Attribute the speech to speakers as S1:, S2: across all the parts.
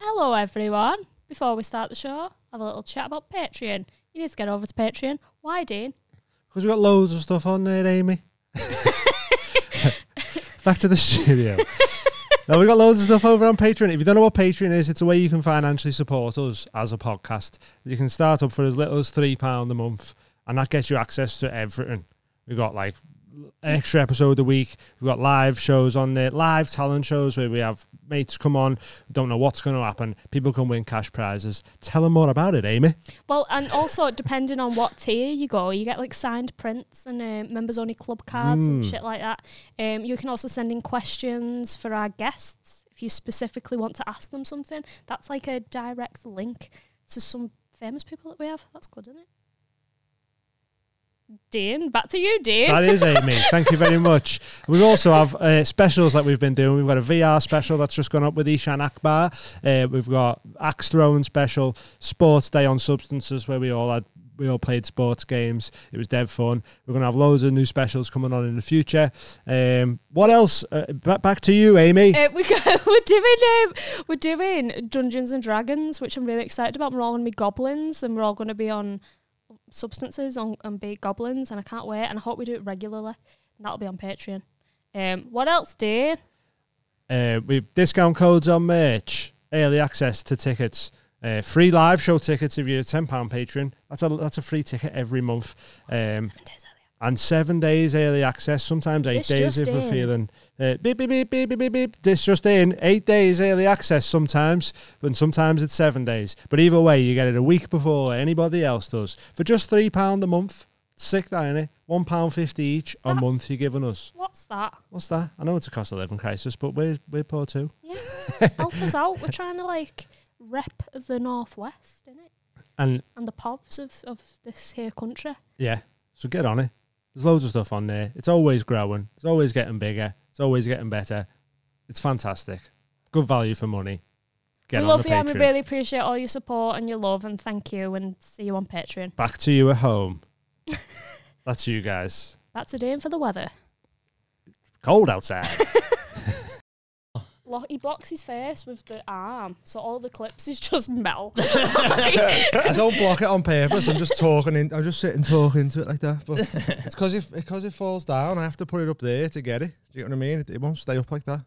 S1: Hello, everyone. Before we start the show, have a little chat about Patreon. You need to get over to Patreon. Why, Dean?
S2: Because we've got loads of stuff on there, Amy. Back to the studio. now, we've got loads of stuff over on Patreon. If you don't know what Patreon is, it's a way you can financially support us as a podcast. You can start up for as little as £3 a month, and that gets you access to everything. We've got like extra episode a week. We've got live shows on there, live talent shows where we have mates come on, don't know what's going to happen. People can win cash prizes. Tell them more about it, Amy.
S1: Well, and also depending on what tier you go, you get like signed prints and uh, members only club cards and shit like that. Um, you can also send in questions for our guests if you specifically want to ask them something. That's like a direct link to some famous people that we have. That's good, isn't it? Dean, back to you, Dean.
S2: That is Amy. Thank you very much. We also have uh, specials that we've been doing. We've got a VR special that's just gone up with Ishan Akbar. Uh, we've got Axe Throne special, Sports Day on Substances, where we all had we all played sports games. It was dead fun. We're going to have loads of new specials coming on in the future. Um, what else? Uh, ba- back to you, Amy.
S1: Uh, we go, we're doing um, we're doing Dungeons and Dragons, which I'm really excited about. We're all gonna be goblins, and we're all gonna be on substances on, and be goblins, and I can't wait. And I hope we do it regularly. And that'll be on Patreon. Um, what else, Dean?
S2: Uh, we've discount codes on merch, early access to tickets, uh, free live show tickets if you're a ten pound patron. That's a that's a free ticket every month, um,
S1: Seven days earlier.
S2: and seven days early access. Sometimes eight
S1: This
S2: days
S1: just
S2: if we're
S1: in.
S2: feeling uh, beep beep beep beep beep beep beep. This just in eight days early access sometimes, and sometimes it's seven days. But either way, you get it a week before anybody else does for just three pound a month. Sick that innit? One pound fifty each a
S1: That's-
S2: month you're giving us.
S1: What's that?
S2: What's that? I know it's a cost of living crisis, but we're we're poor too.
S1: Yeah, help us out. We're trying to like rep the northwest, innit?
S2: And
S1: And the pubs of, of this here country.
S2: Yeah. So get on it. There's loads of stuff on there. It's always growing. It's always getting bigger. It's always getting better. It's fantastic. Good value for money. Get
S1: we
S2: on
S1: love
S2: the
S1: you, and we
S2: Patreon.
S1: really appreciate all your support and your love, and thank you. And see you on Patreon.
S2: Back to you at home. That's you guys.
S1: Back to Dean for the weather.
S2: Cold outside.
S1: Lo- he blocks his face with the arm, so all the clips is just metal.
S3: I don't block it on purpose. I'm just talking. In, I'm just sitting talking to it like that. But it's because if because it falls down, I have to put it up there to get it. Do you know what I mean? It, it won't stay up like that.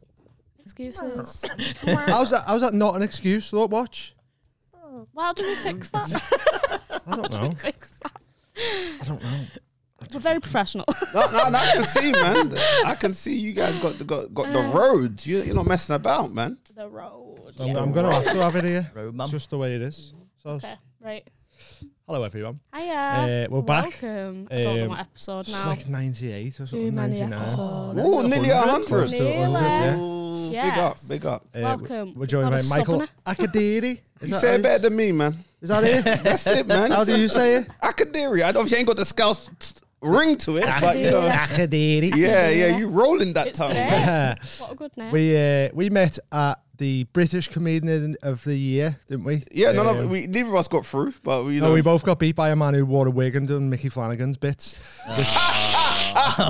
S1: Excuses.
S3: How's that? How's that not an excuse? Look, watch.
S1: Why do we fix that?
S3: I don't know.
S1: fix that?
S4: I don't know.
S1: We're very professional.
S4: No, no, no, I can see, man. I can see you guys got the, got, got
S3: Mm.
S4: the roads. You, you're not messing about, man.
S1: the road.
S3: I'm,
S1: yeah.
S3: I'm gonna have to have it here.
S4: Road,
S3: It's just the way it is.
S4: Mm-hmm.
S3: So
S1: Okay, right.
S3: hello everyone.
S1: Hiya.
S3: Uh, we're back.
S1: Welcome. I don't know
S3: Um,
S1: what episode
S3: It's
S1: now.
S3: like 98 or
S1: Too
S3: something.
S1: many
S3: 99.
S1: episodes.
S4: Ooh, nearly a
S3: Oh. Close
S4: hundred.
S3: to a hundred, yeah.
S1: Nearly.
S4: Big up,
S1: Yes.
S4: Mm, big up.
S3: Uh,
S1: Welcome.
S3: We're joined
S1: Not
S3: by
S1: a
S3: Michael
S1: southerner.
S3: Akadiri. Is
S4: You
S3: that
S4: say
S3: how
S4: it better than me, man.
S3: Is that it?
S4: That's it, man.
S3: How do you say it?
S4: Akadiri. I obviously ain't got the scouse t- ring to it, but you know.
S3: Akadiri. Uh,
S4: Yeah, yeah, you rolling that
S1: It's
S4: tongue.
S1: great. What a good name.
S3: We uh, we met at the British Comedian of the Year, didn't we?
S4: Yeah, none
S3: Um,
S4: of we neither of us got through, but we, you know.
S3: No, we both got beat by a man who wore a wig and done Mickey Flanagan's bits.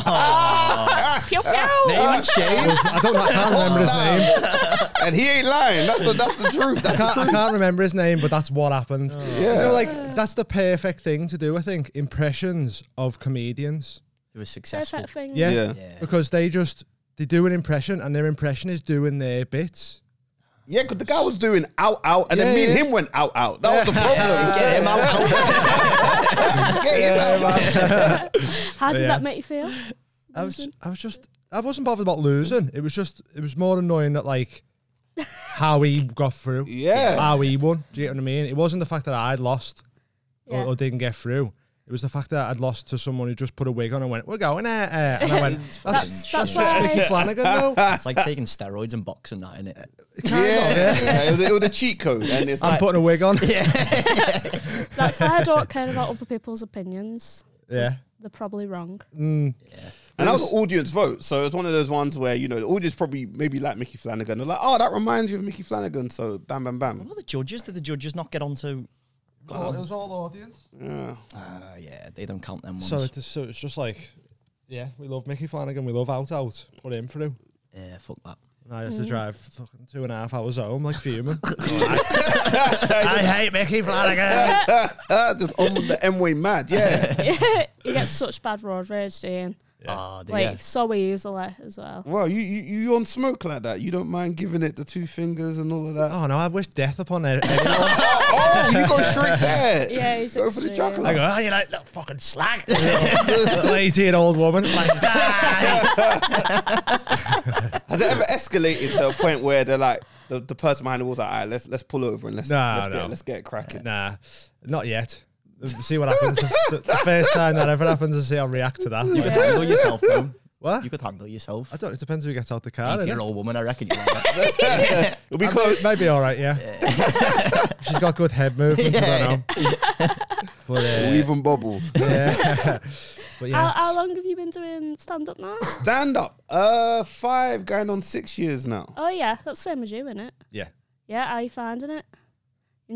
S1: pew, pew.
S4: Ah, Name and shame.
S3: I don't, I can't remember his
S4: Oh.
S3: name.
S4: and he ain't lying. That's the that's the truth. That's the
S3: Can't, I
S4: truth.
S3: can't remember his name, but that's what happened.
S4: Yeah.
S3: So, like, that's the perfect thing to do, I think. Impressions of comedians.
S5: It was successful.
S1: Perfect thing.
S3: Mm. Yeah.
S4: Yeah.
S5: Yeah.
S3: Because they just they do an impression, and their impression is doing their bits.
S4: Yeah, because the guy was doing out, out, and then
S3: Yeah,
S4: me and
S3: yeah.
S4: him went out, out. That was the problem. Get him out. Get him out.
S1: How did
S3: Yeah.
S1: that make you feel?
S3: I was, I was just, I wasn't bothered about losing. It was just, it was more annoying that like how he got through,
S4: Yeah.
S3: how he won. Do you get what I mean? It wasn't the fact that I'd lost. or,
S1: Yeah.
S3: or didn't get through. It was the fact that I'd lost to someone who just put a wig on and went, "We're going there," uh, and I went,
S1: That's,
S3: "That's,
S1: that's
S3: Mickey
S1: why.
S3: Flanagan, though."
S5: It's like taking steroids and boxing, that isn't it?
S4: Yeah. yeah. It, was, it was a cheat code, and it's
S3: I'm
S4: like,
S3: putting a wig on.
S1: That's why I don't care about other people's opinions.
S3: Yeah.
S1: They're probably wrong.
S4: and that was an audience vote, so it's one of those ones where you know the audience probably maybe like Mickey Flanagan. They're like, oh, that reminds you of Mickey Flanagan. So bam, bam, bam.
S5: What about the judges? Did the judges not get onto?
S3: it was all audience.
S4: Yeah.
S5: Ah, yeah, they don't count them ones.
S3: So it's so it's just like, yeah, we love Mickey Flanagan, we love Out Out, put him through.
S5: yeah, fuck that.
S3: And I had to drive fucking two and a half hours home, like fuming. I hate Mickey Flanagan.
S4: Just on with the M way mad. Yeah.
S1: you get such bad road rage, do you?
S5: Ah, the-
S1: Like
S5: yeah.
S1: so easily as well.
S4: Well, you, you you on smoke like that. You don't mind giving it the two fingers and all of that.
S3: Oh no, I wish death upon it. I
S4: oh, you go straight there.
S1: Yeah, he's
S4: go for the
S1: extreme.
S4: chocolate.
S3: go, oh, you like that fucking slag, lady and old woman. Like, die.
S4: Has it ever escalated to a point where they're like the, the person behind the wall's like, all right, let's let's pull over and let's
S3: No,
S4: let's
S3: no.
S4: get let's get it cracking.
S3: nah, not yet. See what happens. The, the first time that ever happens, I see I'll react to that.
S5: You
S3: Like,
S5: could handle yourself, though.
S3: What?
S5: You could handle yourself.
S3: I don't. It depends who gets out the car.
S5: Eighty
S3: innit?
S5: year old woman, I reckon. You like that.
S4: It'll be close.
S3: Maybe all right. Yeah. She's got good head movement. I don't know. But, uh,
S4: Or even bubble.
S3: yeah. but yeah.
S1: How, how long have you been doing stand up now?
S4: Stand up. Uh, five going on six years now.
S1: oh yeah, that's the same as you, isn't it?
S3: Yeah.
S1: Yeah, how are you finding it?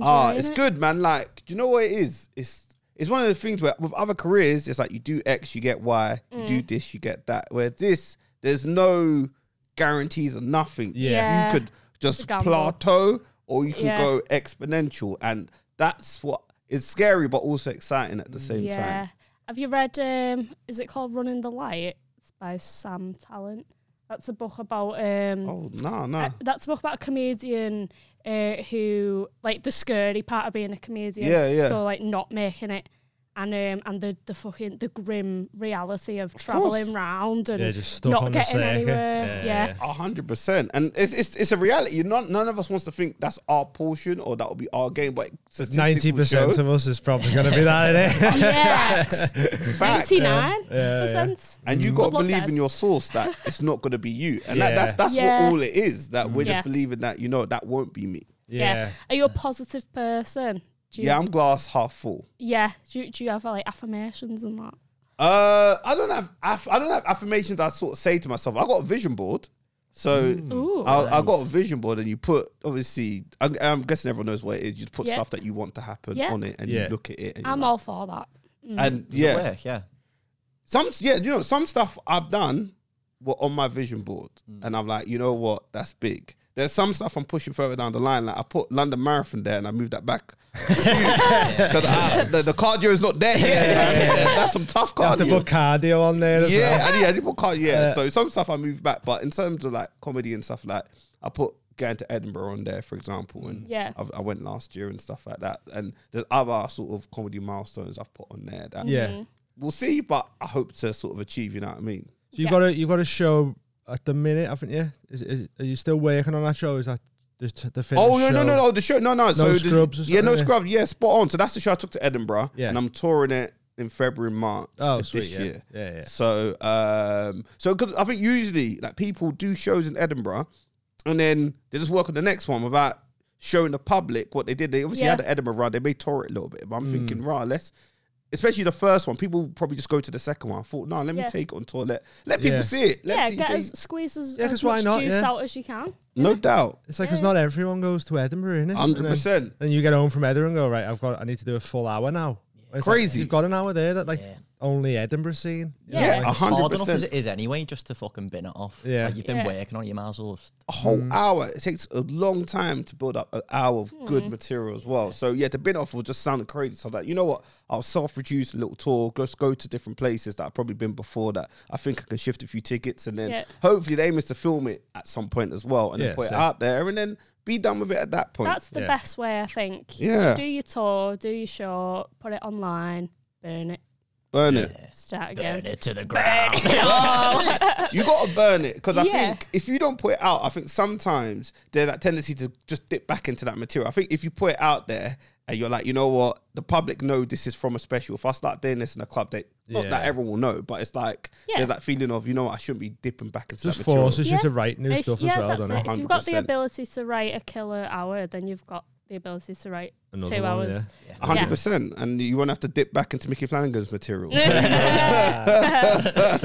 S4: Ah,
S1: Enjoying
S4: it's
S1: it?
S4: good, man. Like, do you know what it is? It's it's one of the things where with other careers, it's like you do X, you get Y. You do
S1: Mm.
S4: this, you get that. Where this, there's no guarantees or nothing.
S3: Yeah.
S1: Yeah.
S4: you could just
S1: gamble.
S4: plateau, or you can
S1: Yeah.
S4: go exponential, and that's what is scary but also exciting at the same
S1: Yeah.
S4: time.
S1: Have you read? Um, is it called Running the Light? It's by Sam Talent. That's a book about. Um,
S4: Oh no, no.
S1: uh, that's a book about a comedian uh, who like the scary part of being a comedian.
S4: Yeah, yeah.
S1: So like not making it. And um, and the, the fucking the grim reality of,
S4: course.
S1: traveling round and
S3: Yeah, just stuck
S1: not
S3: on the
S1: getting
S3: circuit.
S1: anywhere.
S3: Yeah,
S1: Yeah,
S3: yeah.
S4: A hundred percent, and it's, it's it's a reality. None none of us wants to think that's our portion or that will be our game, but
S3: Ninety percent of us is probably going to be that in it.
S1: yeah.
S4: facts.
S1: ninety nine percent.
S4: And you got to
S1: luck,
S4: believe
S1: guys.
S4: in your source that it's not going to be you, and
S3: Yeah.
S4: that, that's that's
S1: Yeah.
S4: what all it is. That we're
S1: Yeah.
S4: just believing that you know that won't be me.
S3: yeah.
S1: Are you a positive person? Do you,
S4: Yeah, I'm glass half full.
S1: Yeah. Do you, do you have like affirmations and that?
S4: Uh, I don't have aff- I don't have affirmations. I sort of say to myself, I got a vision board. So
S1: Mm. Ooh.
S4: I, I got a vision board, and you put obviously. I, I'm guessing everyone knows what it is. You just put
S1: Yeah.
S4: stuff that you want to happen
S1: Yeah.
S4: on it, and
S3: Yeah.
S4: you look at it. And,
S1: I'm
S4: you're
S1: all for that.
S4: like- and
S5: yeah.
S4: yeah,
S5: yeah.
S4: some yeah, you know, some stuff I've done were on my vision board,
S3: Mm.
S4: and I'm like, you know what, that's big. There's some stuff I'm pushing further down the line. Like I put London Marathon there, and I moved that back because the, the cardio is not there yet. That's some tough
S3: You have to
S4: cardio.
S3: put cardio on there as
S4: yeah,
S3: well.
S4: I need, I need more cardio. Yeah, so some stuff I moved back, but in terms of like comedy and stuff, like I put going to Edinburgh on there, for example, and
S1: Yeah.
S4: I've, I went last year and stuff like that. And there's other sort of comedy milestones I've put on there. That
S3: Yeah.
S4: we'll see, but I hope to sort of achieve. You know what I mean?
S3: So you
S1: Yeah.
S3: got a you got a show at the minute, haven't you? Is, is are you still working on that show? Is that the, t- the finished
S4: Oh no,
S3: show?
S4: no, no, no, the show, no, no. so the-
S3: Scrubs or
S4: yeah, no
S3: something, yeah.
S4: scrubs. Yeah, spot on. So that's the show I took to Edinburgh,
S3: Yeah.
S4: and I'm touring it in February, March
S3: Oh,
S4: of
S3: sweet,
S4: this
S3: yeah.
S4: year.
S3: Yeah, yeah.
S4: So, um, so 'cause I think usually like people do shows in Edinburgh, and then they just work on the next one without showing the public what they did. They obviously
S1: Yeah.
S4: had the Edinburgh run. They may tour it a little bit, but I'm
S3: Mm.
S4: thinking, right, let's. Especially the first one, people probably just go to the second one. I thought, no, let me
S1: Yeah.
S4: take it on tour. Let, let people
S3: Yeah.
S4: see it. Let's
S1: yeah,
S4: see
S1: get
S4: they-
S1: as squeeze as,
S3: Yeah, 'cause
S1: as
S3: why
S1: much
S3: not,
S1: juice
S3: yeah.
S1: out as you can.
S4: no doubt,
S3: It's like because not everyone goes to Edinburgh, innit?
S4: hundred percent.
S3: And you get home from Edinburgh and go right. I've got I need to do a full hour now. It's like,
S4: Crazy.
S3: you've got an hour there that like
S5: Yeah.
S3: only Edinburgh scene.
S1: Yeah.
S4: Yeah,
S5: It's hard enough as
S4: 100%.
S5: it is anyway, just to fucking bin it off.
S3: Yeah.
S5: Like, you've been
S1: Yeah.
S5: working on it, you might as well. just-
S4: a whole
S1: Mm.
S4: hour. It takes a long time to build up an hour of good
S1: Mm.
S4: material as well. So yeah, the bin off will just sound crazy. So that you know what, I'll self-produce a little tour, just go to different places that I've probably been before that I think I can shift a few tickets, and then
S1: Yeah.
S4: hopefully the aim is to film it at some point as well, and
S3: Yeah,
S4: then put
S3: so-
S4: it out there, and then be done with it at that point.
S1: That's the
S3: Yeah.
S1: best way, I think.
S4: Yeah.
S1: Do your tour, do your show, put it online, burn it,
S4: burn it.
S1: start again.
S5: Burn it to the ground.
S3: Oh.
S4: you gotta burn it because I
S1: Yeah.
S4: think if you don't put it out, I think sometimes there's that tendency to just dip back into that material. I think if you put it out there and you're like, you know what, the public know this is from a special. If I start doing this in a club, they not that
S3: Yeah.
S4: everyone will know, but it's like
S1: Yeah.
S4: there's that feeling of you know what, I shouldn't be dipping back into
S3: Just
S4: that material.
S3: forces you to write new
S1: If-
S3: stuff
S1: yeah,
S3: as well,
S1: that's
S3: don't
S1: it.
S3: it?
S1: If you've got the
S4: 100%.
S1: ability to write a killer hour, then you've got the ability to write
S3: Another
S1: two
S3: one,
S1: hours.
S4: A hundred percent, and you won't have to dip back into Mickey Flanagan's material.
S3: Still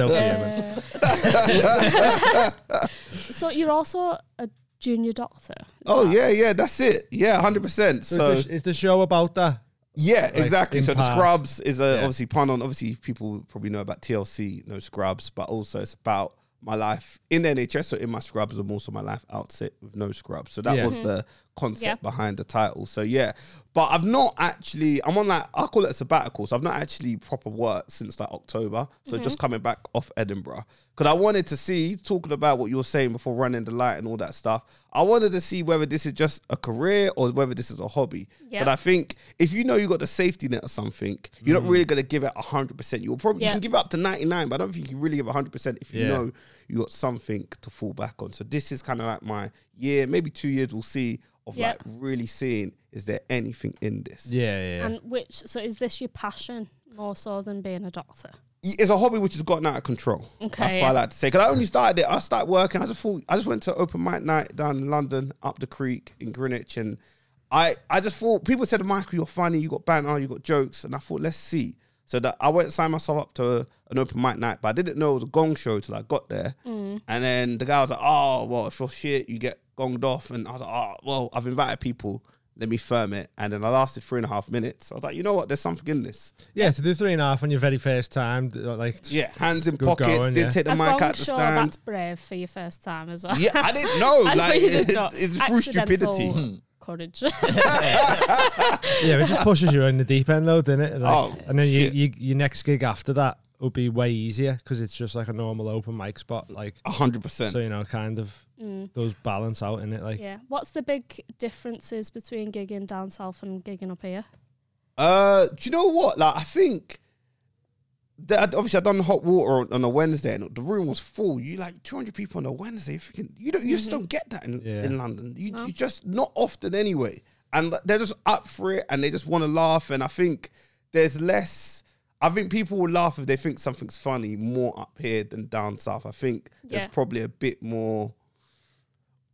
S3: fuming.
S1: Uh, so you're also a junior doctor.
S4: oh yeah, yeah, that's it. Yeah, hundred percent.
S3: So
S4: So
S3: is the, sh- is the show about that?
S4: Yeah, exactly.
S3: in
S4: So the
S3: part.
S4: Scrubs is a
S3: Yeah.
S4: obviously pun on obviously people probably know about TLC, no Scrubs, but also it's about my life in the NHS, so in my scrubs, and also my life outset with no scrubs. So that
S3: Yeah.
S4: was the concept
S1: Mm-hmm. Yeah.
S4: behind the title. So yeah, but I've not actually. I'm on like I call it a sabbatical. So I've not actually proper worked since like October. So
S1: Mm-hmm.
S4: just coming back off Edinburgh because I wanted to see talking about what you were saying before running the light and all that stuff. I wanted to see whether this is just a career or whether this is a hobby.
S1: Yeah.
S4: But I think if you know you got the safety net or something, you're not really gonna give it hundred percent. You'll probably you
S1: Yeah.
S4: can give it up to ninety nine, but I don't think you really give hundred percent if you
S3: Yeah.
S4: know you got something to fall back on. So this is kind of like my year, maybe two years. We'll see of
S1: Yeah.
S4: like really seeing is there anything in this.
S3: Yeah, yeah.
S1: And which so is this your passion more so than being a doctor?
S4: it's a hobby which has gotten out of control.
S1: Okay,
S4: That's what
S1: yeah.
S4: I like to say. Because I only started it. I started working. I just thought I just went to open mic night down in London, up the creek in Greenwich, and I I just thought people said, Michael, you're funny. You got banter. You got jokes. And I thought, let's see. So that I went and signed myself up to an open mic night, but I didn't know it was a gong show till I got there.
S1: Mm.
S4: And then the guy was like, "Oh, well, if you're shit, you get gonged off." And I was like, "Oh, well, I've invited people. Let me firm it." And then I lasted three and a half minutes. I was like, "You know what? There's something in this."
S3: Yeah, to do three and a half on your very first time, d- uh, like
S4: Yeah, hands in
S3: Good
S4: pockets.
S3: going,
S4: didn't
S3: yeah.
S4: take the
S1: I'm
S4: mic out the
S1: sure
S4: stand.
S1: that's brave for your first time as well.
S4: Yeah, I didn't know.
S1: I know
S4: like,
S1: you did not.
S4: it's through
S1: Accidental
S4: stupidity.
S3: Hmm.
S1: Courage.
S3: yeah, it just pushes you in the deep end though, doesn't it? Like,
S4: Oh,
S3: and then you,
S4: shit.
S3: you, your next gig after that will be way easier because it's just like a normal open mic spot, like
S4: A hundred percent.
S3: so you know, kind of those balance out in it, like
S1: Mm. yeah. What's the big differences between gigging down south and gigging up here?
S4: Uh, do you know what? Like, I think that obviously I done hot water on, on a Wednesday, and the room was full. You like two hundred people on a Wednesday. You're thinking, you don't, you just don't get that in,
S3: Yeah.
S4: in London. You,
S1: Mm-hmm. No.
S4: you just not often anyway. And like, they're just up for it, and they just want to laugh. And I think there's less. I think people will laugh if they think something's funny more up here than down south. I think
S1: Yeah.
S4: there's probably a bit more.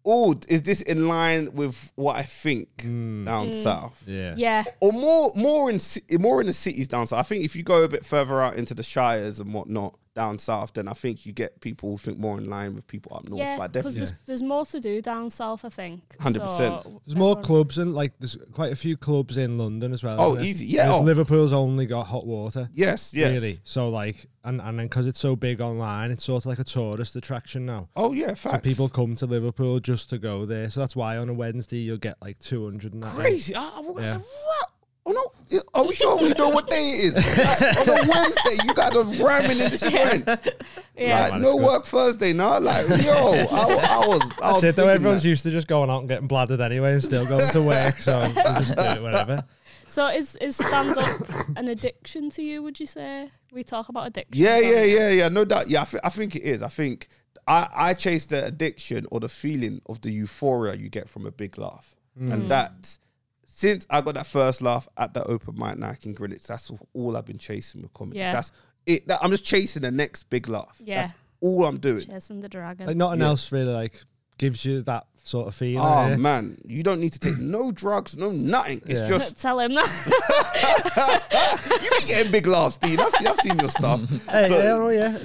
S4: Oh, is this in line with what I think down
S1: Mm.
S4: south?
S3: yeah,
S1: Yeah.
S4: or more more in ci- more in the cities down south. I think if you go a bit further out into the shires and whatnot down south, then I think you get people who think more in line with people up north.
S1: Yeah,
S4: but
S1: because
S4: definitely,
S1: there's, there's more to do down south, I think.
S4: 100%.
S1: So
S3: There's more
S1: everyone-
S3: clubs and like there's quite a few clubs in London as well.
S4: Oh,
S3: isn't there?
S4: easy. Yeah,
S3: Because
S4: oh.
S3: Liverpool's only got hot water.
S4: yes, yes.
S3: Really. So like, and and then because it's so big online, it's sort of like a tourist attraction now.
S4: Oh yeah,
S3: So
S4: facts.
S3: people come to Liverpool just to go there. So that's why on a Wednesday you'll get like 200 and that.
S4: crazy. I, I was
S3: Yeah.
S4: like, what? Oh no! yeah, Are we sure we know what day it is? Like, on a Wednesday, you got a ramming in this joint.
S1: Yeah.
S4: like
S3: man,
S4: no
S3: it's good.
S4: work Thursday, no. Like yo, I, wa- I was. I was
S3: That's it though.
S4: thinking
S3: Everyone's
S4: that.
S3: used to just going out and getting bladdered anyway and still going to work. So you just do it whenever.
S1: So is is stand up an addiction to you? Would you say we talk about addiction?
S4: Yeah,
S1: don't
S4: yeah,
S1: we?
S4: yeah, yeah. No doubt. Yeah, I, thi- I think it is. I think I, I chase the addiction or the feeling of the euphoria you get from a big laugh.
S1: Mm.
S4: And that, since I got that first laugh at the open mic night in Greenwich, that's all I've been chasing with comedy.
S1: Yeah.
S4: That's it. That, I'm just chasing the next big laugh.
S1: Yeah.
S4: That's all I'm doing.
S1: Chasing the dragon.
S3: Like nothing
S4: Yeah.
S3: else really like gives you that sort of feeling.
S4: Oh
S3: eh?
S4: man, you don't need to take no drugs, no nothing. It's
S3: Yeah.
S4: just
S1: Tell him that.
S4: you be getting big laughs, Dean. I've seen, I've seen your stuff.
S3: Hey,
S4: So-
S3: yeah, oh yeah.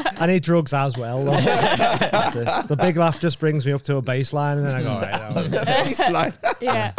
S3: No. I need drugs as well. though. That's it. the big laugh just brings me up to a baseline, and then I go, all right, all right.
S4: Baseline.
S1: yeah.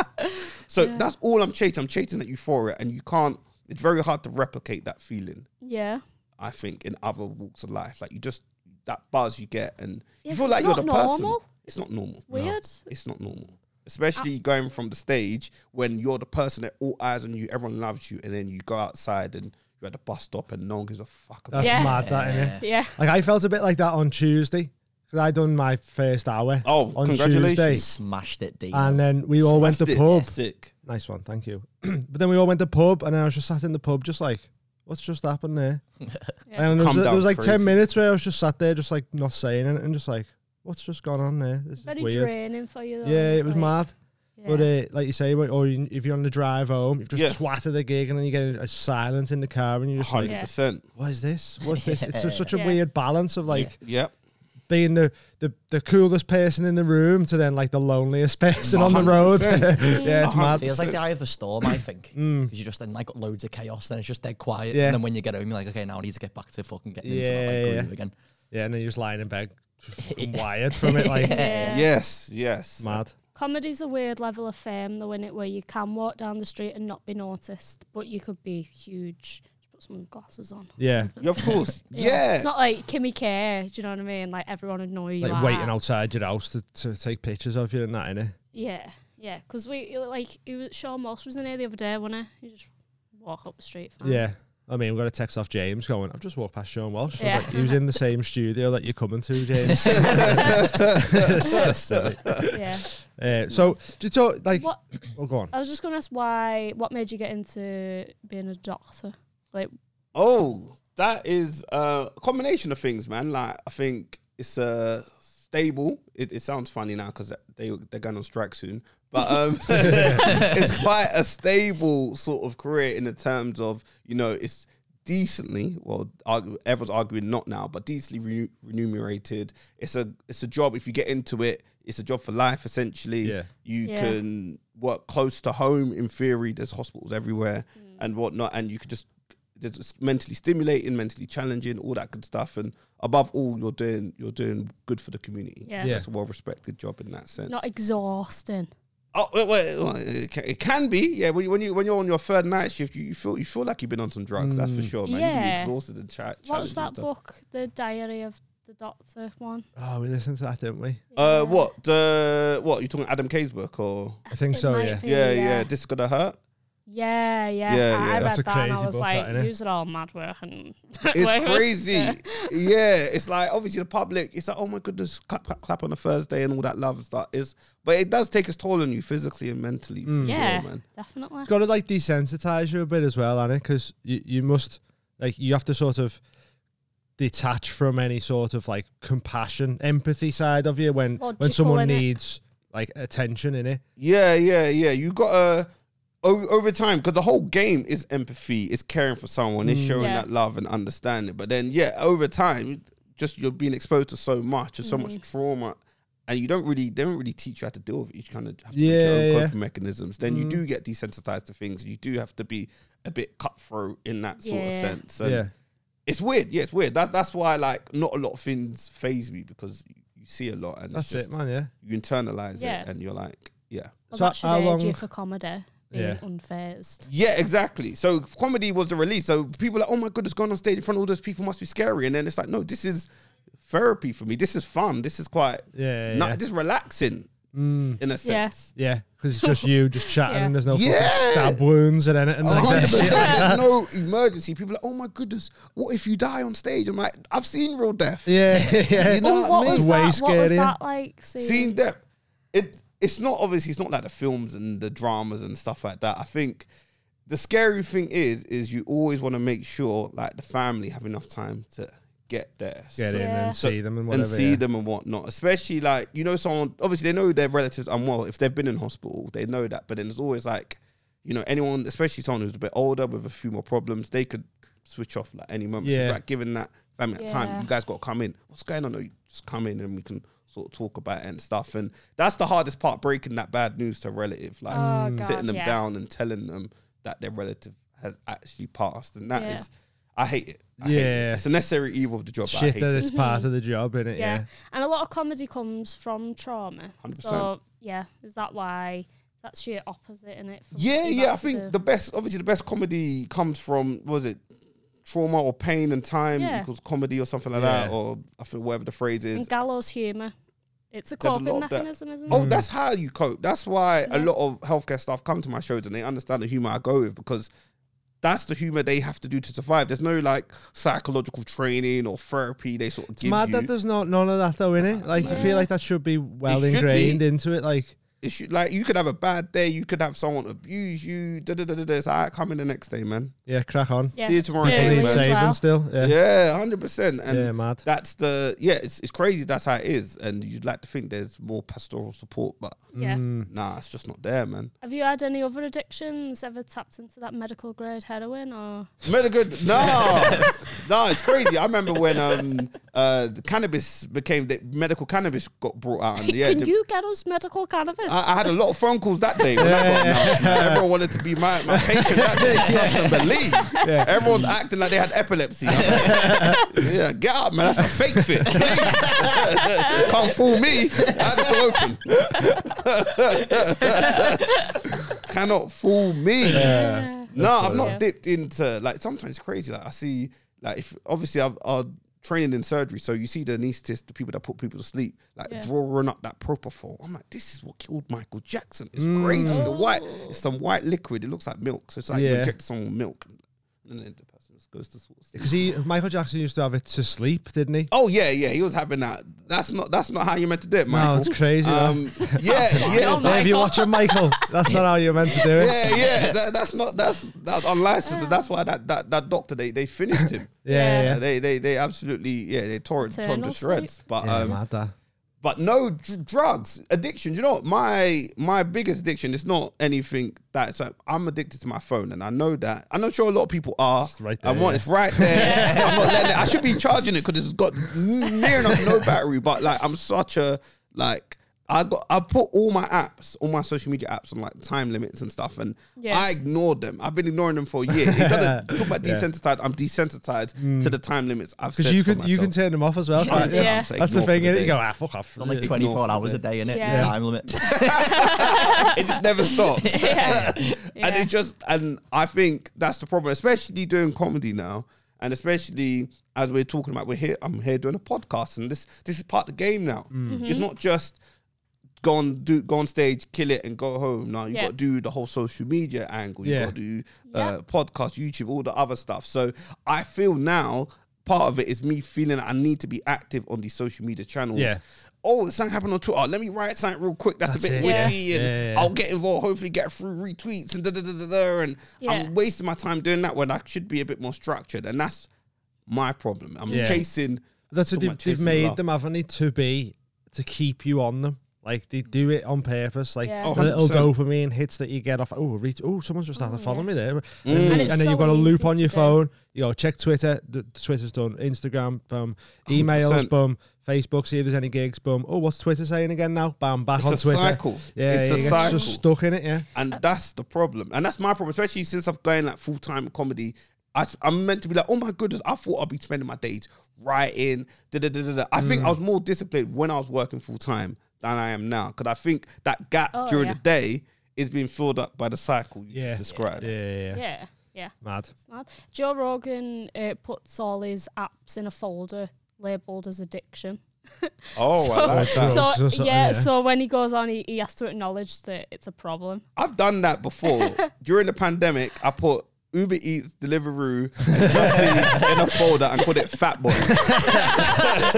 S4: So that's all I'm chasing. I'm chasing that euphoria, and you can't. It's very hard to replicate that feeling.
S1: Yeah.
S4: I think in other walks of life, like you just that buzz you get, and
S1: Yes,
S4: you feel
S1: it's
S4: like you're the
S1: not normal.
S4: person. It's not normal.
S1: Weird.
S4: It's not normal, especially going from the stage when you're the person that all eyes on you, everyone loves you, and then you go outside and you're at the bus stop and no one gives a fuck about.
S3: That's
S1: Yeah.
S3: mad, that innit?
S1: Yeah.
S3: Like I felt a bit like that on Tuesday because I done my first hour.
S4: Oh,
S3: on
S4: congratulations.
S3: Tuesday,
S5: Smashed it, Dean.
S3: and then we all went to
S4: Smashed it.
S3: pub.
S4: Sick.
S3: Nice one, thank you. but then we all went to pub, and then I was just sat in the pub, just like, what's just happened there? And there was,
S4: Calm
S3: there was
S4: down,
S3: like ten
S4: crazy.
S3: minutes where I was just sat there, just like not saying it, and just like, what's just gone on there? This
S1: Very
S3: is weird.
S1: draining for you. Though,
S3: Yeah, it was
S1: like,
S3: mad.
S1: yeah.
S3: But uh, like you say, when- or you- if you're on the drive home, you've just
S4: Yeah.
S3: twatted a gig, and then you get a silence in the car, and you're just like,
S4: Hundred percent.
S3: what is this? What's this? It's just such a
S1: Yeah.
S3: weird balance of like
S4: Yep.
S3: being the, the the coolest person in the room to then like the loneliest person on the road.
S4: 100%.
S3: yeah, it's
S4: Uh-huh.
S3: mad.
S5: Feels like the eye of a storm, I think. Because you just then like got loads of chaos, then it's just dead quiet.
S3: Mm. Yeah.
S5: And then when you get home, you're like, okay, now I need to get back to fucking getting into
S3: Yeah,
S5: that like,
S3: yeah.
S5: groove again.
S3: Yeah, and then you're just lying in bed, fucking wired from it. Like
S1: Yeah.
S4: Yes. Yes.
S3: mad.
S1: Comedy's a weird level of fame, though, in it, where you can walk down the street and not be noticed, but you could be huge. put some glasses on.
S2: Yeah.
S4: Yeah, of course. yeah.
S1: It's not like Kimmy Care, do you know what I mean? Like everyone would know who you
S2: Like
S1: are.
S2: waiting outside your house to, to take pictures of you and that, innit?
S1: Yeah, yeah. Because we like it was Sean Moss was in here the other day, wasn't he? He just walk up the street. Fine.
S2: Yeah. I mean, we got a text off James going, I've just walked past Sean Walsh. I was
S1: Yeah.
S2: like, he was in the same studio that you're coming to, James. So silly.
S1: yeah.
S2: Uh, so, do you talk, like,
S1: What
S2: oh, go on.
S1: I was just gonna ask why? What made you get into being a doctor? Like,
S4: Oh, that is uh, a combination of things, man. Like I think it's uh, stable. It, it sounds funny now because they they're going on strike soon, but um, it's quite a stable sort of career in the terms of you know it's decently well argu- everyone's arguing not now but decently renu- remunerated it's a it's a job if you get into it it's a job for life essentially
S2: Yeah.
S4: you
S1: Yeah.
S4: can work close to home in theory there's hospitals everywhere
S1: Mm.
S4: and whatnot and you could just it's just mentally stimulating mentally challenging all that good stuff and above all you're doing you're doing good for the community
S1: Yeah. Yeah.
S4: it's a well respected job in that sense
S1: not exhausting.
S4: oh wait, wait, wait, it can- it can be yeah when, you, when you when you're on your third night shift you, you feel you feel like you've been on some drugs that's for sure man you
S1: Yeah.
S4: be exhausted and cha-
S1: What's
S4: challenged
S1: that
S4: and stuff.
S1: book? The Diary of the Doctor one.
S2: Oh, we listened to that, didn't we?
S4: uh what the what you talking Adam K's book or
S2: I think so,
S1: might
S2: yeah.
S1: be,
S4: yeah yeah,
S1: yeah.
S4: this is gonna hurt
S1: Yeah, yeah.
S4: Yeah,
S1: I,
S4: yeah.
S1: I
S2: That's a
S1: read that and
S2: crazy
S1: I was
S2: book,
S1: like,
S2: that, innit?
S1: "Use it all mad work and
S4: It's crazy. Yeah. it's like obviously the public. It's like oh my goodness, clap, clap, clap on a Thursday and all that love and stuff is, but it does take its toll on you physically and mentally. For
S1: Yeah,
S4: sure, man.
S1: definitely.
S2: It's got to like desensitize you a bit as well, Anna, because you, you must like you have to sort of detach from any sort of like compassion, empathy side of you when when
S1: Logical,
S2: someone
S1: innit?
S2: needs like attention in it.
S4: Yeah, yeah, yeah. You gotta over, over time because the whole game is empathy, it's caring for someone,
S2: Mm.
S4: it's showing
S1: Yeah.
S4: that love and understanding. But then, yeah, over time, just you're being exposed to so much, to so
S1: Mm.
S4: much trauma, and you don't really they don't really teach you how to deal with it. You kind of have to make your
S2: Yeah,
S4: own
S2: yeah. Mm.
S4: coping mechanisms. Then you do get desensitized to things. You do have to be a bit cutthroat in that sort of
S1: Yeah.
S4: sense. And
S2: Yeah.
S4: it's weird. Yeah, it's weird. That's that's why like not a lot of things phase me because you- you see a lot and
S2: That's
S4: it's
S2: it,
S4: just,
S2: man. Yeah.
S4: You internalize
S1: Yeah.
S4: it and you're like, yeah.
S1: I've
S2: So
S1: actually
S2: how
S1: heard
S2: long-
S1: you for comedy being
S2: Yeah.
S1: unfazed.
S4: Yeah, exactly. So comedy was the release. So people are like, oh my goodness, going on stage in front of all those people must be scary. And then it's like, no, this is therapy for me. This is fun. This is quite,
S2: Yeah, yeah,
S4: not,
S2: yeah. Mm.
S4: this is relaxing in a
S1: Yeah.
S4: sense.
S2: Yeah, because it's just you just chatting
S1: Yeah.
S2: and there's no fucking
S4: Yeah.
S2: stab wounds and anything
S4: A
S2: like
S4: hundred
S2: that.
S4: percent. There's no emergency. People are like, oh my goodness, what if you die on stage? I'm like, I've seen real death.
S2: Yeah, yeah.
S4: Oh, You know
S1: Well,
S4: what
S1: what
S4: I mean?
S1: was
S2: It's way
S1: that? What was
S2: scarier.
S1: that like? Seeing,
S4: Seeing that, it it's not obviously it's not like the films and the dramas and stuff like that. I think the scary thing is is you always want to make sure like the family have enough time to get there.
S2: Get in
S1: Yeah.
S2: and see them and whatever.
S4: and see
S2: yeah.
S4: them and whatnot. Especially like you know someone obviously they know their relatives unwell. If they've been in hospital, they know that. But then it's always like, you know, anyone, especially someone who's a bit older with a few more problems, they could switch off like any moment.
S2: Yeah.
S4: So like giving that family that
S1: Yeah.
S4: time, you guys gotta come in. What's going on? No, you just come in and we can sort of talk about it and stuff. And that's the hardest part, breaking that bad news to a relative. Like
S2: Mm.
S1: Oh, God,
S4: sitting them
S1: yeah.
S4: down and telling them that their relative has actually passed. And that is,
S1: Yeah.
S4: I hate it. I hate it.
S2: Yeah.
S4: It's a necessary evil of the job. but I
S2: Shit,
S4: hate
S2: that
S4: it.
S2: it's part of the job, innit?
S1: Mm-hmm. yeah.
S2: Yeah.
S1: and a lot of comedy comes from trauma.
S4: 100%.
S1: So yeah, is that why? That's your opposite in it.
S4: Yeah, yeah. I think the best, obviously, the best comedy comes from was it trauma or pain and time
S1: Yeah.
S4: equals comedy or something like that,
S2: Yeah.
S4: or I think whatever the phrase
S1: and
S4: is.
S1: gallows humor. It's a
S4: There's a lot
S1: coping
S4: of that.
S1: mechanism, isn't
S4: Oh,
S2: Mm.
S1: it?
S4: that's how you cope. That's why a
S1: Yeah.
S4: lot of healthcare staff come to my shows and they understand the humor I go with because that's the humor they have to do to survive. There's no like psychological training or therapy they sort of
S2: It's
S4: give
S2: mad
S4: you.
S2: that there's not none of that though, innit? Like I feel
S1: Yeah.
S2: like that should be well
S4: should be.
S2: ingrained into it. Like
S4: it should, like you could have a bad day, you could have someone abuse you. Da da da da. da. It's like, all right, come in the next day, man.
S2: yeah, crack on.
S1: Yeah.
S4: See you tomorrow.
S1: Yeah,
S4: Colleen
S1: we
S2: Clean
S1: as
S2: saving
S1: well.
S2: still. Yeah.
S4: Yeah, hundred percent. And
S2: Yeah, mad.
S4: That's the yeah. It's it's crazy. That's how it is. And you'd like to think there's more pastoral support, but
S1: Yeah.
S4: nah, it's just not there, man.
S1: Have you had any other addictions? Ever tapped into that medical grade heroin or?
S4: Made good. No, no, it's crazy. I remember when um uh the cannabis became the medical cannabis got brought out. And, yeah,
S1: Can
S4: the-
S1: you get us medical cannabis?
S4: I, I had a lot of phone calls that day when I got announced. man. Everyone wanted to be my, my patient that day. Trust and believe. Everyone acting like they had epilepsy. I'm like, yeah, get up, man. That's a fake fit. Please. Can't fool me. Eyes still open. Cannot fool me. No, I've
S3: funny.
S4: not
S1: Yeah.
S4: dipped into like sometimes it's crazy. Like I see, like if obviously I've are training in surgery, so you see the anaesthetists, the people that put people to sleep, like
S1: Yeah.
S4: drawing up that propofol. I'm like, this is what killed Michael Jackson. It's
S3: Mm.
S4: crazy. The white, it's some white liquid. It looks like milk, so it's like you
S3: Oh. Yeah.
S4: inject someone with milk, and then the person just goes to sort of sleep.
S3: Because he Michael Jackson used to have it to sleep, didn't he?
S4: Oh yeah, yeah, he was having that. That's not that's not how you meant to do it, Oh, Michael. Um,
S3: it's crazy, though.
S4: yeah, yeah,
S1: Oh,
S3: If
S1: Michael.
S3: you're watching Michael, that's not how you're meant to do it.
S4: yeah, yeah. That, that's not that's that unlicensed. That's why that that, that doctor they they finished him.
S3: Yeah,
S1: Yeah.
S3: yeah.
S4: Uh, They they they absolutely yeah they tore it tore him to
S1: Eternal
S4: shreds.
S1: sleep.
S4: But
S3: yeah.
S4: um,
S3: mad that.
S4: but no dr- drugs addiction. You know what? my my biggest addiction is not anything that so I'm addicted to my phone, and I know that. I'm not sure a lot of people are.
S3: right
S4: I
S3: there,
S4: want
S3: yeah.
S4: it's right there. I'm not letting it- I should be charging it because it's got n- near enough no battery. But like I'm such a like. I got I put all my apps, all my social media apps on like time limits and stuff, and
S1: Yeah.
S4: I ignored them. I've been ignoring them for a year. It doesn't talk about desensitized. I'm desensitized to the time limits. I've
S3: Because
S4: set
S3: Mm. you
S4: for
S3: can you can
S4: myself.
S3: turn them off as well. can't you?
S1: Yeah.
S4: Say
S3: That's the
S4: ignore for
S3: thing,
S4: the
S3: innit?
S4: day.
S3: You go, ah, fuck off.
S5: It's like
S3: Yeah.
S5: 24
S4: for
S5: hours a day, innit?
S1: Yeah.
S5: The time limit.
S4: it just never stops.
S1: Yeah.
S4: And
S1: Yeah.
S4: it just and I think that's the problem, especially doing comedy now. And especially as we're talking about, we're here. I'm here doing a podcast, and this this is part of the game now.
S3: Mm. Mm-hmm.
S4: It's not just go on do go on stage, kill it, and go home. Now you
S1: Yeah.
S4: got to do the whole social media angle. You
S3: Yeah.
S4: got to do
S1: Yeah.
S4: uh, podcast, YouTube, all the other stuff. So I feel now part of it is me feeling I need to be active on these social media channels.
S3: Yeah.
S4: Oh, something happened on Twitter. Let me write something real quick. That's,
S3: That's
S4: a
S3: it.
S4: bit
S1: Yeah.
S4: witty, and
S3: Yeah, yeah, yeah.
S4: I'll get involved. Hopefully, get through retweets and da da da da da. And
S1: Yeah.
S4: I'm wasting my time doing that when I should be a bit more structured. And that's my problem. I'm
S3: Yeah.
S4: chasing.
S3: That's what
S4: Talking
S3: they've,
S4: about
S3: they've
S4: chasing
S3: made
S4: love.
S3: them, haven't they, to be to keep you on them. Like they do it on purpose. Like
S1: Yeah. Oh,
S3: the little
S4: 100%.
S3: dopamine hits that you get off. Oh, reach, oh, someone's just started
S1: Oh,
S3: following me
S4: Mm.
S3: there.
S4: And
S3: And,
S1: it's
S3: then
S1: so
S3: you've got a loop
S1: easy
S3: on
S1: to
S3: your
S1: do.
S3: phone. You go check Twitter. The, the Twitter's done. Instagram, boom. Emails,
S4: 100%.
S3: boom. Facebook, see if there's any gigs, boom. Oh, what's Twitter saying again now? Bam, back
S4: It's
S3: on
S4: a
S3: Twitter.
S4: cycle.
S3: Yeah,
S4: It's
S3: yeah,
S4: a
S3: you get
S4: cycle.
S3: just stuck in it. Yeah,
S4: and that's the problem. And that's my problem, especially since I've gone like full time comedy. I, am meant to be like, oh my goodness, I thought I'd be spending my days writing. Da, da, da, da, da. I
S3: Mm.
S4: think I was more disciplined when I was working full time than I am now because I think that gap
S1: Oh,
S4: during
S1: yeah.
S4: the day is being filled up by the cycle you
S3: Yeah.
S4: just described.
S3: yeah, yeah. yeah.
S1: Yeah. Yeah.
S3: Mad.
S1: It's mad. Joe Rogan uh, puts all his apps in a folder labeled as addiction.
S4: Oh, I like
S1: so,
S4: that.
S3: Drugs or something,
S1: yeah,
S3: uh, yeah.
S1: so when he goes on, he, he has to acknowledge that it's a problem.
S4: I've done that before. During the pandemic, I put Uber Eats, Deliveroo, and Just Eat in a folder and called it Fat Boy. so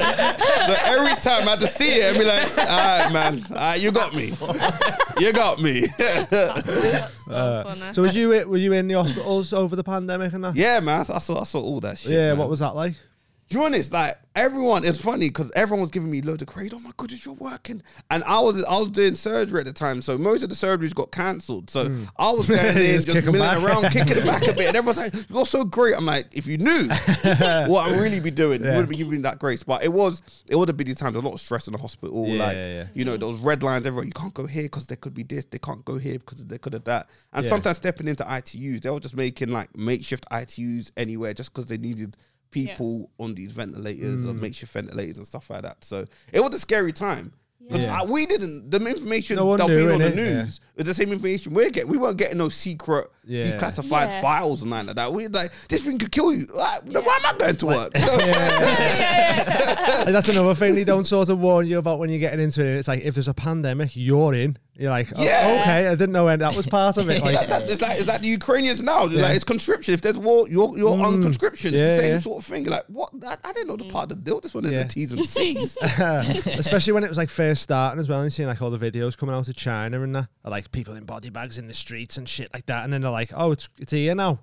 S4: every time I had to see it and be like, all right, man, all right, you got me. You got me.
S1: That's so funny.
S3: So was you were you in the hospitals over the pandemic and that?
S4: yeah, man, I saw, I saw all that shit.
S3: Yeah,
S4: man.
S3: what was that like?
S4: Do you know this? Like everyone, it's funny because everyone was giving me loads of credit. Oh my goodness, you're working, and I was I was doing surgery at the time, so most of the surgeries got cancelled. So I was down
S3: Hmm.
S4: there
S3: Just
S4: just,
S3: kicking
S4: milling
S3: back.
S4: around, kicking it back a bit, and everyone's like, "You're so great." I'm like, "If you knew what I'd really be doing, you wouldn't be giving me that grace." But it was it would have been these times a lot of stress in the hospital,
S3: Yeah,
S4: like
S3: yeah, yeah.
S4: you know those red lines everywhere. You can't go here because there could be this. They can't go here because they could have that. And
S3: Yeah.
S4: sometimes stepping into ITUs, they were just making like makeshift ITUs anywhere just because they needed people on these ventilators
S3: Hmm.
S4: or makeshift ventilators and stuff like that. So it was a scary time. 'Cause
S3: Yeah.
S4: I- we didn't. The information
S3: No one
S4: that was
S3: knew,
S4: on the
S3: innit? Yeah.
S4: news is the same information we're getting. We weren't getting no secret
S3: Yeah.
S4: declassified
S1: Yeah.
S4: files and nothing like that. We like this thing could kill you. Like, Why am I going to work?
S3: Like, that's another thing they don't sort of warn you about when you're getting into it. It's like if there's a pandemic, you're in. You're like, oh,
S4: Yeah.
S3: okay, I didn't know when that was part of it.
S4: That-
S3: Like,
S4: that- it's like it's like the Ukrainians now. They're Like, it's conscription. If there's war, you're you're on conscription. It's
S3: Hmm. Yeah,
S4: the same
S3: yeah.
S4: sort of thing. Like what? I, I didn't know the part of the deal. This one is
S3: Yeah.
S4: the T's and C's.
S3: especially when it was like first starting as well, and seeing like all the videos coming out of China and that, of, like people in body bags in the streets and shit like that, and then they're like, oh, it's it's here now.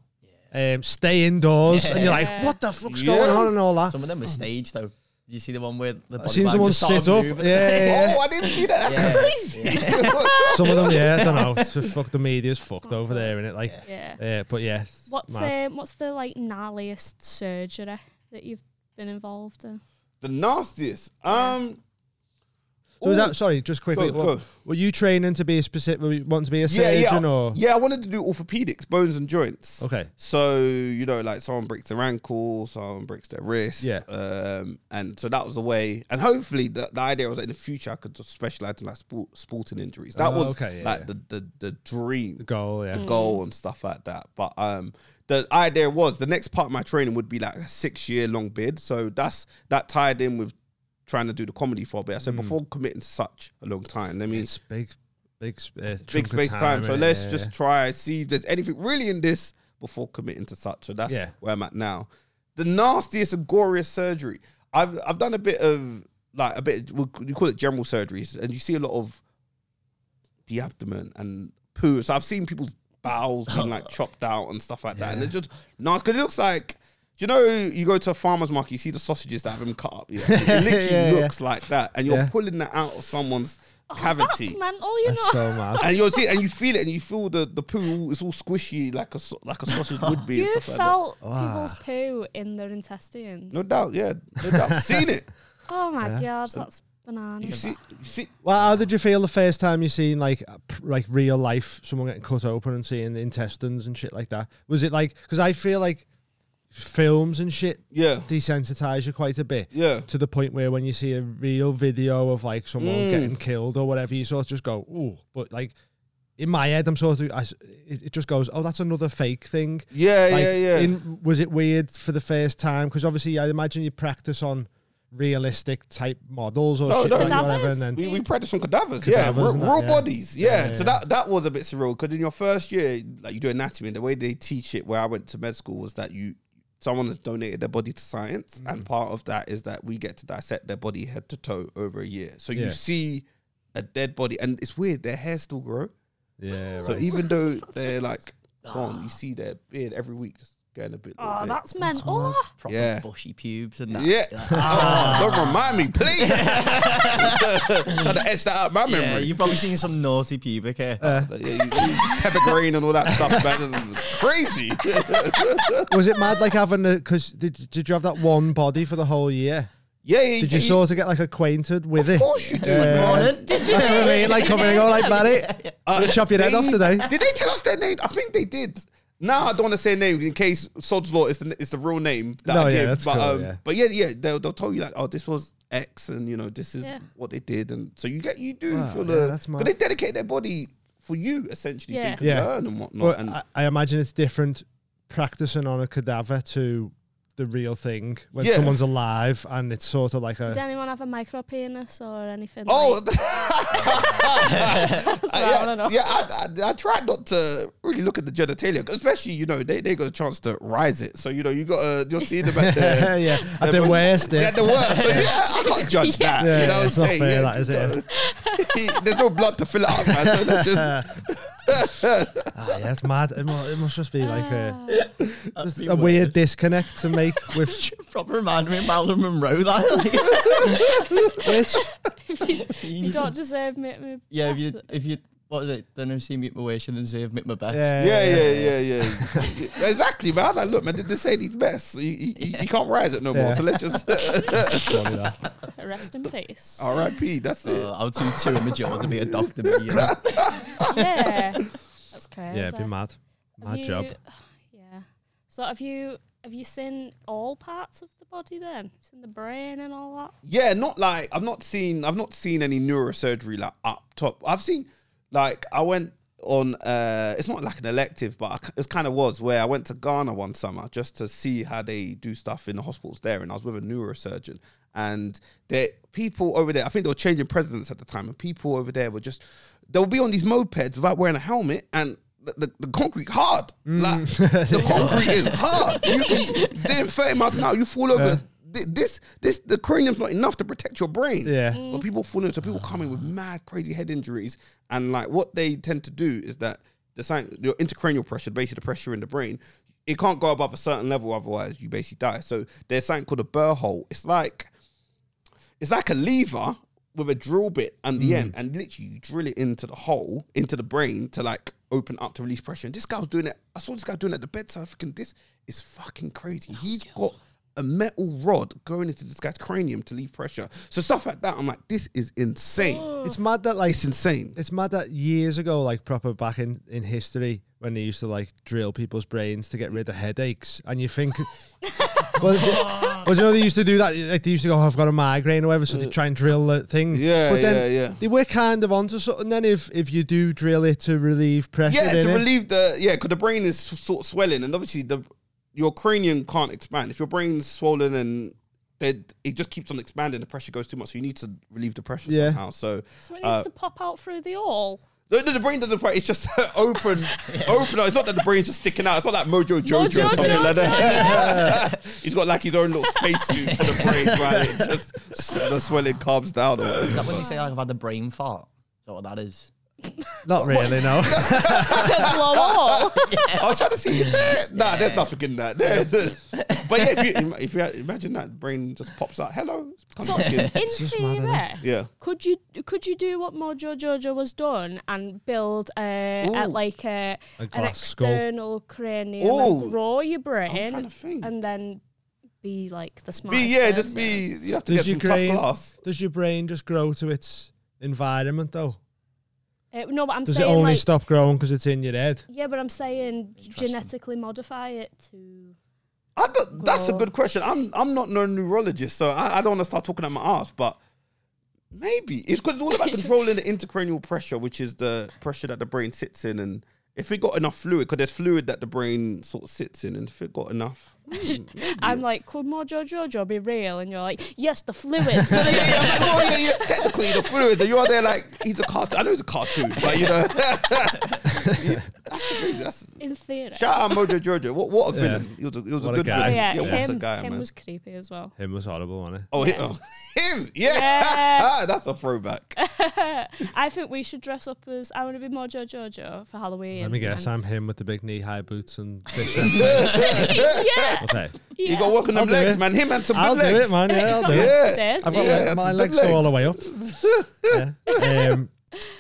S3: Um, stay indoors, and you're like,
S1: Yeah.
S3: what the fuck's
S4: Yeah.
S3: going on and all that.
S5: Some of them were staged, though. You see the one where the
S3: I've
S5: body
S3: seen
S5: bag
S3: someone
S5: just started
S3: sit up. Yeah,
S5: moving?
S3: yeah, yeah.
S4: Oh, I didn't see that. That's
S5: Yeah.
S4: crazy.
S3: Some of them, yeah, I don't know. It's just fuck the media's fucked over there, and it like,
S1: Yeah.
S3: yeah, but yeah. it's
S1: What's
S3: mad.
S1: um, what's the like gnarliest surgery that you've been involved in?
S4: the nastiest. Um,
S3: So is
S4: Ooh.
S3: that sorry? Just quickly,
S4: Go,
S3: were,
S4: go.
S3: were you training to be a specific? Were you want to be a
S4: yeah,
S3: surgeon
S4: yeah,
S3: or?
S4: yeah. I wanted to do orthopedics, bones and joints.
S3: Okay.
S4: So you know, like someone breaks their ankle, someone breaks their wrist.
S3: Yeah.
S4: Um, and so that was the way. And hopefully, the, the idea was that in the future I could just specialize in like sport, sporting injuries. That
S3: Oh,
S4: was
S3: okay, yeah,
S4: like
S3: yeah.
S4: the the the dream.
S3: Goal, yeah.
S4: the goal and stuff like that. But um, the idea was the next part of my training would be like a six year long bid. So that's that tied in with trying to do the comedy for a bit. I said before committing to such a long time, let me
S3: It's big, big, sp- uh, chunk
S4: big
S3: of
S4: space time. So
S3: innit?
S4: let's
S3: Yeah,
S4: just try see if there's anything really in this before committing to such. So that's
S3: Yeah.
S4: where I'm at now. The nastiest and goriest surgery. I've I've done a bit of like a bit we you call it general surgeries, and you see a lot of the abdomen and poo. So I've seen people's bowels being like chopped out and stuff like that, and it's just nasty. 'Cause it looks like. Do you know you go to a farmer's market, you see the sausages that have been cut up? Yeah. It literally
S3: Yeah, yeah.
S4: looks like that, and you're
S3: Yeah.
S4: pulling that out of someone's
S1: That's
S4: cavity
S1: mental, you
S3: That's
S1: know.
S3: so mad.
S4: and you'll see, and you feel it, and you feel the the poo. It's all squishy, like a sau- like a sausage would be, and
S1: You
S4: stuff like that.
S1: felt people's poo in their intestines.
S4: No doubt, yeah, no doubt. seen it.
S1: Oh my god, that's banana.
S4: You see, you see.
S3: Well, how did you feel the first time you seen like a p- like real life someone getting cut open and seeing the intestines and shit like that? Was it like because I feel like films and shit
S4: Yeah.
S3: desensitize you quite a bit.
S4: Yeah.
S3: To the point where when you see a real video of like someone
S4: Mm.
S3: getting killed or whatever, you sort of just go, ooh. But like in my head, I'm sort of I s it, it just goes, oh, that's another fake thing.
S4: Yeah,
S3: Like,
S4: yeah, yeah.
S3: In, was it weird for the first time? Because obviously, I imagine you practice on realistic type models or
S4: No,
S3: shit
S4: no.
S3: like whatever, and
S1: Cadavers?
S3: then
S4: we, we practiced on cadavers, yeah,
S3: Cadavers
S4: raw,
S3: and that,
S4: raw
S3: yeah.
S4: bodies, yeah.
S3: Yeah, yeah.
S4: So that that was a bit surreal because in your first year, like you do anatomy, and the way they teach it where I went to med school was that you someone has donated their body to science,
S3: Mm.
S4: and part of that is that we get to dissect their body head to toe over a year. So
S3: Yeah.
S4: you see a dead body, and it's weird. Their hair still grow.
S3: Yeah,
S4: So even though they're like
S5: Ah.
S4: gone, you see their beard every week just going a bit.
S1: Oh,
S4: bit.
S1: that's mental. Oh,
S5: Proper
S4: Yeah.
S5: bushy pubes and that.
S4: yeah.
S5: Like, Ah.
S4: Oh, don't remind me, please. Try to etch that out my
S5: yeah,
S4: memory.
S5: you've probably seen some naughty pubic hair.
S3: Uh,
S4: Like, yeah, you, you pepper green and all that stuff, man. It's crazy.
S3: was it mad like having the because did, did you have that one body for the whole year?
S4: yeah, yeah.
S3: Did you sort of get like acquainted with
S4: Of
S3: it?
S4: course you do.
S5: Morning.
S3: That's what I mean. Like coming and go like Barry,
S4: Uh,
S3: chop your head off
S4: they-
S3: today.
S4: Did they tell us their name? I think they did. Now I don't want to say a name in case Sod's Law is the, is the real name that
S3: No,
S4: I
S3: yeah,
S4: gave.
S3: that's
S4: but,
S3: cool,
S4: um,
S3: yeah.
S4: but yeah, yeah, they'll, they'll tell you like, oh, this was X, and you know, this is
S1: Yeah.
S4: what they did, and so you get you do
S3: Wow,
S4: feel
S3: yeah,
S4: the.
S3: that's mad.
S4: but they dedicate their body for you essentially, so
S1: Yeah.
S4: you can
S3: Yeah.
S4: learn and whatnot.
S3: But
S4: and
S3: I, I imagine it's different practicing on a cadaver to the real thing when
S4: Yeah.
S3: someone's alive and it's sort of like
S1: Did
S3: a
S1: anyone have a micro penis or anything?
S4: oh,
S1: like, I
S4: yeah,
S1: don't know.
S4: yeah. I, I, I tried not to really look at the genitalia, 'cause especially you know they, they got a chance to rise it, so you know you got uh, you're seeing them at
S3: yeah,
S4: the
S3: yeah at the worst.
S4: Yeah,
S3: Yeah,
S4: the worst. So yeah, I can't judge that.
S3: Yeah,
S4: you know what I'm
S3: it's not
S4: saying?
S3: fair,
S4: Yeah,
S3: that, is it?
S4: no- There's no blood to fill it up, man. So let's just
S3: Ah, yeah, it's mad. It must, it must just be like a,
S5: That's
S3: just
S5: the
S3: a
S5: worst.
S3: weird disconnect to make with
S5: Proper reminder me of Marilyn Monroe. That.
S3: which
S1: you don't deserve me. me-
S5: yeah, if you if you what is it? Don't know, see me at my wish and then save me at my best.
S3: yeah,
S4: yeah, yeah, yeah, yeah. exactly, man. I was like, look, man, did they say these best? You, you, you- you can't rise it no more.
S3: Yeah.
S4: So let's just
S3: Funny that.
S1: Rest in peace.
S4: R.I.P. That's it.
S5: Uh, I would do two in my job to be a doctor. But, you know,
S1: yeah, that's crazy.
S3: Yeah, it'd be mad.
S1: Have
S3: Mad
S1: you-
S3: job.
S1: Yeah. So have you have you seen all parts of the body then? Seen the brain and all that?
S4: Yeah, not like I've not seen I've not seen any neurosurgery like up top. I've seen like I went on uh it's not like an elective but I, it kind of was where I went to Ghana one summer just to see how they do stuff in the hospitals there and I was with a neurosurgeon and there people over there I think they were changing presidents at the time and people over there were just they'll be on these mopeds without wearing a helmet and the, the, the concrete hard like the concrete is hard you, you, they're in 30 miles an hour you fall over Th- this this the cranium's not enough to protect your brain.
S3: Yeah.
S4: But people fall into people come in with mad crazy head injuries and like what they tend to do is that the sign your intracranial pressure, basically the pressure in the brain, it can't go above a certain level, otherwise you basically die. So there's something called a burr hole. It's like it's like a lever with a drill bit on the end, and literally you drill it into the hole, into the brain to like open up to release pressure. And this guy was doing it. I saw this guy doing it at the bedside. Thinking this is fucking crazy. He's got a metal rod going into this guy's cranium to leave pressure. So stuff like that, I'm like, this is insane.
S3: It's mad that like
S4: It's insane.
S3: it's mad that years ago, like proper back in, in history, when they used to like drill people's brains to get rid of headaches, and you think, well, well, you know they used to do that. Like they used to go, "Oh, "I've got a migraine" or whatever, so they try and drill the thing.
S4: Uh, Yeah,
S3: but then
S4: yeah, yeah.
S3: They were kind of onto something. Then if if you do drill it to relieve pressure,
S4: Yeah, to
S3: innit?
S4: relieve the yeah, because the brain is s- sort of swelling, and obviously the your cranium can't expand. If your brain's swollen and dead, it just keeps on expanding. The pressure goes too much, so you need to relieve the pressure
S3: Yeah.
S4: somehow. So
S1: So it needs
S4: uh,
S1: to pop out through the all.
S4: no, no, the brain doesn't. It's just open, open. It's not that the brain's just sticking out. It's not like Mojo Jojo or
S1: Mojo
S4: something
S1: Jojo.
S4: like that. He's got like his own little spacesuit for the brain, right? It just s- the swelling calms down. Or
S5: Is
S4: whatever.
S5: that when you say like I've had a brain fart? Is that what that is?
S3: Not really, no.
S1: Blow all.
S4: I was trying to see. Is there? Nah, there's nothing in that. There- but yeah, if you im- if you imagine that brain just pops out. Hello, it's come
S1: So
S4: back in.
S1: in
S3: just mad,
S1: theory,
S3: innit?
S4: Yeah.
S1: could you could you do what Mojo Jojo was done and build a, a
S4: Ooh.
S1: like a, an
S3: glass skull.
S1: external cranium
S4: Ooh.
S1: and grow your
S4: I'm trying to
S1: brain
S4: think.
S1: and then be like the smart.
S4: Be yeah, just be. You have to
S3: Does
S4: get some
S3: Ukraine-
S4: tough glass.
S3: Does your brain just grow to its environment though?
S1: Uh, no, but I'm
S3: Does it
S1: saying
S3: only
S1: like,
S3: stop growing because it's in your head?
S1: yeah, but I'm saying
S5: Interesting.
S1: genetically modify it to.
S4: I don't, that's a
S1: Grow.
S4: good question. I'm I'm not no neurologist, so I, I don't want to start talking out my ass, but maybe it's because it's all about controlling the intracranial pressure, which is the pressure that the brain sits in, and if it got enough fluid, because there's fluid that the brain sort of sits in, and if it got enough, mm,
S1: I'm like, could Mojo Jojo be real? And you're like, yes, the fluid.
S4: yeah, yeah, I'm like, well, yeah, yeah, technically the fluid, and you're there like he's a cartoon. I know he's a cartoon, but you know, Yeah, that's the thing. That's
S1: in theory.
S4: shout out Mojo Jojo. What what a villain! He was a, he was a
S3: What a
S4: good
S3: guy.
S4: villain.
S1: yeah,
S4: what a
S1: him,
S4: guy,
S1: him
S4: man.
S1: was creepy as well.
S3: Him was horrible, wasn't it?
S4: Oh, hi- oh, him! Yeah,
S1: Yeah.
S4: that's a throwback.
S1: I think we should dress up as I want to be Mojo Jojo for Halloween.
S3: Let me guess,
S1: And-
S3: I'm him with the big knee-high boots and.
S1: yeah,
S3: okay,
S1: yeah.
S4: You got work on them
S3: I'll do
S4: legs,
S3: it.
S4: man. Him and some
S3: I'll
S4: good legs.
S3: do it, man. Yeah,
S1: It's got
S3: I'll do
S1: legs
S3: it.
S4: Yeah.
S1: upstairs,
S3: I've got
S1: yeah.
S4: Yeah,
S3: le-
S4: that's
S3: my
S4: big
S3: legs go all the
S4: legs.
S3: way up. Yeah. Um,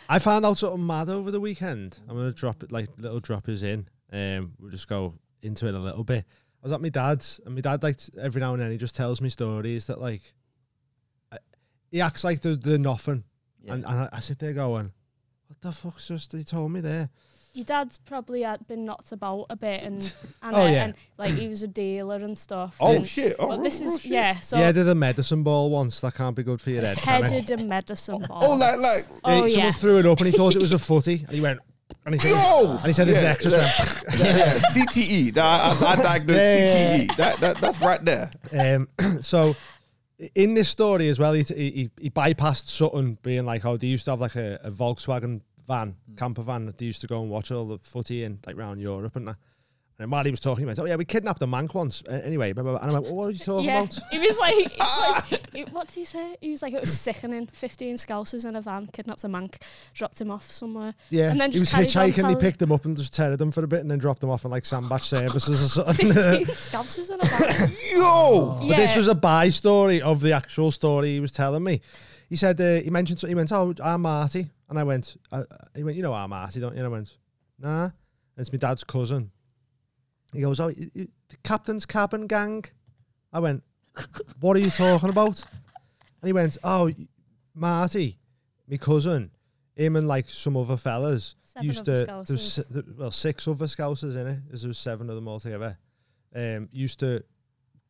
S3: I found out something mad over the weekend. I'm gonna drop it like little droppers in. Um, we'll just go into it a little bit. I was at my dad's, and my dad like t- every now and then he just tells me stories that like I- he acts like they're, they're nothing,
S5: Yeah.
S3: and, and I, I sit there going, "What the fuck's just he told me there?"
S1: Your dad's probably had been knocked about a bit, and and,
S3: Oh,
S1: uh,
S3: yeah.
S1: and like he was a dealer and stuff.
S4: Oh
S1: and,
S4: shit! Oh,
S1: but
S4: real-
S1: this
S4: real
S1: is
S4: shit.
S1: yeah. So
S3: yeah, did a medicine ball once. That can't be good for your head. can it?
S1: headed a medicine ball.
S4: Oh, like like.
S1: Oh,
S3: He- someone
S1: yeah.
S3: threw it up and he thought it was a footy, and he went, and he said,
S4: Yo!
S3: and he said his
S4: Yeah,
S3: neck just went.
S4: yeah, CTE. Nah, I, I diagnosed CTE. E. That, that that's right there.
S3: Um, so i- in this story as well, he, he, he bypassed Sutton being like, oh, they used to have like a, a Volkswagen van,
S4: Hmm.
S3: camper van that they used to go and watch all the footy in like round Europe and that. And while he was talking, he went, oh yeah, we kidnapped a mank once. Uh, anyway, blah, blah, blah. and I went, well, what are you talking
S1: Yeah,
S3: about?
S1: he was like, he was like he- what did he say? He was like, it was sickening. Fifteen scousers in a van kidnapped a mank, dropped him off somewhere.
S3: Yeah,
S1: and then
S3: he was
S1: just carried
S3: hitchhiking.
S1: on
S3: He
S1: telling-
S3: picked them up and just tethered them for a bit, and then dropped them off in like sandbach services or something.
S1: Fifteen scousers in a van.
S4: Yo!
S1: yeah.
S3: But this was a by story of the actual story he was telling me. He said uh, he mentioned he went, "Oh, I'm Marty," and I went, uh, uh," "He went, you know I'm Marty, don't you?" And I went, "Nah." And it's my dad's cousin. He goes, "Oh, y- y- the captain's cabin gang." I went, "What are you talking about?" And he went, "Oh, y- Marty, my cousin." Him and like some other fellas
S1: Seven
S3: used
S1: other
S3: to. There was,
S1: Scousers.
S3: se- there- well, six other scousers in it, as there was seven of them altogether. Um, used to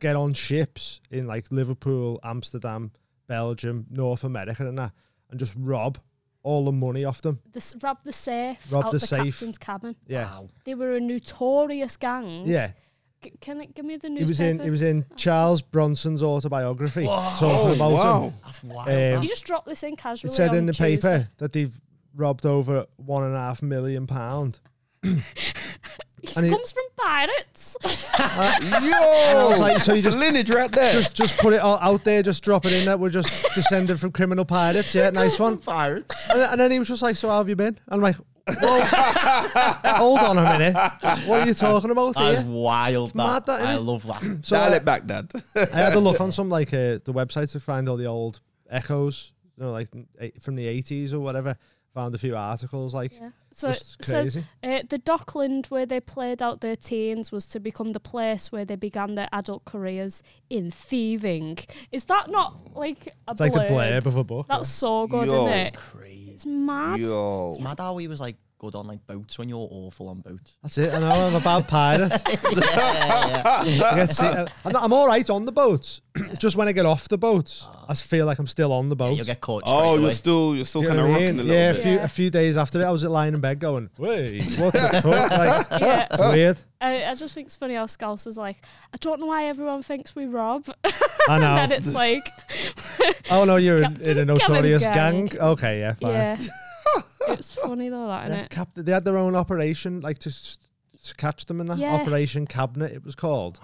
S3: get on ships in like Liverpool, Amsterdam, Belgium, North America, and that, and just rob all the money off them.
S1: This, rob the safe
S3: Rob
S1: out
S3: the
S1: the,
S3: safe.
S1: captain's cabin.
S3: Yeah,
S5: Wow.
S1: They were a notorious gang.
S3: yeah.
S1: G- can it give me the
S3: It was
S1: newspaper?
S3: in it was in Charles Bronson's autobiography. Talking
S4: Oh
S3: about
S4: wow!
S3: him.
S5: That's wild.
S3: Um,
S1: You just dropped this in casually.
S3: It said
S1: on
S3: in the
S1: Tuesday.
S3: paper that they've robbed over one and a half million pound.
S1: It
S3: and it-
S1: comes from pirates.
S4: Yo!
S3: was like, so you
S4: That's
S3: just-
S4: a lineage right there.
S3: Just just put it all out there. Just drop it in that we're just descended from criminal pirates. Yeah, nice one.
S5: Pirates.
S3: And, and then he was just like, "So how have you been?" I'm like, "Well, hold on a minute. What are you talking about
S5: That is
S3: here?"
S5: wild.
S3: mad,
S5: That.
S3: that,
S5: I
S3: innit?
S5: love that.
S3: So
S4: Dial
S3: I-
S4: it back, Dad.
S3: I had a look on some like uh, the website to find all the old echoes, you know, like eh, from the eighties or whatever. found a few articles like
S1: Yeah. So it
S3: just
S1: says
S3: crazy.
S1: uh, the Dockland where they played out their teens was to become the place where they began their adult careers in thieving. Is that not like a
S3: It's like the
S1: blurb?
S3: blurb of a book.
S1: That's so good,
S4: Yo.
S1: isn't it?
S5: Crazy.
S1: It's mad.
S4: Yo.
S5: It's mad how he was like good on like boats when you're awful on boats.
S3: That's it. I know I'm a bad pirate. I get see, I'm, not, I'm all right on the boats. It's just when I get off the boats, I feel like I'm still on the boat.
S5: You'll get caught.
S4: Oh,
S5: straight
S4: you're
S5: away.
S4: still you're still
S3: You know
S4: kind of
S3: what I
S4: rocking
S3: mean?
S4: a little
S3: yeah,
S4: bit.
S3: a few
S1: Yeah.
S3: a few days after it, I was lying in bed going, "Wait, what the fuck?" Like,
S1: Yeah.
S3: it's weird.
S1: I, I just think it's funny how Scouse is like, I don't know why everyone thinks we rob.
S3: I know.
S1: and then it's like,
S3: Oh no, you're in,
S1: Captain
S3: in a
S1: Kevin's
S3: notorious gang.
S1: gang.
S3: Okay, yeah, fine.
S1: yeah. it's funny though, that,
S3: They
S1: isn't
S3: had,
S1: it?
S3: cap- they had their own operation, like to, s- to catch them in that
S1: Yeah.
S3: Operation Cabinet. It was called.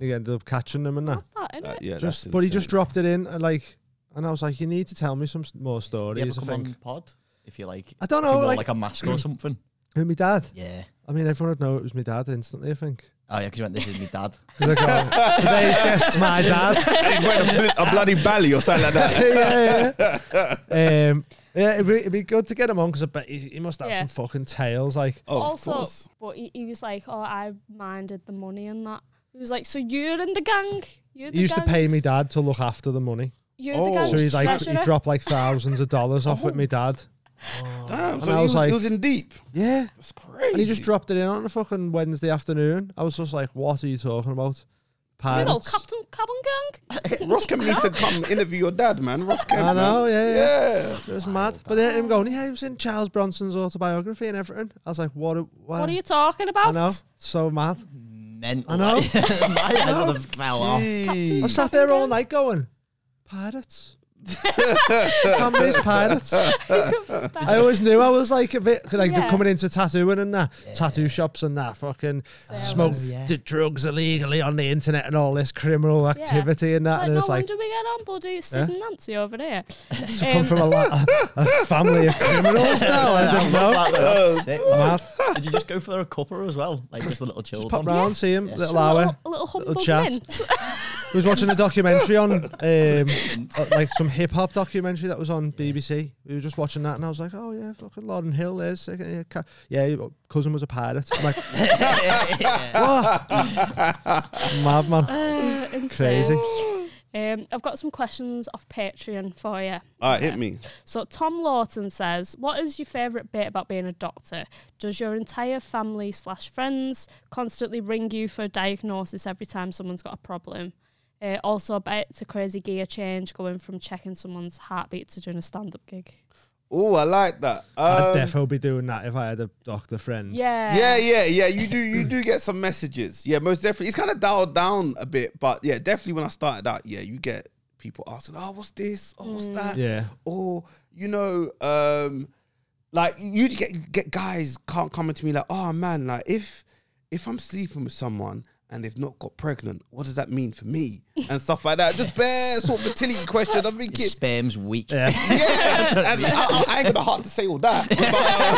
S3: They ended up catching them in that.
S1: That, isn't
S4: That-
S1: it?
S4: yeah, that's
S3: just, but he just
S4: insane.
S3: dropped it in, and like, and I was like, "You need to tell me some s- more
S5: You ever
S3: stories." I
S5: come
S3: think.
S5: on pod if you like.
S3: I don't
S5: if you
S3: know,
S5: wore,
S3: like,
S5: like a mask or something.
S3: who my dad.
S5: Yeah.
S3: I mean, everyone would know it was my dad instantly. I think.
S5: Oh yeah, because you went. This is my dad.
S3: 'Cause I go, Today's guest's my dad.
S4: He's wearing a, bl- a bloody bally or something like that.
S3: yeah, yeah, yeah. Um, yeah, it'd be, it'd be good to get him on because I bet he, he must have
S1: Yeah.
S3: some fucking tales. Like,
S4: Of
S1: also,
S4: course.
S1: but he, he was like, oh, I minded the money and that. He was like, so you're in the gang. You're the
S3: he used to pay me
S1: gangs.
S3: dad to look after the money,
S1: You're
S4: Oh.
S1: the gang.
S3: so he's like, he
S1: treasurer.
S3: dropped like thousands of dollars off with me dad.
S4: Damn,
S3: I
S4: so he
S3: was
S4: was,
S3: like-
S4: he was in deep.
S3: Yeah,
S4: That's crazy.
S3: and he just dropped it in on a fucking Wednesday afternoon. I was just like, "What are you talking about?"
S1: you know,
S3: Pirates.
S1: Captain Cabin
S3: Uh,
S1: Gang.
S4: Ross Kemp needs to come interview your dad, man. Ross Kemp.
S3: I know,
S4: man.
S3: yeah,
S4: yeah.
S3: It was mad. But then him going, yeah, he was in Charles Bronson's autobiography and everything. I was like, what? A, what,
S1: What are you talking about?
S3: I know, so mad.
S5: Mental.
S3: I know.
S5: My head would have fell off.
S4: Jeez.
S3: I sat there all night going, pirates. Can't pirates. I always knew I was like a bit like
S1: Yeah.
S3: coming into tattooing and that, tattoo shops and that, fucking
S1: Oh,
S3: smoke
S5: yeah.
S3: d- drugs illegally on the internet and all this criminal activity and that.
S1: Like,
S3: and
S1: no
S3: it's like,
S1: wonder we get on bloody Sid and Nancy over here.
S3: come
S1: Um,
S3: from a, la- a family of criminals now. I don't know. Oh,
S5: That's sick, man.
S3: Mad.
S5: Did you just go for a cuppa as well? Like just a little chill.
S3: Pop
S5: one?
S3: round, see him,
S1: a
S3: little
S1: little,
S3: hour.
S1: a little
S3: little
S1: humble
S3: chat.
S1: mint.
S3: I was watching a documentary on um, uh, like some hip hop documentary that was on BBC. We were just watching that, and I was like, "Oh yeah, fucking Lauren Hill, there's like, yeah, ca- yeah, your cousin was a pirate." I'm like, "What? Mad man,
S1: Uh, insane.
S3: crazy."
S1: Um, I've got some questions off Patreon for you.
S4: All right, hit me.
S1: So Tom Lawton says, "What is your favourite bit about being a doctor? Does your entire family slash friends constantly ring you for a diagnosis every time someone's got a problem? Uh, also, I bet it's a crazy gear change going from checking someone's heartbeat to doing a stand-up gig.
S4: Oh, I like that.
S3: I'd
S4: Um,
S3: defo be doing that if I had a doctor friend.
S1: Yeah,
S4: yeah, yeah, yeah. You do, you do get some messages. Yeah, most definitely. It's kind of dialed down a bit, but yeah, definitely when I started out, yeah, you get people asking, "Oh, what's this? Oh, what's that?
S3: Yeah.
S4: or you know, um, like you get get guys can't come to me like, oh man, like if if I'm sleeping with someone and they've not got pregnant, what does that mean for me and stuff like that? Just bare sort of fertility questions. I'm
S5: Your
S4: thinking.
S5: sperm's weak.
S4: Yeah, and I, I, I ain't got the heart to say all that.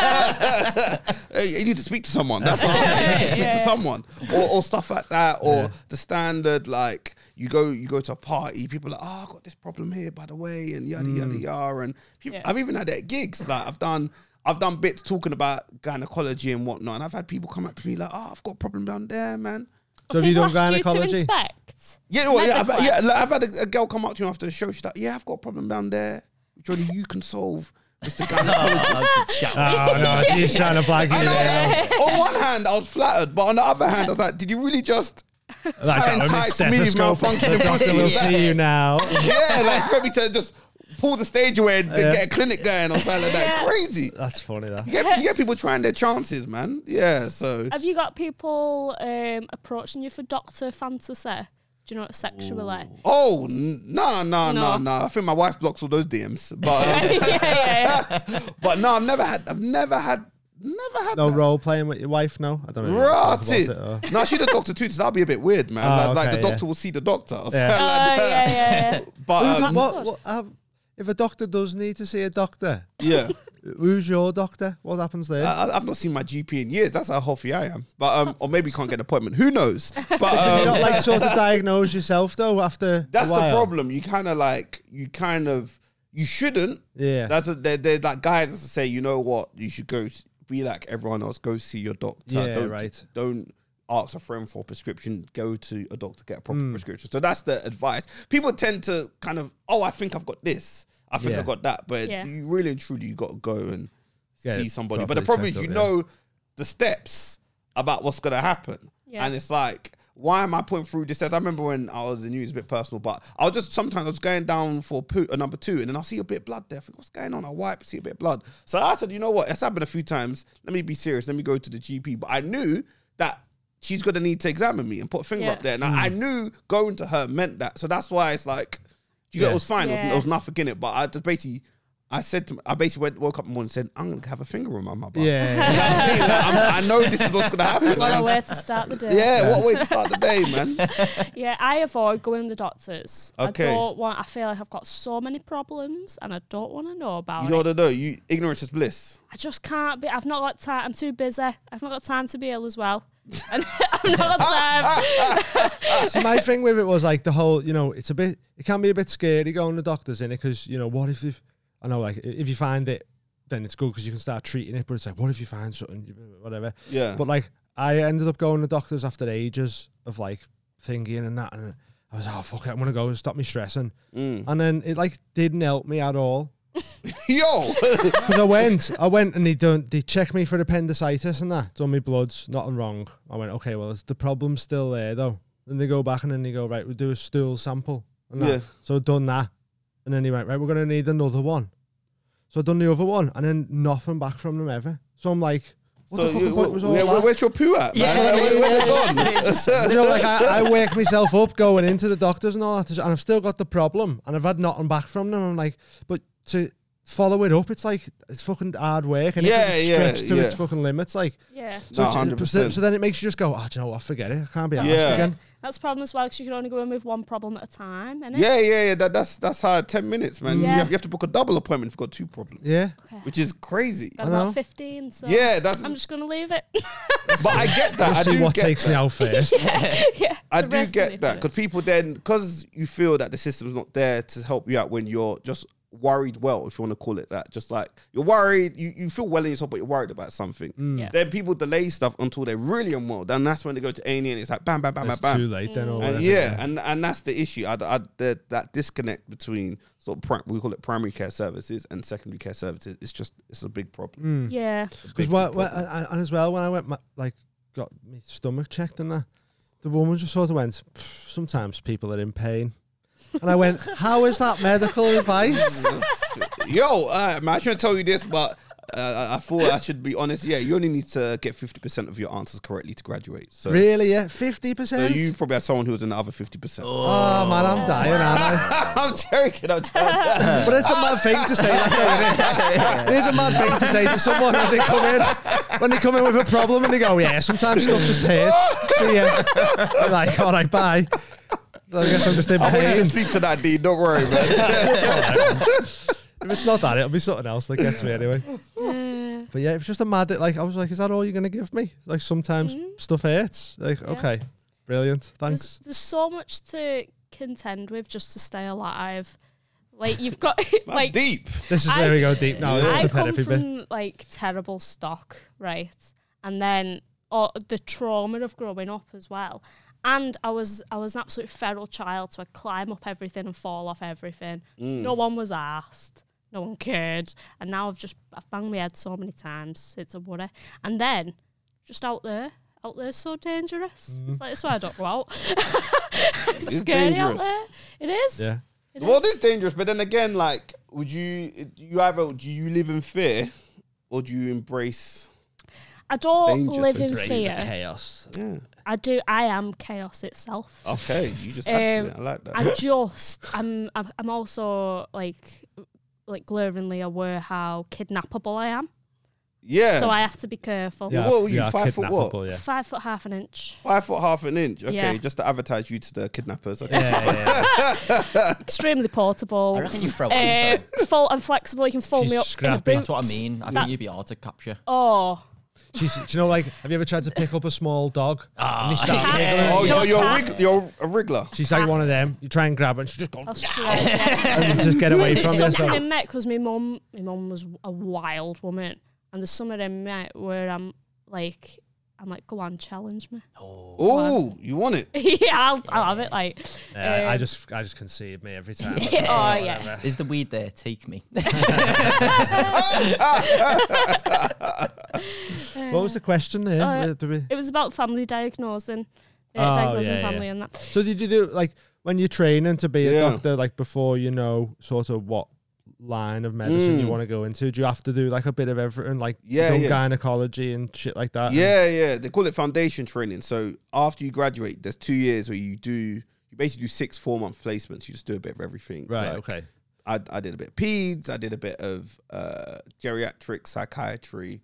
S4: But, uh, you need to speak to someone. That's all. You need to speak to someone, or, or stuff like that, or the standard like you go you go to a party, people are like, oh, I got this problem here, by the way, and yada yada yada. And people,
S1: Yeah.
S4: I've even had it at gigs. Like I've done. I've done bits talking about gynecology and whatnot, and I've had people come up to me like, "Oh, I've got a problem down there, man."
S3: So have
S1: People
S3: you
S1: asked
S3: done
S1: to
S3: gynecology?
S1: inspect.
S4: Yeah, well, yeah, I've,
S1: Medical.
S4: yeah like, I've had a, a girl come up to me after the show. She's like, "Yeah, I've got a problem down there, which only you can solve, Mister Gynecologist."
S3: Oh no, she's trying to flag
S4: I
S3: you
S4: know
S3: there.
S4: that. um, On one hand, I was flattered, but on the other hand, I was like, "Did you really just
S3: Like
S4: tie
S3: that
S4: and
S3: with my
S4: tie smooth
S3: stethoscope. The
S4: malfunctioning
S3: doctor
S4: pussy?"
S3: will
S4: Yeah,
S3: see you now.
S4: yeah, like maybe to just pull the stage away and
S3: Yeah.
S4: get a clinic going or something like that. It's crazy.
S3: That's funny. That
S4: You get, you get people trying their chances, man. Yeah, so
S1: Have you got people um, approaching you for doctor fantasy? Do you know what sexually?
S4: oh n- nah, nah,
S1: No.
S4: nah, nah. I think my wife blocks all those DMs, but um,
S1: yeah, yeah, yeah.
S4: but no, I've never had. I've never had. Never had.
S3: no
S4: that.
S3: role playing with your wife. No, I don't know.
S4: Rotted. No, she the doctor too, so that'd be a bit weird, man.
S3: uh. Ah,
S4: like, like
S3: okay,
S4: the
S3: yeah.
S4: doctor will see the doctor. or something
S3: Yeah.
S1: Oh,
S4: like that.
S1: yeah, yeah, yeah.
S4: But um,
S3: what, what, um, if a doctor does need to see a doctor,
S4: yeah,
S3: who's your doctor? What happens there?
S4: I, I- I've not seen my GP in years. That's how healthy I am. But um, or maybe can't get an appointment. Who knows? But
S3: you
S4: um,
S3: don't like sort of diagnose yourself though after. a
S4: that's the
S3: while?
S4: problem. You kind of like you kind of You shouldn't.
S3: Yeah.
S4: That's what they're, they're like guys that say, you know what, you should go s- be like everyone else, go see your doctor.
S3: Yeah,
S4: don't,
S3: right.
S4: Don't ask a friend for a prescription. Go to a doctor, get a proper
S3: Hmm.
S4: prescription. So that's the advice. People tend to kind of, oh, I think I've got this. I think
S3: Yeah.
S4: I've got that. But
S1: Yeah.
S4: you really and truly, you got to go and
S3: Get
S4: see
S3: it
S4: somebody. But the
S3: properly
S4: problem is, you
S3: checked up,
S4: know the steps about what's going to happen.
S1: Yeah.
S4: And it's like, why am I putting through this? I remember when I was in news, a bit personal, but I was just sometimes I was going down for poo, uh, number two, and then I see a bit of blood there. I think, what's going on? I wipe, see a bit of blood. So I said, you know what? It's happened a few times. Let me be serious. Let me go to the GP. But I knew that she's going to need to examine me and put a finger
S1: Yeah.
S4: up there. And I, I knew going to her meant that. So that's why it's like, you know, it was fine. There, was,
S1: Yeah.
S4: there was nothing in it. But I just basically, I said to, I basically went, woke up in the morning and said, I'm going to have a finger on my my butt.
S3: Yeah.
S4: You know what I mean? Like, I'm- I know this is what's going to happen.
S1: What
S4: man.
S1: a way to start the day.
S4: Yeah, what way to start the day, man.
S1: Yeah, I avoid going to the doctors.
S4: Okay.
S1: I don't want. I feel like I've got so many problems, and I don't want to know about
S4: You
S1: it.
S4: know what I know? You ignorance is bliss.
S1: I just can't be. I've not got time. I'm too busy. I've not got time to be ill as well. And I've not got time.
S3: See, my thing with it was like the whole, you know, it's a bit, it can be a bit scary going to doctors in it because, you know, what if, if, I know, like, i- if you find it, then it's good because you can start treating it, but it's like, what if you find something, you- whatever.
S4: Yeah.
S3: But like, I ended up going to doctors after ages of like thinking and that, and I was, oh, fuck it, I'm going to go and stop me stressing.
S4: Mm.
S3: And then it like didn't help me at all.
S4: Yo,
S3: Because I went, I went, and they done, they checked me for appendicitis and that. Done me bloods, nothing wrong. I went, okay, well, is the problem's still there though. Then they go back and then they go, right, we'll do a stool sample. And that.
S4: Yeah.
S3: So I done that, and then he went, right, we're gonna need another one. So I done the other one, and then nothing back from them ever. So I'm like, what
S4: so
S3: the fuck
S4: you-
S3: about was all
S4: where,
S3: that?
S4: where's your poo at, man?
S5: Yeah.
S4: Where- where's it gone?
S3: you know, like I, I wake myself up going into the doctors and all that, and I've still got the problem, and I've had nothing back from them. I'm like, but to follow it up, it's like it's fucking hard work, and
S4: Yeah,
S3: it's
S4: yeah,
S3: stretched to
S4: yeah.
S3: its fucking limits. Like,
S1: Yeah,
S4: No,
S3: it's-
S4: 100%.
S3: so then it makes you just go, oh, do you know what? Forget it. I can't be asked
S4: Yeah.
S3: again.
S1: that's a problem as well because you can only go and move one problem at a time. innit?
S4: Yeah, yeah, yeah. That, that's that's how ten minutes, man. You,
S1: Yeah.
S4: have, you have to book a double appointment if you've got two problems,
S3: Yeah,
S4: which is crazy.
S1: Got
S3: know.
S1: about fifteen. So
S4: Yeah, that's.
S1: I'm just gonna leave it.
S4: but I get that. I
S3: just see
S4: do
S3: what
S4: get
S3: takes me out first.
S1: yeah,
S4: I
S1: the
S4: do
S1: rest of
S4: get
S1: it
S4: that
S1: for
S4: because people then because you feel that the system's not there to help you out when you're just worried well if you want to call it that just like you're worried you, you feel well in yourself but you're worried about something
S1: Yeah.
S4: then people delay stuff until they're really unwell then that's when they go to A&E and it's like bam bam bam
S3: it's
S4: bam
S3: too
S4: bam
S3: late then. Or whatever.
S4: and yeah, and and that's the issue. I, I, the, that disconnect between sort of pri- we call it primary care services and secondary care services. It's just it's a big problem.
S1: Yeah,
S3: Because what, what and, and as well when I went my, like got my stomach checked and that, the woman just sort of went. "Pff, Sometimes people are in pain, and I went, how is that medical advice?
S4: Yo, uh, man, I shouldn't tell you this, but uh, I I thought I should be honest. Yeah, you only need to get fifty percent of your answers correctly to graduate. So,
S3: really? Yeah, fifty
S4: so
S3: percent.
S4: you probably had someone who was in the other fifty percent.
S3: Oh man, I'm dying, aren't I?
S4: I'm joking. I'm joking.
S3: But it's a mad thing to say. That, though, isn't it? it is a mad thing to say to someone when they come in, when they come in with a problem and they go, "Yeah, sometimes stuff just hurts." So yeah, You're like, all right, bye. I guess I'm just in
S4: I went
S3: pain.
S4: to sleep tonight, D. Don't worry, man.
S3: If it's not that, it'll be something else that gets me anyway. But yeah, it was just a mad. Like I was like, is that all you're gonna give me? Like sometimes
S1: Hmm?
S3: stuff hurts. Like okay, brilliant,
S1: there's,
S3: thanks.
S1: there's so much to contend with just to stay alive. Like you've got like
S4: Deep.
S3: This is
S1: I-
S3: where we go deep now. This
S1: I
S3: is the
S1: come
S3: therapy bit.
S1: from like terrible stock, right? And then or the trauma of growing up as well. And I was I was an absolute feral child, so I'd climb up everything and fall off everything.
S3: Mm.
S1: No one was asked. No one cared. And now I've just I've banged my head so many times. It's a worry. And then just out there. Out there's so dangerous.
S3: Mm.
S1: It's like that's why I don't go out. it's, scary out
S4: dangerous.
S1: there. It is.
S3: Yeah.
S1: It
S4: The world
S1: is.
S4: is dangerous, but then again, like, would you you either do you live in fear or do you embrace?
S1: I don't
S4: Dangerous
S1: live in
S4: embrace the
S1: fear.
S3: Chaos.
S1: I do. I am chaos itself.
S4: Okay, you just had to.
S1: Um,
S4: I like that.
S1: I just. I'm. I'm I'm also like, like glaringly aware how kidnappable I am.
S4: yeah.
S1: So I have to be careful.
S4: Yeah. What were you, five foot what?
S3: kidnappable, Yeah.
S1: Five foot half an inch.
S4: Five foot half an inch. Okay,
S1: Yeah.
S4: just to advertise you to the kidnappers. Okay.
S3: Yeah, yeah, yeah.
S1: Extremely
S5: I
S1: portable.
S5: reckon you throw
S1: Uh,
S5: it.
S1: full and flexible. You can fold
S3: She's
S1: me up. In a
S3: scrappy.
S1: boot.
S5: That's what I mean. I think you'd be hard to capture.
S1: Oh,
S3: She's, do you know, like, have you ever tried to pick up a small dog?
S4: Ah,
S3: And they start
S1: Yeah.
S3: wiggling.
S4: Oh,
S1: Your
S4: you're, you're, a
S1: cat.
S4: wrig- you're a wriggler.
S3: She's like one of them. You try and grab her, and she just goes
S1: I'll shred it.
S3: and just get away
S1: there's
S3: from you.
S1: something
S3: So.
S1: in met because my mum, my mum was a wild woman, and there's something in met where I'm like, I'm like, go on, challenge me.
S4: Oh, you want it?
S1: yeah, I'll, I'll have it. Like,
S3: Yeah, I
S1: um,
S3: just, I just conceive me every time.
S1: oh yeah.
S5: Is the weed there? Take me.
S3: What was the question there?
S1: Uh,
S3: Did we-
S1: It was about family diagnosing,
S3: Oh,
S1: uh, diagnosing
S3: yeah, yeah.
S1: family and that.
S3: So did you do like when you're training to be
S4: Yeah.
S3: a doctor, like before you know sort of what line of medicine you
S4: Mm.
S3: want to go into? Do you have to do like a bit of everything, like
S4: Yeah,
S3: go
S4: yeah.
S3: gynecology and shit like that?
S4: Yeah, yeah. They call it foundation training. So after you graduate, there's two years where you do, you basically do six four month placements. You just do a bit of everything.
S3: Right.
S4: Like,
S3: okay.
S4: I, I did a bit of peds, I did a bit of uh, geriatric psychiatry,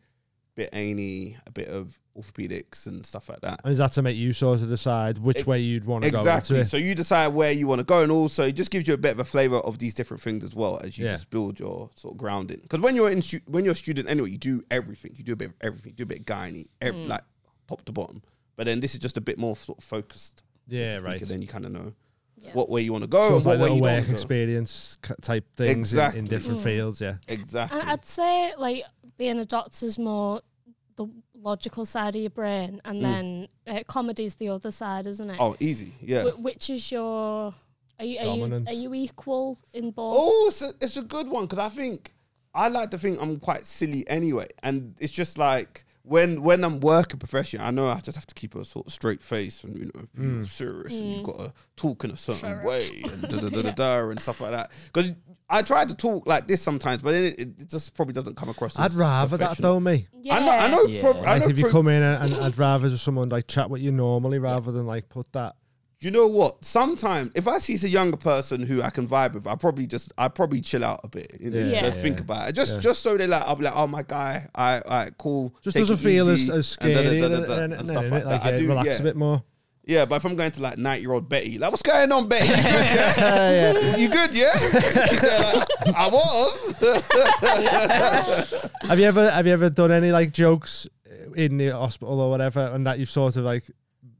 S4: bit any, a bit of orthopedics and stuff like that.
S3: And is that to make you sort of decide which
S4: Ex-
S3: way you'd want to go
S4: Exactly.
S3: into?
S4: So you decide where you want to go, and also it just gives you a bit of a flavor of these different things as well as you
S3: Yeah.
S4: just build your sort of grounding. Because when you're in stu- when you're a student anyway, you do everything. You do a bit of everything. You do a bit of gynae, ev-
S1: Mm.
S4: like top to bottom. But then this is just a bit more sort of focused.
S3: Yeah,
S4: Because
S3: right.
S4: Then you kind of know
S1: Yeah.
S4: what way you want to go
S3: Sort
S4: and
S3: of
S4: what
S3: like
S4: way
S3: little
S4: you
S3: work
S4: don't wanna go.
S3: experience c- type things in- in,
S4: Exactly.
S3: different
S1: Mm.
S3: fields. Yeah.
S4: Exactly.
S1: And I'd say like being a doctor's more the logical side of your brain, and
S4: Mm.
S1: then uh, comedy's the other side, isn't it?
S4: oh, easy. Yeah.
S1: Wh- which is your are you are, you
S3: Dominant.
S1: are you equal in both?
S4: Oh, it's a, it's a good one because I think I like to think I'm quite silly anyway, and it's just like when when I'm working profession, I know I just have to keep a sort of straight face and you know if
S3: Mm.
S4: you're serious and you've got to talk in a certain way and da da da da da and stuff like that. Because I try to talk like this sometimes, but then it, it just probably doesn't come across.
S3: I'd
S4: as
S3: rather that
S4: professional.
S3: though, me.
S1: Yeah.
S4: I know. I know.
S5: Yeah.
S4: prob- I
S3: Like
S4: know.
S3: if you
S4: pro-
S3: come in and, and I'd rather just someone like chat with you normally rather than like put that.
S4: you know what? Sometimes if I see it's a younger person who I can vibe with, I probably just I probably chill out a bit. You know,
S3: Yeah.
S4: just
S3: Yeah.
S4: think about it. Just
S3: Yeah.
S4: just so they like I'll be like, oh my guy, I I cool.
S3: Just
S4: take
S3: doesn't
S4: it
S3: feel as,
S4: easy,"
S3: as
S4: and da- da-
S3: scary
S4: da-
S3: and,
S4: da- da- and stuff like that.
S3: uh,
S4: I do,
S3: relax
S4: yeah.
S3: a bit more.
S4: Yeah, but if I'm going to like nine year old Betty, like what's going on, Betty? You good, yeah?
S3: yeah.
S4: You good, yeah? She's there like, I was.
S3: Have you ever have you ever done any like jokes in the hospital or whatever, and that you've sort of like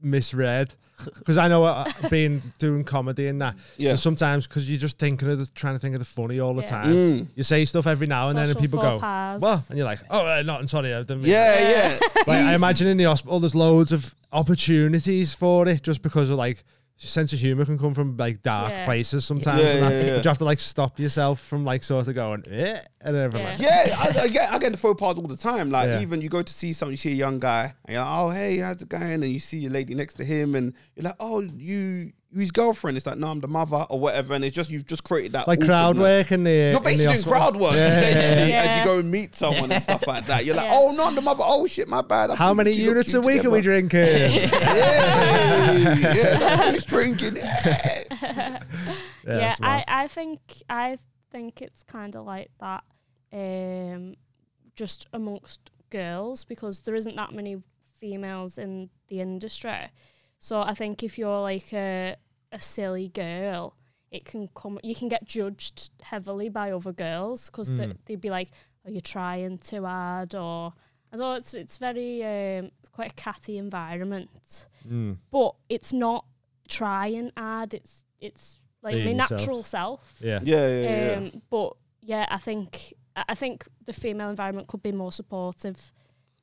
S3: misread? Because I know uh, being doing comedy and that,
S4: Yeah.
S3: so sometimes because you're just thinking of the, trying to think of the funny all the
S1: Yeah.
S3: time.
S4: Mm.
S3: You say stuff every now and then, and
S1: Social
S3: people
S1: faux
S3: go,
S1: pas.
S3: "Well," and you're like, "Oh, uh, not. I'm sorry, I didn't mean." that."
S4: yeah, yeah.
S3: Like, I
S4: Easy.
S3: imagine in the hospital, there's loads of opportunities for it, just because of like sense of humor can come from like dark
S1: Yeah.
S3: places sometimes.
S4: Yeah,
S3: and that,
S4: yeah, yeah.
S3: but you have to like stop yourself from like sort of going, "Eh," and everything.
S1: Yeah.
S3: like,
S4: Yeah, I, I get I get the faux pas all the time. Like
S3: Yeah.
S4: even you go to see someone, you see a young guy, and you're like, oh hey, how's it going? And you see your lady next to him, and you're like, oh you, you his girlfriend. It's like no, I'm the mother or whatever. And it's just you've just created that
S3: like crowd
S4: awkwardness.
S3: work in the
S4: You're
S3: in the
S4: basically doing
S3: hospital.
S4: crowd work essentially
S1: Yeah.
S4: as you go and meet someone and stuff like that. You're like,
S1: Yeah.
S4: oh no, I'm the mother. Oh shit, my bad. I
S3: How
S4: thought
S3: many
S4: you two
S3: units a
S4: looked
S3: week are we
S4: together."
S3: drinking? yeah,
S4: Hey, yeah, who's drinking?
S1: yeah,
S3: that's
S1: I,
S3: mad.
S1: I think I think it's kind of like that, um, just amongst girls because there isn't that many females in the industry. So I think if you're like a a silly girl, it can come. You can get judged heavily by other girls because
S3: Hmm.
S1: they'd be like, "Are you trying too hard?" or I know it's it's very um, quite a catty environment
S3: Hmm.
S1: but it's not trying hard. It's it's like
S3: Being
S1: my
S3: yourself.
S1: natural self.
S3: yeah.
S4: Yeah, yeah, yeah.
S1: Um, but yeah, I think I I think the female environment could be more supportive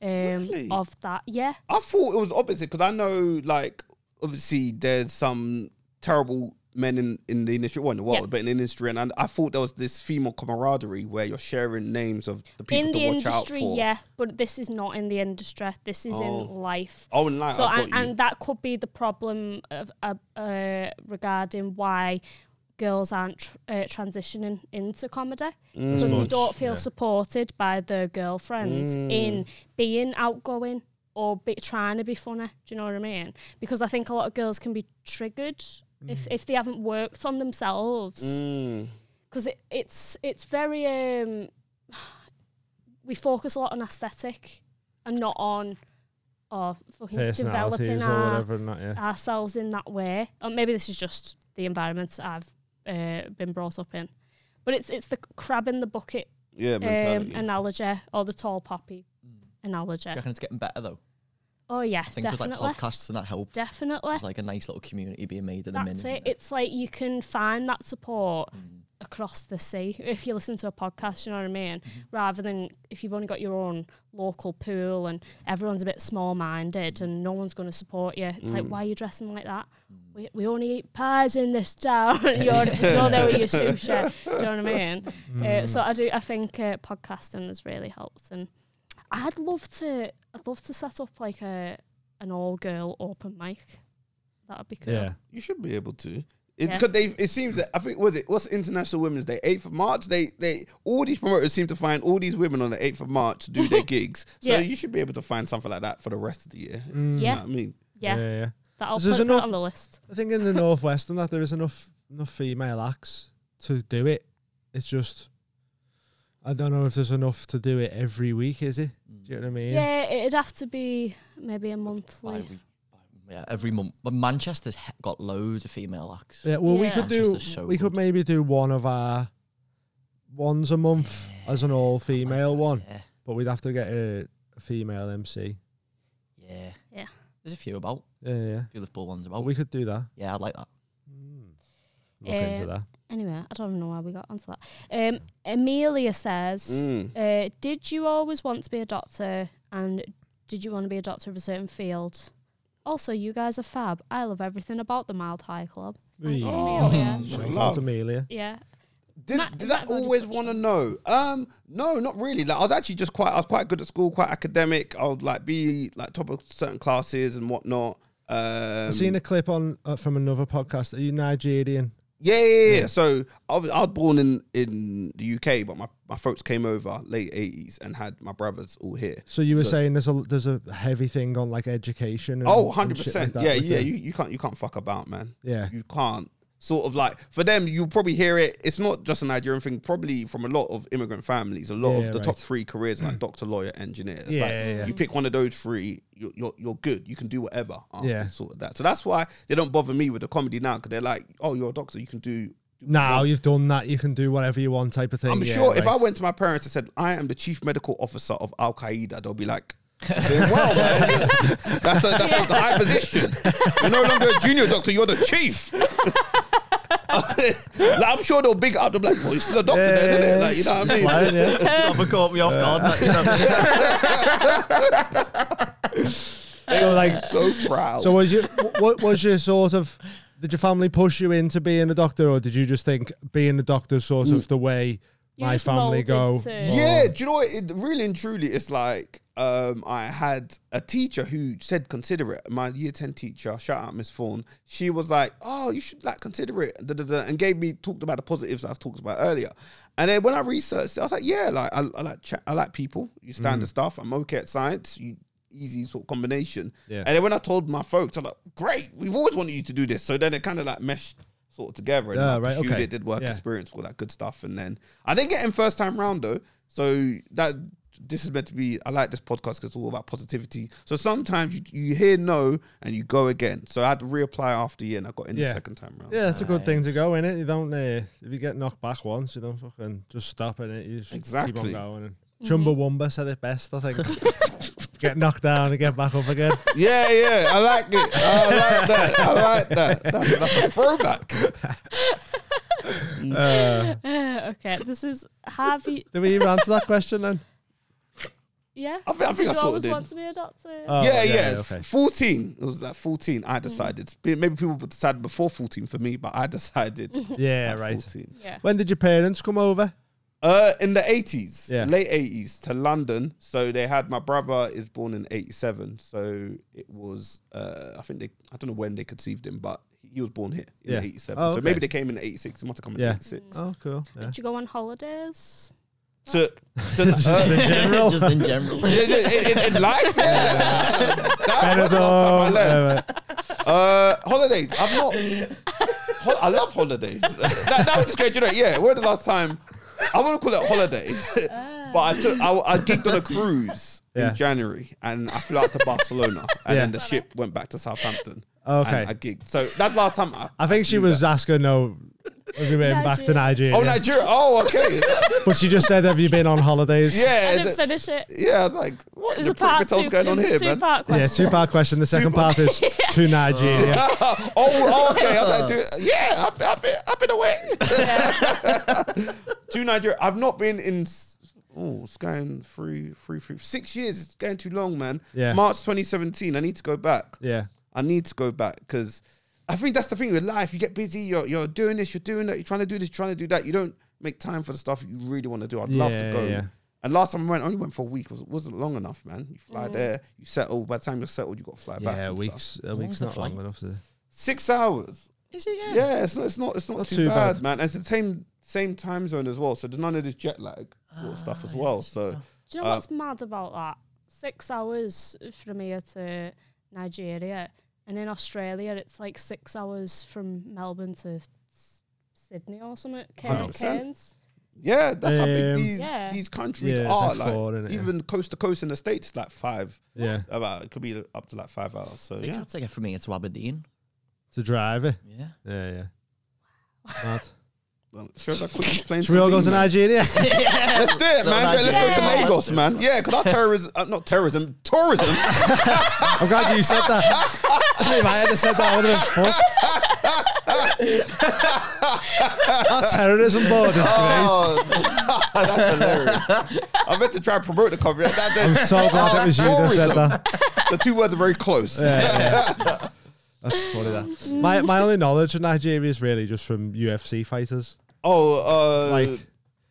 S1: um,
S4: Really?
S1: of that. Yeah,
S4: I thought it was opposite because I know, like, obviously there's some terrible men in, in the industry, well, in the world,
S1: Yeah.
S4: but in the industry, and I, I thought there was this female camaraderie where you're sharing names of the people
S1: in
S4: to
S1: the
S4: watch
S1: industry,
S4: out for.
S1: yeah, but this is not in the industry. This is
S4: Oh.
S1: in life.
S4: Oh, and like,
S1: so
S4: I've
S1: and,
S4: got you.
S1: and that could be the problem of uh, uh, regarding why girls aren't tr- uh, transitioning into comedy
S4: Mm.
S1: because they don't feel supported by their girlfriends
S4: Mm.
S1: in being outgoing or be, trying to be funny. Do you know what I mean? Because I think a lot of girls can be triggered if, if they haven't worked on themselves
S4: Mm.
S1: because it, it's it's very um we focus a lot on aesthetic and not on or fucking developing Ah,
S3: Personalities or
S1: our,
S3: whatever, not yeah.
S1: ourselves in that way or maybe this is just the environment I've uh, been brought up in but it's it's the crab in the bucket
S4: yeah,
S1: um,
S4: mentality.
S1: analogy or the tall poppy analogy.
S5: Do you reckon it's getting better though?
S1: Oh yeah,
S5: Mm. I think 'cause,
S1: definitely,
S5: like podcasts and that help.
S1: definitely.
S5: There's like a nice little community being made at the
S1: That's
S5: minute.
S1: it.
S5: isn't
S1: It's like you can find that support
S5: Mm.
S1: across the sea if you listen to a podcast. You know what I mean?
S5: Mm-hmm.
S1: Rather than if you've only got your own local pool and everyone's a bit
S5: Mm-hmm.
S1: small-minded and no one's going to support you. It's
S5: Mm.
S1: like why are you dressing like that? We, we only eat pies in this town. You're no, there with your sushi. Do you know what I mean? Uh, so I do. I think uh, podcasting has really helped, and I'd love to. I'd love to set up like a an all-girl open mic. That would be cool.
S2: Yeah.
S4: You should be able to. It,
S1: Yeah.
S4: Because they, it seems that I think was it what's International Women's Day, eighth of March. They, they, all these promoters seem to find all these women on the eighth of March to do their gigs. So
S1: Yeah.
S4: you should be able to find something like that for the rest of the year. You know
S1: Yeah.
S4: what I mean,
S1: Yeah,
S2: yeah, yeah.
S1: that'll
S2: There's
S1: put that
S2: enough-
S1: on the list.
S3: Mm. I think in the northwest and that there is enough enough female acts to do it. It's just I don't know if there's enough to do it every week, is it? Do you know what I mean?
S1: Yeah. it'd have to be maybe a monthly.
S5: Bi- week, bi- yeah, every month. But Manchester's he- got loads of female acts.
S3: Yeah, well, we
S1: Yeah.
S3: could do.
S5: Manchester's so
S3: we could
S5: good.
S3: maybe do one of our ones a month as an all-female one,
S5: Yeah,
S3: but we'd have to get a, a female MC.
S5: yeah,
S1: Yeah.
S5: There's a few about.
S3: Yeah, yeah, yeah.
S5: A few Liverpool ones
S3: But
S4: Oh.
S5: about.
S3: we could do that.
S5: yeah, I'd like that.
S3: Look
S1: Uh,
S4: Eh,
S3: into that.
S1: Anyway, I don't know why we got onto that. Um, Amelia says,
S4: Mm.
S1: uh, "Did you always want to be a doctor? And did you want to be a doctor of a certain field? Also, you guys are fab. I love everything about the Mild High Club. Thanks,
S4: Oh.
S1: Amelia.
S4: Mm.
S3: Shout out
S4: Love.
S3: to Amelia.
S1: Yeah,
S4: Did,
S1: Matt-
S4: did
S1: Matt
S4: I
S1: already
S4: always
S1: touched
S4: want to
S1: on
S4: know? Um, no, not really. Like I was actually just quite, I was quite good at school, quite academic. I would like be like top of certain classes and whatnot. Um,
S3: I've seen a clip on uh, from another podcast. Are you Nigerian?
S4: Yeah, yeah, yeah. So I was, I was born in, in the UK, but my, my folks came over late eighties and had my brothers all here.
S3: So you were
S4: So-
S3: saying there's a there's a heavy thing on like education. And,
S4: Oh,
S3: and
S4: 100
S3: shit like
S4: percent.
S3: that
S4: Yeah,
S3: with
S4: yeah.
S3: the-
S4: You, you can't you can't fuck about, man.
S3: Yeah.
S4: you can't. Sort of like for them, you'll probably hear it. It's not just a Nigerian thing. Probably from a lot of immigrant families. A lot
S3: Yeah,
S4: of the
S3: right. Mm.
S4: top three careers are like doctor, lawyer, engineer. It's
S3: Yeah,
S4: like
S3: yeah, yeah.
S4: you pick one of those three, you're you're, you're good. You can do whatever. After
S3: Yeah.
S4: sort of that. So that's why they don't bother me with the comedy now because they're like, oh, you're a doctor, you can do. do
S3: Now you've done that. You can do whatever you want, type of thing.
S4: I'm
S3: yeah,
S4: sure if
S3: right.
S4: I went to my parents and said, I am the chief medical officer of Al Qaeda, they'll be like, "Doing well, man. That's a, that's a high position. You're no longer a junior doctor, you're the chief. Like, I'm sure they'll big it up. They'll be like, well, you're still a doctor, then, innit? Like, you know what I mean?
S3: Fine, yeah.
S1: Um,
S5: Never caught me off guard. like, you know what I mean?
S4: They were like so proud.
S3: So was your wh- what was your sort of did your family push you into being a doctor or did you just think being a doctor is
S4: Mm.
S3: sort of the way
S1: You
S3: my
S1: just
S3: family
S1: rolled
S3: go?
S1: into-
S3: Oh.
S4: Yeah, do you know what? It, really and truly, it's like um, I had a teacher who said consider it. My year ten teacher, shout out Miss Fawn. She was like, "Oh, you should like consider it," da, da, da, and gave me talked about the positives I've talked about earlier. And then when I researched, it, I was like, "Yeah, like I, I like chat, I like people. You stand
S3: Mm.
S4: the stuff. I'm okay at science. You." Easy sort of combination,
S3: Yeah.
S4: and then when I told my folks, I'm like, "Great, we've always wanted you to do this." So then it kind of like meshed sort of together, and
S3: Yeah,
S4: I
S3: right,
S4: pursued
S3: okay.
S4: it, did work
S3: Yeah.
S4: experience, all that good stuff. And then I didn't get in first time round though. So that this is meant to be. I like this podcast because it's all about positivity. So sometimes you, you hear no and you go again. So I had to reapply after year and I got in
S3: Yeah.
S4: the second time round.
S3: Yeah, that's a good thing to go in it. You don't uh, if you get knocked back once, you don't fucking just stop in it. You just
S4: Exactly.
S3: keep on going. And Chumbawamba said it best, I think. get knocked down and get back up again.
S4: yeah, yeah. I like it. I like that. I like that. That's, that's a throwback.
S1: Uh, okay, this is have you?
S3: Did we even answer that question then?
S1: Yeah,
S4: I think I, think I
S1: you
S4: sort of
S1: always
S4: did. Uh,
S1: want to be a doctor.
S3: Oh,
S4: yeah, yeah.
S3: okay.
S4: 14. It was at 14. I decided. Maybe people decided before 14 for me, but I decided.
S3: Yeah,
S4: at
S3: right.
S4: 14.
S1: yeah,
S3: When did your parents come over?
S4: Uh, in the eighties,
S3: Yeah.
S4: late eighties to London. So they had my brother is born in eighty seven. So it was uh, I think they I don't know when they conceived him, but he was born here in
S3: Yeah.
S4: eighty seven.
S3: Oh,
S4: So
S3: okay.
S4: maybe they came in eighty six. They must have come in
S3: Yeah.
S4: eighty six.
S3: Oh, cool. Yeah.
S1: did you go on holidays?
S4: So, so uh,
S3: In general,
S5: Just in general.
S4: yeah, yeah, in, in, in life, yeah. That was the
S3: Benidorm,
S4: last time I left.
S3: yeah, right.
S4: Uh, holidays. I'm not. Hol- I love holidays. now, now we're just going, you know, yeah, when the last time? I want to call it holiday, but I took I, I gigged on a cruise
S3: Yeah.
S4: in January and I flew out to Barcelona
S3: Yeah. Oh,
S4: and then the ship went back to Southampton.
S3: Okay.
S4: and I gigged. So that's last time. I,
S3: I think she was asking, no, Have you been back to Nigeria?
S4: Oh, Nigeria. Oh, okay.
S3: But she just said, "Have you been on holidays?"
S1: I
S4: yeah.
S1: didn't
S4: th-
S1: finish it.
S4: yeah, I was like, what
S1: It was
S4: the
S1: a part
S4: prick are
S1: two.
S4: toes going on
S1: it was
S4: here,
S1: a
S4: man?
S1: two-part
S3: Yeah,
S1: question.
S3: two part question. The second part is to Nigeria.
S4: oh, oh, okay. I was like, dude, yeah, I've, I've, been, I've been away. to Nigeria. I've not been in, s- oh, it's going three, three, three, six years. It's going too long, man.
S3: Yeah.
S4: March 2017. I need to go back.
S3: Yeah.
S4: I need to go back because I think that's the thing with life. You get busy, you're, you're doing this, you're doing that, you're trying to do this, trying to do that. You don't make time for the stuff you really want to do. I'd love
S3: Yeah,
S4: to go.
S3: yeah.
S4: And last time I went, I only went for a week. It wasn't long enough, man. You fly there, you settle. By the time you're settled, you got to fly back.
S3: Yeah,
S4: and stuff.
S3: weeks. A
S5: What
S3: week's
S5: was the
S3: not long
S5: flight?
S3: enough. To,
S4: Six hours.
S5: Is it? Yeah.
S4: Yeah, it's not, it's not, it's not, too,
S3: too
S4: bad,
S3: bad.
S4: man. And it's the same, same time zone as well. So there's none of this jet lag sort of stuff as
S3: Ah,
S4: well. So
S1: Do you know what's mad about that? Six hours from here to Nigeria, and in Australia, it's like six hours from Melbourne to S- Sydney or something. Cair-
S4: 100%.
S1: Cairns.
S4: yeah, that's how big
S3: Um,
S4: these,
S1: Yeah.
S4: these countries
S3: Yeah, it's
S4: are.
S3: like
S4: Like,
S3: four, innit?
S4: even coast to coast in the States, like five.
S3: yeah.
S4: about it could be up to like five hours. So
S5: I think
S4: yeah,
S5: I'll take it from here to Aberdeen.
S3: To drive it.
S5: Yeah.
S3: Yeah, yeah. Mad.
S4: well, sure as I quick these planes.
S3: Should we all
S4: could
S3: go
S4: be,
S3: to
S4: man.
S3: Nigeria?
S4: Let's do it, man.
S5: Little
S4: Let's go to
S1: Nigeria.
S4: Lagos, man. Yeah, because our terrorism, uh, not terrorism, tourism.
S3: I'm glad you said that. if I had said that, I would have been fucked. Our terrorism board is great.
S4: oh, that's hilarious. I meant to try and promote the company. That, that,
S3: I'm so glad it was you that said
S4: tourism.
S3: that.
S4: The two words are very close.
S3: That's funny. That my my only knowledge of Nigeria is really just from UFC fighters
S4: Oh, uh,
S3: like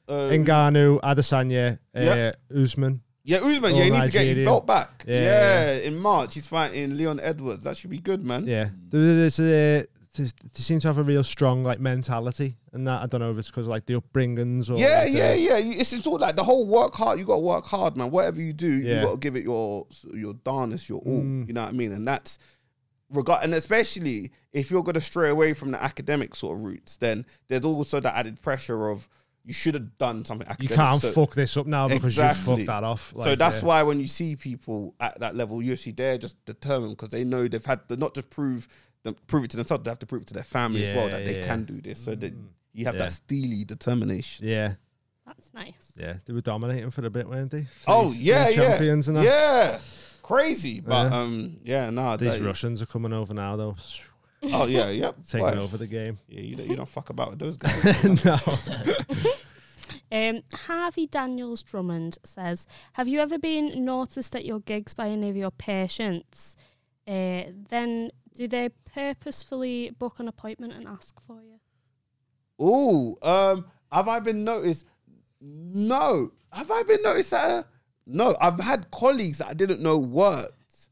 S4: uh,
S3: Ngannou, Adesanya, uh,
S4: Yeah.
S3: Usman.
S4: yeah, Usman. Yeah, he
S3: all
S4: needs to get his
S3: Nigerian.
S4: belt back.
S3: Yeah,
S4: Yeah,
S3: yeah,
S4: in March he's fighting Leon Edwards. That should be good, man.
S3: Yeah, there's, uh, there's, they seem to have a real strong like mentality, and that I don't know if it's because like the upbringings or
S4: Yeah,
S3: like, the-
S4: yeah, yeah. You- It's, it's all like the whole work hard. You got to work hard, man. Whatever you do,
S3: Yeah. Mm.
S4: you got to give it your your darnest, your all. You know what I mean? And that's regard, and especially if you're going to stray away from the academic sort of roots, then there's also that added pressure of you should have done something
S3: You
S4: academic.
S3: can't
S4: So-
S3: fuck this up now because
S4: Exactly.
S3: you fucked that off.
S4: so
S3: like,
S4: that's
S3: yeah.
S4: why when you see people at that level, you see they're just determined because they know they've had to not just prove them, prove it to themselves, they have to prove it to their family as well
S3: Yeah,
S4: that they
S3: yeah. Mm.
S4: can do this. So that you have
S3: Yeah.
S4: that steely determination.
S3: Yeah,
S1: That's nice.
S3: yeah, they were dominating for a bit, weren't they?
S4: Oh
S3: Three-
S4: yeah,
S3: three
S4: yeah,
S3: champions and that.
S4: yeah, crazy. But
S3: Yeah.
S4: um, yeah, nah.
S3: These
S4: that-
S3: Russians are coming over now, though,
S4: Oh yeah, yep.
S3: taking
S4: right.
S3: over the game.
S4: Yeah, you, don't- you don't fuck about with those guys.
S3: no,
S1: Um, Harvey Daniels Drummond says, "Have you ever been noticed at your gigs by any of your patients? Uh, then do they purposefully book an appointment and ask for you?
S4: Ooh, um, have I been noticed? No, have I been noticed that? uh, No, I've had colleagues that I didn't know worked.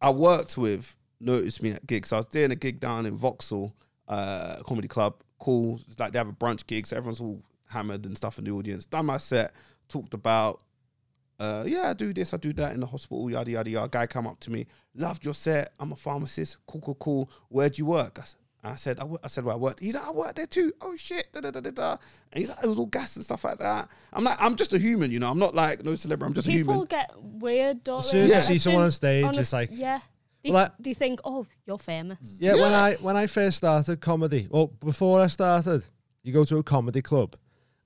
S4: I worked with noticed me at gigs. So I was doing a gig down in Vauxhall uh, Comedy Club. Cool, it's like they have a brunch gig, so everyone's all hammered and stuff in the audience. Done my set, talked about uh, yeah, I do this, I do that in the hospital, yada yada yada. Guy come up to me, loved your set. I'm a pharmacist. Cool, cool, cool. Where do you work? I, s- I said, I, wo- I said where I worked. He's like, I work there too. Oh shit, da da da da da. And he's like, it was all gas and stuff like that. I'm like, I'm just a human, you know. I'm not like no celebrity. I'm just a
S1: People
S4: human.
S1: get weird, don't
S3: As
S1: they?
S3: soon as you
S1: Like,
S3: see someone on stage,
S1: a
S3: it's
S1: s-
S3: like-
S1: yeah, they,
S3: Well, Mm. I-
S1: they think, oh, you're famous.
S3: yeah, When I when I first started comedy, well, before I started, you go to a comedy club,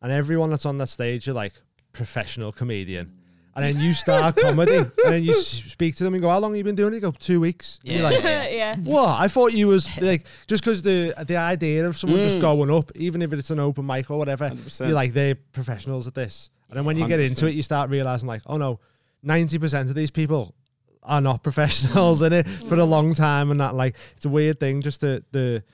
S3: and everyone that's on that stage, you're like professional comedian. And then you start comedy, and then you s- speak to them and go, "How long have you been doing it?" You go, two weeks." And You're like,
S1: Yeah,
S3: What? I thought you was like just because the the idea of someone
S4: Mm.
S3: just going up, even if it's an open mic or whatever, you
S4: 100%.
S3: are like they're professionals at this. And then when you get into it, you start realizing like, oh no, ninety percent of these people are not professionals in it for a long time, and that like it's a weird thing. Just the the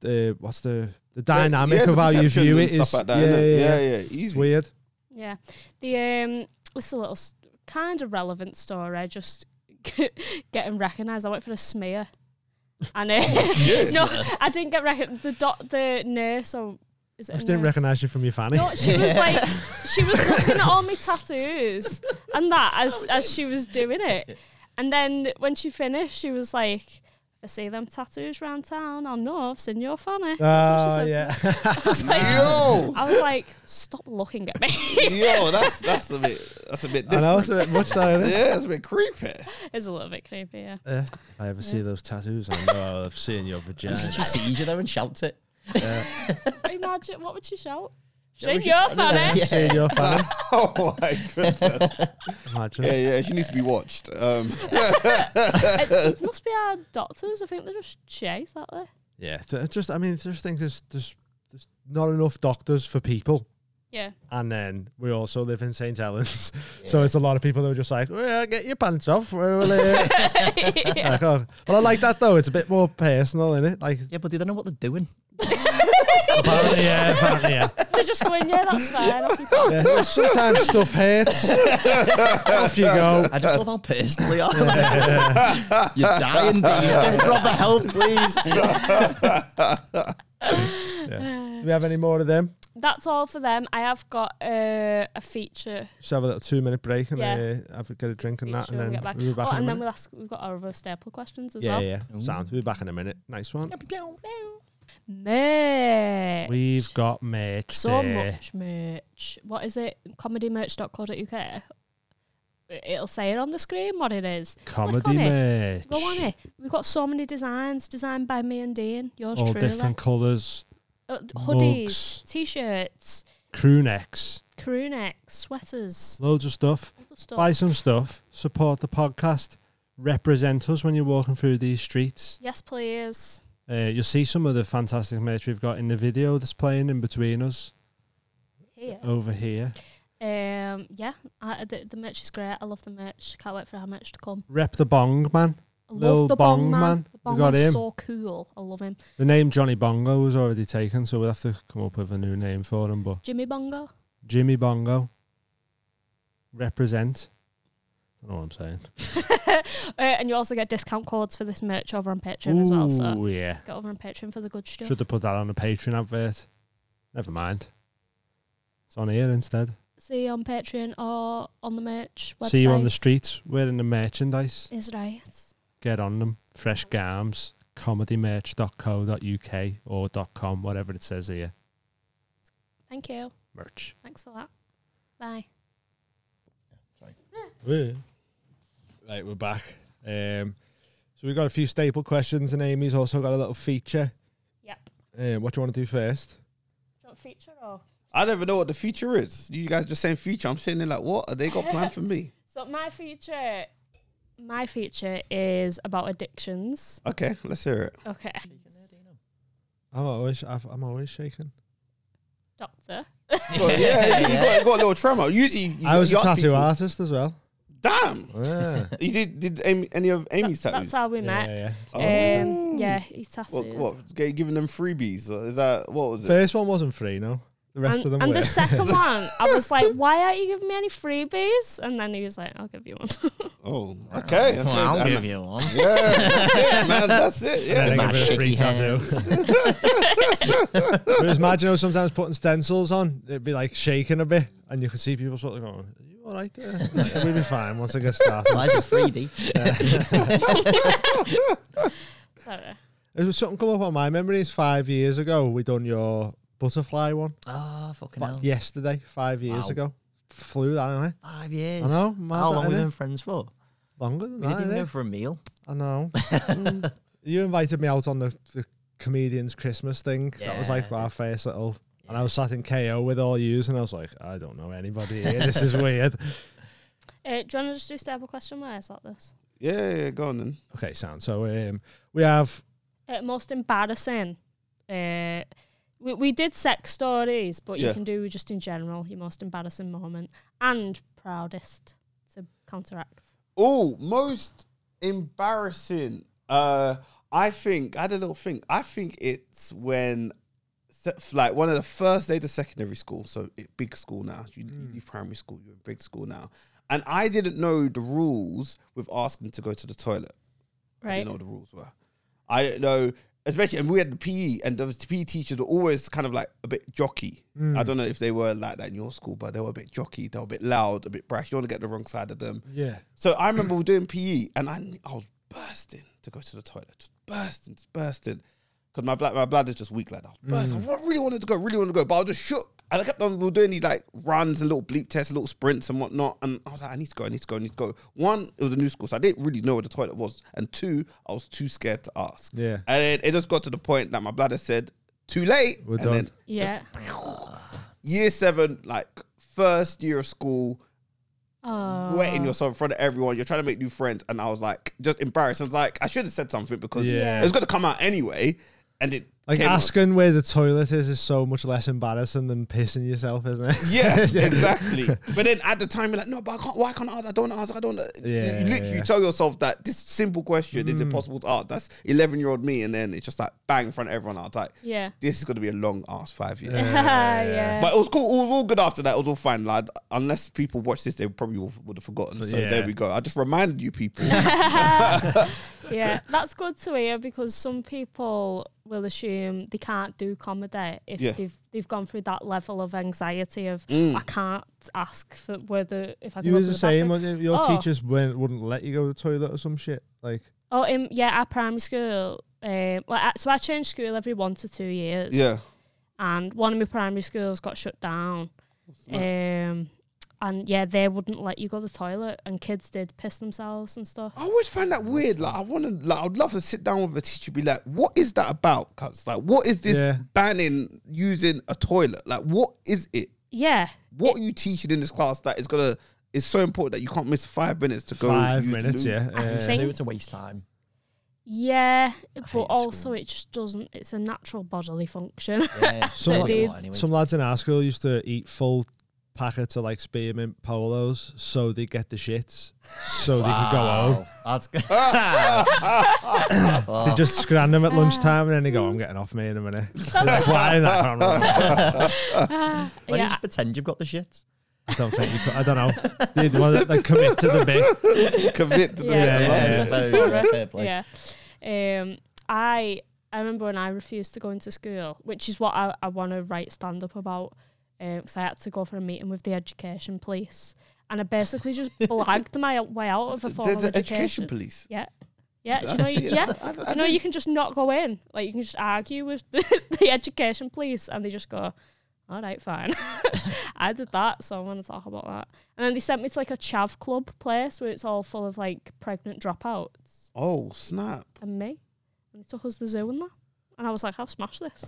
S3: the what's the the dynamic
S4: Yeah,
S3: of how you
S4: perception
S3: view
S4: and
S3: it
S4: stuff
S3: is
S4: like that.
S3: yeah,
S4: innit?
S3: yeah,
S4: yeah,
S3: yeah.
S4: yeah,
S3: It's
S4: easy.
S3: weird.
S1: Yeah. The um, it's a little s- kind of relevant story. Just getting recognised. I went for a smear, and
S3: Oh,
S1: uh, no, I didn't get recognised. The doc, the nurse, or is it?
S3: I
S1: a
S3: just didn't
S1: nurse?
S3: recognize you from your fanny.
S1: No, she was like, she was looking at all my tattoos and that as as she was doing it, and then when she finished, she was like. "If I see them tattoos round town. I'll know I've seen your fanny. That's what she said to
S3: Oh yeah,
S1: I was like,
S4: Yo,
S1: I was like, stop looking at me.
S4: yo, that's that's a bit that's a bit
S3: I know
S4: different.
S3: it's a bit much that. Isn't it?
S4: Yeah, it's a bit creepy.
S1: it's a little bit creepy, yeah.
S3: Yeah. If I ever see those tattoos, I know I've seen your vagina.
S5: She sees you there and shouts it.
S1: I imagine? What would she shout?
S5: Yeah, we
S1: Shane,
S5: should-
S1: you're funny.
S3: See your fan.
S4: oh my goodness.
S3: Imagine.
S4: yeah, yeah, she needs to be watched. Um,
S1: It's- it must be our doctors. I think they're just chase, aren't they?
S3: Yeah, it's- it's just I mean, it's just think there's there's there's not enough doctors for people,
S1: Yeah.
S3: and then we also live in St Helens, so it's a lot of people who are just like, well, get your pants off. Well, uh," like, oh. well, I like that though. It's a bit more personal, is it? Like,
S5: Yeah, but they don't know what they're doing.
S3: apparently, yeah, apparently, yeah.
S1: They're just going, yeah, that's fine. Off you go."
S3: yeah. Sometimes stuff hurts. off you go.
S5: I just love how personal they are. You're dying, dude. Get proper help, please.
S3: Yeah. Do we have any more of them?
S1: That's all for them. I have got uh, a feature.
S3: Just have a little two minute break and
S1: Yeah.
S3: uh, have a, get a drink and that,
S1: feature
S3: and
S1: we'll
S3: then
S1: get back.
S3: we'll be back
S1: oh,
S3: in
S1: and
S3: a
S1: then
S3: minute.
S1: we'll ask. We've got our other staple questions as
S3: yeah,
S1: well.
S3: yeah, yeah. Sound. We'll be back in a minute. Nice one.
S1: Merch.
S3: We've got merch.
S1: so
S3: there.
S1: much merch. What is it? Comedymerch.co.uk. It'll say it on the screen what it is. Click on
S2: Comedy
S1: it.
S2: merch.
S1: Go on it. We've got so many designs designed by me and Dean. Yours
S2: All
S1: truly.
S2: different colours.
S1: Uh, hoodies,
S2: mugs.
S1: t-shirts,
S2: Crew necks.
S1: crew necks, sweaters,
S2: Loads of stuff.
S1: all the stuff.
S2: Buy some stuff. Support the podcast. Represent us when you're walking through these streets.
S1: Yes, please.
S2: Uh, you'll see some of the fantastic merch we've got in the video that's playing in between us
S1: Here.
S3: Uh,
S2: over here.
S1: Um, yeah, I, the, the merch is great. I love the merch. Can't wait for our merch to come.
S2: Rep the bong man.
S1: I love
S2: Lil
S1: the bong,
S2: Bong
S1: man.
S2: Man.
S1: The
S2: We
S1: bong
S2: got
S1: man's
S2: him.
S1: so cool. I love him.
S2: The name Johnny Bongo was already taken, so we'll have to come up with a new name for him. But
S1: Jimmy Bongo.
S2: Jimmy Bongo. Represent. I don't know what I'm saying.
S1: Uh, and you also get discount codes for this merch over on Patreon as well. So
S2: Ooh, yeah.
S1: get over on Patreon for the good stuff.
S2: Should have put that on a Patreon advert. Never mind. It's on here instead.
S1: See you on Patreon or on the merch website.
S2: See you on the streets wearing the merchandise.
S1: Is right.
S2: Get on them. Fresh Garms, comedymerch.co.uk or .com, whatever it says here.
S1: Thank you.
S2: Merch.
S1: Thanks for that. Bye.
S3: Right, we're back. Um, so we've got a few staple questions, and Amy's also got a little feature.
S1: Yep.
S3: Uh, what do you want to do first?
S1: Don't feature or
S4: I don't even know what the future is. You guys just saying future. I'm sitting there like, what are they got planned for me?
S1: So my feature, my feature is about addictions.
S4: Okay, let's hear it.
S1: Okay,
S3: I'm always, I've, I'm always shaking.
S1: doctor.
S4: Well, yeah, yeah, you got, you got a little tremor. Usually, you
S3: I was a
S4: you
S3: tattoo
S4: ask people-
S3: artist as well.
S4: Damn,
S3: Yeah,
S4: you did did Amy, any of Amy's
S1: That's
S4: tattoos?
S1: how we
S3: yeah,
S1: met.
S3: yeah.
S4: Oh.
S1: Um, yeah, he's
S4: What,
S1: tattooed.
S4: what g- giving them freebies? Or Is that what was it?
S3: First one wasn't free, no. The rest
S1: And,
S3: of them
S1: and
S3: were.
S1: the second one, I was like, "Why aren't you giving me any freebies?" And then he was like, "I'll give you one."
S4: Oh, okay. okay.
S5: I'll
S4: And-
S5: give you one.
S4: Yeah, that's it, man. That's it.
S3: I
S4: Yeah.
S3: think
S5: My
S3: it was a
S5: shaky
S3: free tattoo. Whereas imagine how sometimes putting stencils on, it'd be like shaking a bit, and you could see people sort of going, "Are you all right there? Like, we'll be fine once I get started."
S5: Why is it 3D?
S1: Sorry.
S3: There was something come up on my memories five years ago. We done your butterfly one
S5: Ah, fucking
S3: Fi-
S5: hell.
S3: yesterday, five years
S5: Wow.
S3: ago. Flew that, innit?
S5: Five years.
S3: I know, mad
S5: How
S3: that,
S5: long have we
S3: innit?
S5: been friends for?
S3: Longer than
S5: We
S3: that,
S5: didn't even go
S3: innit?
S5: for a meal.
S3: I know. Mm. you invited me out on the, the comedians' Christmas thing. That was like
S5: Yeah.
S3: our first little. And I was sat in KO with all yous, and I was like, I don't know anybody here. This is weird.
S1: Uh, do you want to just do stable question wise like this?
S4: yeah, yeah, go on then.
S3: Okay, sound. So um, we have
S1: Uh, most embarrassing. Uh, we we did sex stories, but you
S4: Yeah.
S1: can do just in general your most embarrassing moment and proudest to counteract.
S4: Oh, most embarrassing. Uh, I think I had a little thing. I think it's when, se- like, one of the first days of secondary school. So it, big school now. You leave primary school. You're in big school now. And I didn't know the rules with asking to go to the toilet. I
S1: Right.
S4: didn't know what the rules were. I didn't know, especially, and we had the PE, and those PE teachers were always kind of like a bit jockey. I don't know if they were like that in your school, but they were a bit jockey, they were a bit loud, a bit brash. You want to get the wrong side of them.
S3: yeah,
S4: So I remember doing PE, and I I was bursting to go to the toilet, just bursting, just bursting, because my bla- my bladder's just weak like that. I was bursting.
S3: Mm.
S4: I really wanted to go, really wanted to go, but I was just shook. And I kept on we were doing these like runs and little bleep tests, little sprints and whatnot. And I was like, I need to go, I need to go, I need to go. One, it was a new school, so I didn't really know where the toilet was. And two, I was too scared to ask.
S3: Yeah.
S4: And it, it just got to the point that my bladder said, too late.
S3: We're
S4: and
S3: done.
S4: then
S1: Yeah.
S4: year seven, like first year of school,
S1: Oh.
S3: Uh.
S4: wetting yourself in front of everyone. You're trying to make new friends, and I was like, just embarrassed. I was like, I should have said something because
S1: Yeah.
S4: it was going to come out anyway, and it
S3: Like
S4: came out.
S3: asking where the toilet is is so much less embarrassing than pissing yourself, isn't it?
S4: Yes, exactly. But then at the time, you're like, no, but I can't. Why can't I ask? I don't wanna ask. I don't. wanna-"
S3: Yeah,
S4: you literally
S3: yeah. Hmm.
S4: tell yourself that this simple question is impossible to ask. That's 11 year old me, and then it's just like bang in front of everyone. I was like,
S1: Yeah.
S4: this is going to be a long ass five years.
S1: yeah.
S4: Uh, But it was cool. It was all good after that. It was all fine. Like, unless people watch this, they probably would have forgotten. So
S3: Yeah.
S4: there we go. I just reminded you people.
S1: yeah, that's good to hear because some people will assume they can't do comedy if
S4: Yeah. Mm.
S1: they've they've gone through that level of anxiety of I can't ask for whether if I can
S3: You
S1: go
S3: was
S1: to
S3: the
S1: the bathroom."
S3: same. wasn't it? Your
S1: Oh.
S3: teachers wouldn't, wouldn't let you go to the toilet or some shit. Like,
S1: Oh, in, yeah, at primary school. Um, like, I- so I changed school every one to two years.
S4: yeah.
S1: and one of my primary schools got shut down. Um, and yeah, they wouldn't let you go to the toilet, and kids did piss themselves and stuff.
S4: I always find that weird. Like, I want to, like, I'd love to sit down with a teacher and be like, what is that about? Cause, like, what is this
S3: Yeah.
S4: banning using a toilet? Like, what is it?
S1: Yeah,
S4: What are you teaching in this class that is gonna? It's so important that you can't miss five minutes to go.
S3: five
S4: use the
S3: minutes,
S4: loo?
S3: yeah.
S1: I
S3: yeah.
S1: think
S5: it's a waste time.
S1: Yeah, but
S5: school.
S1: also it just doesn't. It's a natural bodily function.
S5: Yeah,
S3: Some
S5: I
S1: like-
S5: get what, anyways.
S3: Some lads in our school used to eat full packets of like spearmint polos so they get the shits so they could go home.
S5: Wow, That's good.
S3: They just scran them at lunchtime and then they go, I'm getting off me in a minute. They're like, Why in that camera?
S5: Why do you
S1: yeah,
S5: just pretend you've got the shit?
S3: I don't think you could, I don't know. They, they, wanna- they commit to the bit.
S4: Commit to the
S1: Yeah.
S4: I love
S1: Yeah.
S4: it.
S5: it's very- very fair play.
S1: yeah. Um, I I remember when I refused to go into school, which is what I, I want to write stand up about, because I had to go for a meeting with the education police, and I basically just blagged my way out of a formal
S4: There's an
S1: education.
S4: education police.
S1: yeah. Yeah, do you
S4: I
S1: know, you,
S4: see it.
S1: yeah.
S4: I-
S1: Do
S4: I- I
S1: you know,
S4: didn't-
S1: you can just not go in. Like you can just argue with the, the education police, and they just go, "All right, fine." I did that, so I want to talk about that. And then they sent me to like a chav club place where it's all full of like pregnant dropouts
S4: Oh snap!
S1: and me, and they took us to the zoo and that. And I was like, I've smashed this.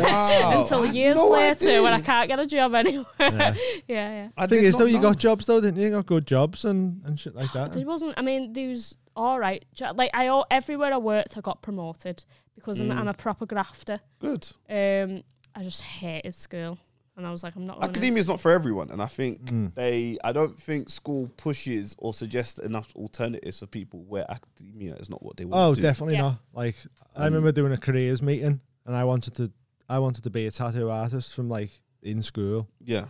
S4: Wow.
S1: Until
S4: I had
S1: years
S4: no
S1: later, when I
S4: idea.
S1: can't get a job anywhere. Yeah, yeah.
S4: I
S3: thing
S4: did
S3: is, though,
S4: not
S3: you
S4: know.
S3: got jobs, though, didn't you? You got good jobs and, and shit like that.
S1: There wasn't. I mean, there was all right. jo- Like I, al- everywhere I worked, I got promoted because I'm, I'm a proper grafter.
S4: good.
S1: Um, I just hated school, and I was like, I'm not. Running.
S4: Academia is not for everyone, and I think
S3: Mm.
S4: they. I don't think school pushes or suggests enough alternatives for people where academia is not what they want.
S3: Oh,
S4: to do.
S3: definitely
S1: Yeah.
S3: not. Like I
S4: Um,
S3: remember doing a careers meeting, and I wanted to, I wanted to be a tattoo artist from like in school.
S4: Yeah,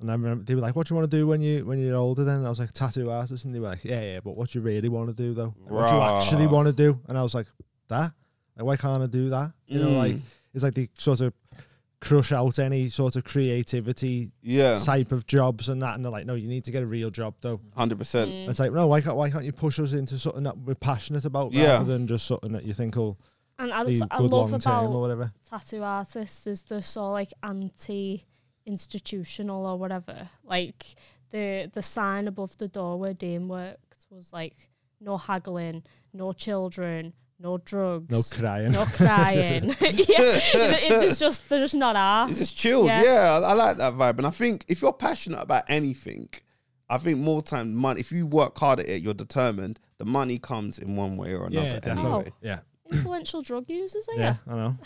S3: And I remember they were like, "What do you want to do when you when you're older?" Then and I was like, "Tattoo artist," and they were like, "Yeah, yeah, but what do you really want to do though? Like, what do you
S4: Rah.
S3: actually want to do?" And I was like, "That? Like, why can't I do that? You know,
S4: Mm.
S3: like it's like they sort of crush out any sort of creativity
S4: yeah,
S3: type of jobs and that, and they're like, "No, you need to get a real job though."
S1: Mm.
S4: hundred percent.
S3: It's like, no, why can't why can't you push us into something that we're passionate about
S4: Yeah.
S3: rather than just something that you think will
S1: and I,
S3: be
S1: just, I
S3: good
S1: love
S3: long term or
S1: about
S3: whatever.
S1: tattoo artists is they're so like anti-institutional or whatever. Like the the sign above the door where Dame worked was like, no haggling, no children, no drugs,
S3: No crying.
S1: no crying. yeah, it- it's just they're just not asked.
S4: It's just chilled. Yeah,
S1: Yeah.
S4: I, I like that vibe. And I think if you're passionate about anything, I think more time, money. If you work hard at it, you're determined. The money comes in one way or another.
S1: definitely.
S4: Anyway.
S3: Yeah.
S1: Influential drug users, are
S3: Yeah,
S1: Oh.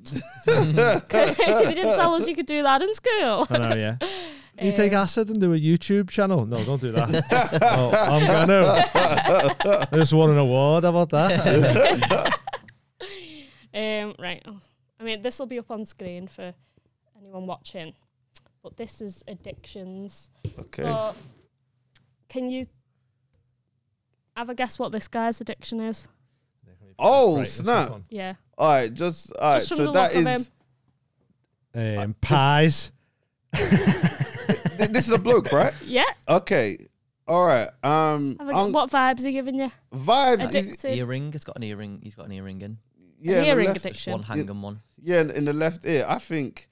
S1: yeah.
S3: I know.
S1: you didn't tell us you could do that in school.
S3: I know, yeah. You take
S4: Um,
S3: acid and do a YouTube channel? No, don't do that. oh, I'm gonna. I just won an award. How about that?
S1: Um, right. Oh, I mean, this will be up on screen for anyone watching. But this is addictions.
S4: Okay.
S1: Oh, So, can you have a guess what this guy's addiction is?
S4: oh
S3: Right, let's move
S4: snap!
S3: on.
S1: Yeah.
S4: All right, just all right.
S1: Just from
S4: so
S1: the
S4: that
S1: look of
S4: is
S3: Um, pies.
S4: th- this is a bloke, right?
S1: Yeah.
S4: Okay. All right. Um,
S1: Have a,
S4: um,
S1: what vibes are giving you?
S4: vibe? is-
S1: Addicted.
S5: Earring. It's got an earring. He's got an earring in.
S4: yeah, in the
S1: Hearing
S4: left-
S5: Just one
S1: addiction.
S5: hanging one.
S4: yeah, in- in the left ear. I think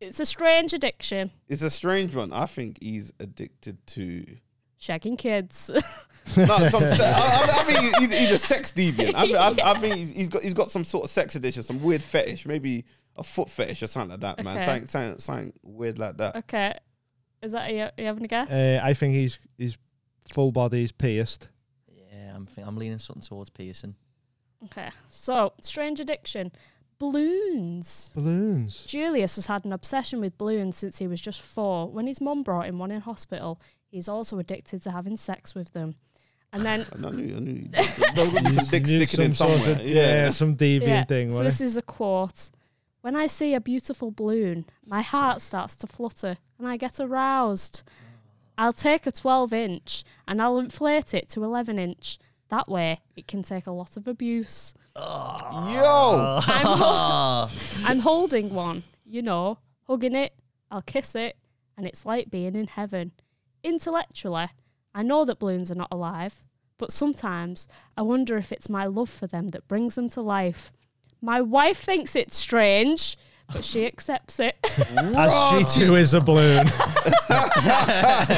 S1: It's a strange addiction.
S4: it's a strange one. I think he's addicted to
S1: shagging kids.
S4: No, some se- I, I- I mean, he's, he's a sex deviant. I, think- I, I think he's- he's got he's got some sort of sex addiction, some weird fetish, maybe a foot fetish or something like that, man.
S1: Okay.
S4: Something, something, something weird like that.
S1: okay. Is that, are you, are you having a guess?
S3: Uh, I think he's he's full body's pierced.
S5: Yeah, I'm think, I'm leaning something towards Pearson.
S1: okay. So, strange addiction. Balloons.
S3: Balloons.
S1: Julius has had an obsession with balloons since he was just four. When his mum brought him one in hospital, he's also addicted to having sex with them. And then,
S4: I knew, I knew. There's gonna be some dick sticking in
S3: sort of-
S4: somewhere.
S3: yeah.
S4: yeah.
S3: some deviant
S1: yeah,
S3: thing.
S1: so
S3: wasn't
S1: this is a quote. When I see a beautiful balloon, my heart starts to flutter and I get aroused. I'll take a 12 inch and I'll inflate it to 11 inch. That way, it can take a lot of abuse.
S4: Yo,
S1: I'm,
S3: Oh.
S1: hol- I'm holding one, you know, hugging it, I'll kiss it, and it's like being in heaven. Intellectually, I know that balloons are not alive, but sometimes I wonder if it's my love for them that brings them to life. My wife thinks it's strange, but she accepts it.
S3: it? As she too is a balloon.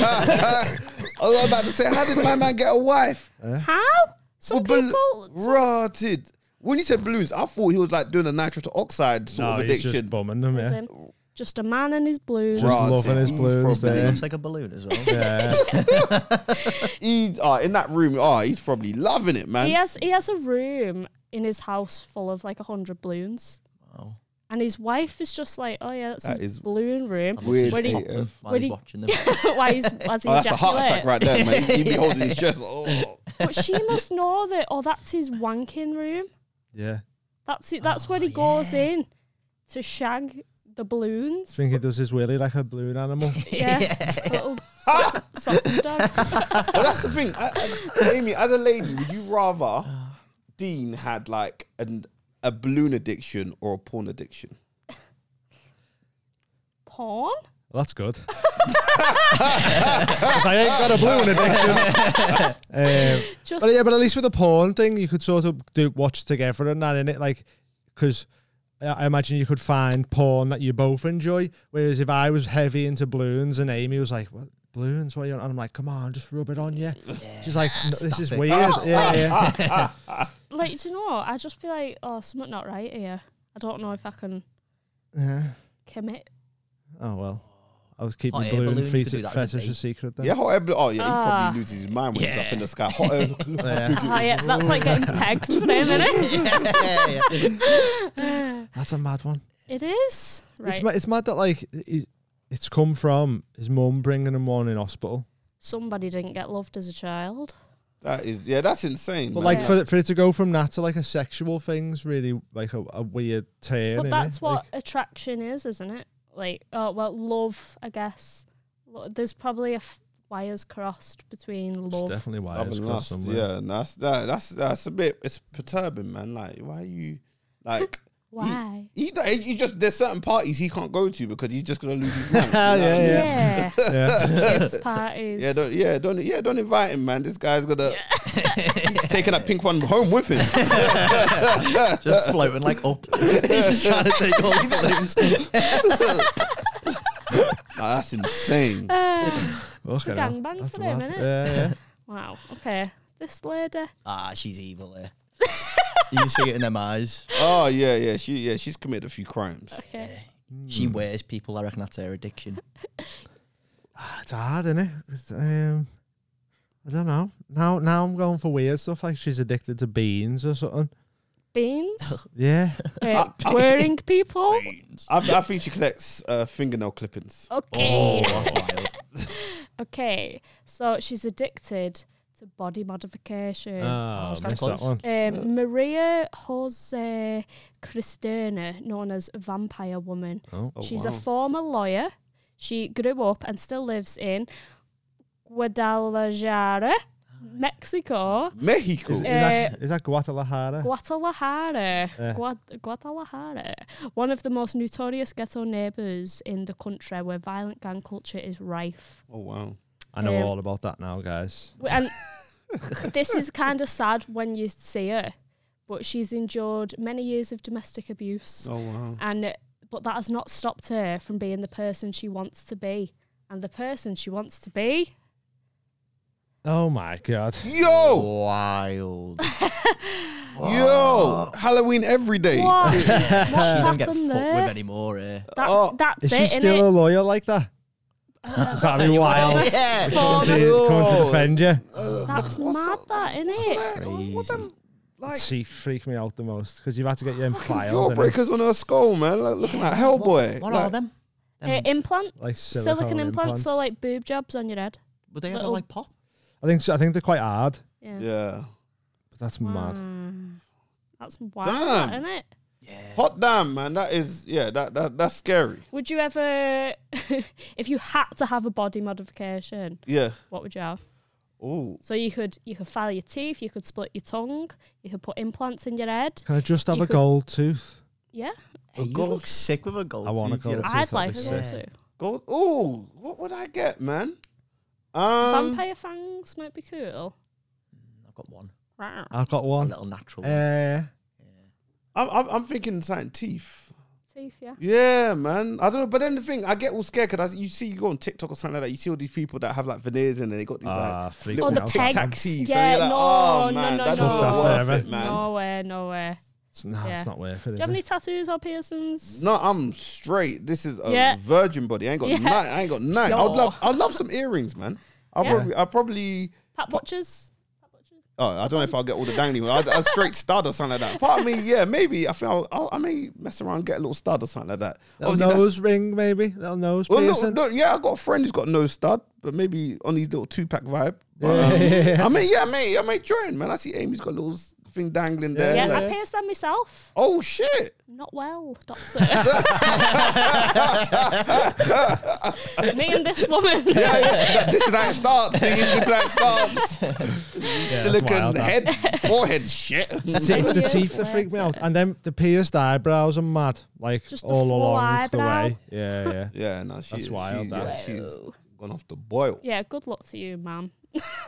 S4: I was about to say, how did my man get a wife?
S1: How? Some
S4: Well,
S1: people.
S4: Rotted. When you said balloons, I thought he was like doing a nitrous oxide sort
S3: no,
S4: of
S3: Oh, he's just
S4: addiction.
S3: bumming them. Yeah.
S1: some- Just a man and his balloons.
S3: Just
S4: Right,
S3: loving his
S4: he's
S3: balloons
S4: probably-
S5: It
S3: there.
S5: looks like a balloon as well.
S3: Yeah.
S4: He's oh, in that room. Oh, he's probably loving it, man.
S1: He has he has a room in his house full of like a hundred balloons.
S5: Wow.
S1: And his wife is just like, oh yeah, that's
S4: That
S1: his
S4: is
S1: balloon room.
S5: I'd love
S4: Weird
S5: to
S1: When
S5: just
S1: he-
S5: pop them while
S1: when
S5: he's
S1: he-
S5: watching them.
S1: Why he's as he
S4: Oh, that's a heart attack
S1: ejaculates.
S4: right there, man. He'd be holding his chest. like, oh.
S1: But she must know that. Oh, that's his wanking room.
S3: yeah.
S1: That's it. That's
S4: Ah,
S1: where he goes in to shag the balloons.
S3: think he does his willy like a balloon animal.
S1: yeah, little
S4: Ah!
S1: sausage, sausage dog.
S4: But that's the thing, I, I, Amy. As a lady, would you rather Dean had like an, a balloon addiction or a porn addiction?
S1: Porn.
S3: Well, that's good. 'Cause I ain't got a balloon addiction. um,
S1: Just
S3: But yeah, but at least with the porn thing, you could sort of do watch together and that in it, like because I imagine you could find porn that you both enjoy. Whereas if I was heavy into balloons and Amy was like, "What balloons? What are you on?" and I'm like, "Come on, just rub it on you." She's like, "No, "This is
S5: it." Oh,
S3: weird." yeah, yeah.
S1: like, do you know? I just be like, oh, something not right here. I don't know if I can
S3: yeah.
S1: commit.
S3: Oh well, I was keeping
S5: Hot air
S3: balloon
S5: Oh, balloons, you could do
S3: feti-
S5: that as a
S3: fetish
S5: date.
S3: a secret. Then.
S4: Yeah, hot air balloon. Oh yeah, he
S1: Ah.
S4: probably loses his mind when he's up
S5: Yeah.
S4: in the sky. Hot air balloon.
S3: Yeah.
S1: Oh yeah, that's like getting pegged for him, isn't it?
S5: yeah.
S3: that's a mad one.
S1: It is right.
S3: It's mad, it's mad that like it, it's come from his mum bringing him one in hospital.
S1: Somebody didn't get loved as a child.
S4: That is yeah, that's insane.
S3: But
S4: man.
S3: like for for it to go from that to like a sexual thing's really like a, a weird turn.
S1: But
S3: innit?
S1: that's what
S3: Like,
S1: attraction is, isn't it? Like, oh well, love. I guess Lo- there's probably a f- wires crossed between
S3: it's
S1: love.
S3: definitely why
S4: I've
S3: it's
S4: been
S3: got
S4: lost.
S3: somewhere.
S4: Yeah, and that's that, that's that's a bit. It's perturbing, man. Like, why are you like?
S1: Why?
S4: He, he, he just there's certain parties he can't go to because he's just gonna lose his mind. you know
S3: Ah,
S4: what I mean?
S3: yeah,
S1: Yeah,
S3: yeah, yeah.
S1: kids parties.
S4: Yeah, don't yeah, don't yeah, don't invite him, man. This guy's gonna he's taking that pink one home with him.
S5: Just floating like up. He's just trying to take all the balloons.
S4: Nah, Ah, that's insane.
S1: it's a
S3: Fucking hell.
S1: gangbang
S3: That's
S1: for him,
S3: mad.
S1: isn't it?
S3: Yeah, yeah.
S1: Wow. Okay. This lady.
S5: Ah, she's evil there. you can see it in them eyes.
S4: Oh yeah, yeah, she yeah, she's committed a few crimes.
S1: Okay.
S5: She wears people. I reckon that's her addiction.
S3: It's hard, isn't it? Um, I don't know. Now, now I'm going for weird stuff like she's addicted to beans or something.
S1: Beans.
S3: Yeah,
S1: Uh, wearing people.
S4: I, I think she collects uh, fingernail clippings.
S1: Okay.
S5: Oh, that's wild.
S1: Okay. So she's addicted to body modification.
S3: oh,
S5: it's kinda
S3: missed that
S5: close.
S3: one.
S1: Um, Maria Jose Cristerna, known as Vampire Woman.
S3: Oh.
S1: She's a former lawyer. She grew up and still lives in Guadalajara, Mexico,
S4: Mexico.
S3: Is,
S1: Uh,
S3: is, that, is that Guadalajara?
S1: Guadalajara,
S3: Yeah.
S1: Guad- Guadalajara, one of the most notorious ghetto neighbours in the country where violent gang culture is rife.
S4: oh wow.
S3: I know
S1: um,
S3: all about that now, guys.
S1: W- and this is kind of sad when you see her, but she's endured many years of domestic abuse.
S4: Oh wow.
S1: and uh, but that has not stopped her from being the person she wants to be and the person she wants to be
S3: Oh my god.
S4: Yo,
S5: Oh. Wild.
S4: yo, Halloween every day.
S1: What? What's
S5: you don't get
S1: happened
S5: fucked
S1: there?
S5: with anymore eh? here.
S1: That's,
S4: Oh,
S1: that's
S3: Is she
S1: it, Uh,
S3: still a
S1: innit?
S3: lawyer like that? Is that be wild?
S5: yeah.
S1: Form-
S3: Coming to, coming to defend you.
S1: That's mad, that, innit?
S4: Like, what them, like,
S3: She freaked me out the most because you've had to get your own filed. innit?
S4: jawbreakers on her skull, man. Like, looking like Hellboy.
S5: What, what
S4: like,
S5: are them? them
S1: Uh, implants,
S3: Like
S1: silicone,
S3: silicone
S1: implants,
S3: implants.
S1: so like boob jobs on your head.
S5: Would they ever
S1: little-
S5: like pop?
S3: I think so, I think they're quite hard,
S1: Yeah,
S4: Yeah.
S3: but that's mad.
S1: Mm. That's wild,
S4: Damn.
S1: isn't it?
S4: Hot damn, man. That is, yeah, that, that that's scary.
S1: Would you ever, if you had to have a body modification,
S4: Yeah.
S1: what would you have?
S4: Oh,
S1: So you could you could file your teeth, you could split your tongue, you could put implants in your head.
S3: Can I just have
S1: You
S3: a
S1: could-
S3: gold tooth?
S1: Yeah,
S5: Hey, you
S4: gold-
S5: look sick with a gold
S3: I want a
S5: tooth, you
S3: gold
S5: know.
S3: tooth.
S1: I'd like
S3: that'd
S1: it
S3: be
S5: sick.
S1: too.
S4: go. Oh, what would I get, man? Um,
S1: Vampire fangs might be cool.
S5: I've got one.
S1: Rawr.
S3: I've got
S5: A
S3: one.
S5: little natural. one.
S3: Uh,
S4: I'm, I'm, I'm thinking something teeth.
S1: Teeth, yeah.
S4: Yeah, man. I don't know. But then the thing, I get all scared because you see, you go on TikTok or something like that, you see all these people that have like veneers in and they got these like.
S3: ah, freaked
S1: Or
S4: Little
S3: me
S1: the
S3: out.
S1: pegs.
S4: tic-tac teeth, and
S1: Yeah,
S4: you're like,
S1: no,
S4: oh,
S1: no,
S4: man,
S1: no,
S4: that's
S1: no.
S4: not worth
S3: Forever.
S4: it, man.
S1: Nowhere, nowhere.
S3: It's- Nah,
S1: Yeah.
S3: it's not worth it.
S1: Do
S3: Is
S1: you have
S3: it?
S1: any tattoos or piercings?
S4: No, I'm straight. This is a
S1: Yeah.
S4: virgin body. I ain't got
S1: Yeah.
S4: nine. I ain't got nine. I'd
S1: Yo.
S4: love, I'd love some earrings, man. I
S1: Yeah.
S4: probably, I probably.
S1: Pat watches.
S4: Oh, I don't know if I'll get all the dangly ones. I'd, I'd straight stud or something like that. Part of me, yeah, maybe. I feel I'll, I'll, I may mess around, and get a little stud or something like that.
S3: Little
S4: Obviously, that's-
S3: nose ring, maybe. Little nose
S4: Well,
S3: piercing.
S4: no, no, yeah, I got a friend who's got no stud, but maybe on his little two pack vibe. But,
S3: Yeah.
S4: um, I mean, yeah, I may, I may join, man. I see Amy's got a little s- thing dangling there.
S1: Yeah,
S4: like,
S1: I pierced them myself.
S4: oh shit!
S1: Not well, doctor. Me and this woman.
S4: Yeah, yeah. That- this is how it starts. Nigga. This is how it starts. Silicon
S3: wild, that.
S4: head, forehead shit.
S3: It's, it's the
S1: Yes,
S3: teeth that freak me out, and then the pierced eyebrows are mad, like
S1: Just the
S3: all
S1: full
S3: along
S1: eyebrow.
S3: the way. Yeah, yeah.
S4: yeah, no, she,
S3: That's
S4: she,
S3: wild,
S4: yeah,
S3: that.
S4: she's gone off the boil.
S1: yeah, good luck to you, ma'am.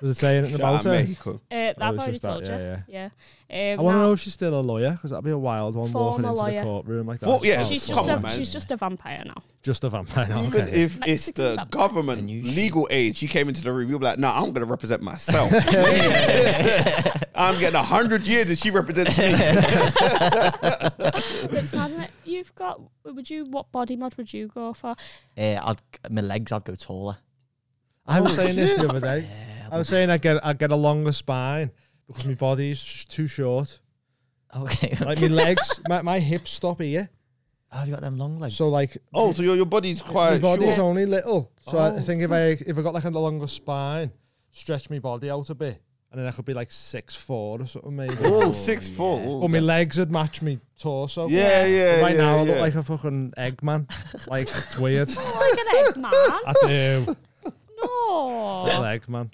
S3: Was it saying it
S4: Shout
S3: about
S4: out
S3: her?
S4: Mexico.
S1: Uh, I've
S3: Oh, it's
S1: already
S3: just that,
S1: told
S3: yeah,
S1: you. Yeah.
S3: I
S1: Um,
S3: want to
S1: now-
S3: know if she's still a lawyer, because that'd be a wild one walking
S1: Former
S3: into
S1: lawyer.
S3: the courtroom like that. Oh,
S4: Well, yeah,
S1: She's
S4: Come
S1: just
S4: on,
S1: a
S4: man.
S1: she's just a vampire now.
S3: just a vampire. now,
S4: Even
S3: Oh, okay.
S4: if it's
S1: Mexican
S4: the
S1: vampire.
S4: government
S5: And you
S4: legal aid, she came into the room. You'll be like, "No, I'm going to represent myself. I'm getting a hundred years, and she represents me."
S1: It's mad, isn't it? You've got. Would you? What body mod would you go for?
S5: Uh, I'd, my legs, I'd go taller.
S3: I was saying this the other day.
S5: Yeah,
S3: I was saying I get I get a longer spine because my body's sh- too short.
S5: Okay.
S3: Like my legs, my, my hips stop here,
S5: have you got them long legs?
S3: so like
S4: Oh, so your, your body's
S3: my
S4: quite
S3: body's
S4: short.
S3: only little. So I
S5: Oh,
S3: think if I if I got like a longer spine, stretch my body out a bit, and then I could be like six four or something maybe.
S4: Oh, six four. Oh,
S3: Or my
S4: that's-
S3: legs would match me torso.
S4: yeah, yeah.
S3: right
S4: yeah,
S3: now I
S4: yeah.
S3: look like a fucking Eggman. like it's weird.
S1: Like an egg man?
S3: I do. Little
S1: No.
S3: Eggman.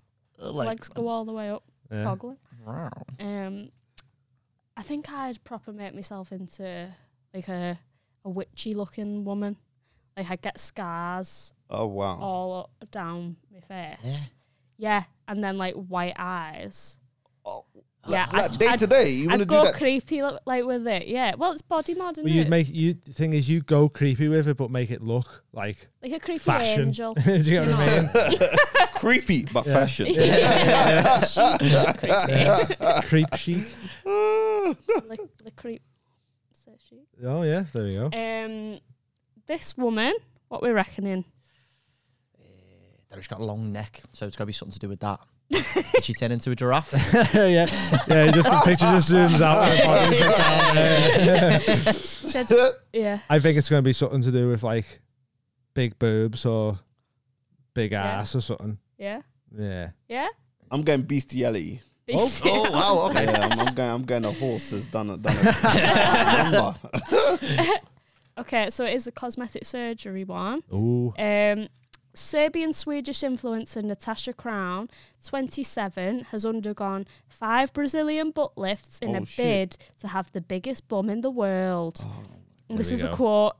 S5: Uh,
S1: Legs go all the way up.
S3: Yeah.
S1: Probably.
S5: Wow.
S1: Um, I think I'd proper make myself into like a a witchy looking woman. Like I'd get scars
S4: Oh wow.
S1: all up, down my face.
S5: Yeah.
S1: Yeah, and then like white eyes.
S4: Oh,
S1: yeah,
S4: Like day to day, you want to
S1: I'd
S4: do
S1: go
S4: that?
S1: creepy li- like with it. Yeah, well, it's body mod,
S3: But
S1: isn't
S3: you
S1: it?
S3: make you the thing is you go creepy with it, but make it look like
S1: like a creepy
S3: fashion.
S1: angel.
S3: do you know
S1: you
S3: what I mean?
S1: know?
S4: Creepy, but fashion.
S3: Creep sheet.
S1: the, the creep. says she.
S3: Oh yeah, there we go.
S1: Um, this woman, what we're reckoning?
S5: That it's got a long neck, so it's got to be something to do with that. Did she turn into a giraffe?
S3: yeah, yeah. Just the picture just zooms out. and the body's like down there.
S1: Said- yeah,
S3: I think it's going to be something to do with like big boobs or big
S1: Yeah.
S3: ass or something.
S1: yeah,
S3: Yeah.
S1: yeah.
S4: I'm going bestiality.
S1: Beastie.
S4: wow, okay. yeah, I'm, I'm going. I'm going. A horse has done it. Done it. Number.
S1: okay, so it is a cosmetic surgery one.
S3: Ooh.
S1: Um, Serbian Swedish influencer Natasha Crown, 27, has undergone five Brazilian butt lifts in
S4: Oh,
S1: a
S4: shit.
S1: bid to have the biggest bum in the world. And this is a quote.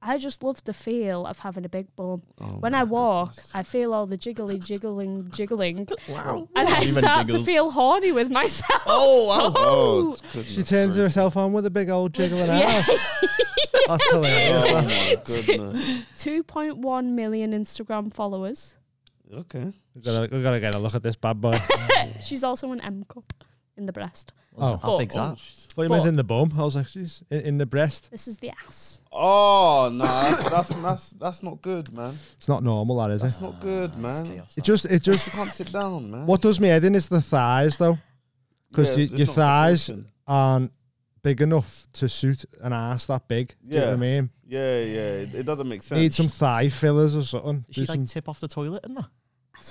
S1: I just love the feel of having a big bum. when I walk, I feel all the jiggly, jiggling, jiggling. wow. And I
S5: Even
S1: start
S5: jiggles.
S1: to feel horny with myself.
S5: Oh, wow.
S1: Oh.
S3: She turns herself on with a big old jiggling
S1: Yeah.
S3: ass. That's hilarious.
S4: Oh my goodness.
S1: 2.1 million Instagram followers.
S4: Okay.
S2: We've got to get a look at this bad boy.
S1: She's also an M cup in the breast.
S5: Oh,
S1: Oh.
S5: how big's that?
S3: What you meant in the bum? I was like, she's in, in the breast.
S1: This is the ass.
S4: Oh no, that's that's that's, that's not good, man.
S3: It's not normal, that is it?
S4: That's not good, man.
S5: Ah, Chaos,
S3: It just, it
S4: Just
S3: just.
S4: you can't sit down, man.
S3: What does me head in is the thighs though, because
S4: Yeah,
S3: your
S4: there's not
S3: thighs
S4: proportion.
S3: aren't big enough to suit an ass that big. Do you know what I
S4: Yeah.
S3: mean?
S4: Yeah, yeah, it, it doesn't make sense.
S3: Need some thigh fillers or something.
S5: Did
S3: Do
S5: she
S3: some,
S5: like tip off the toilet and that?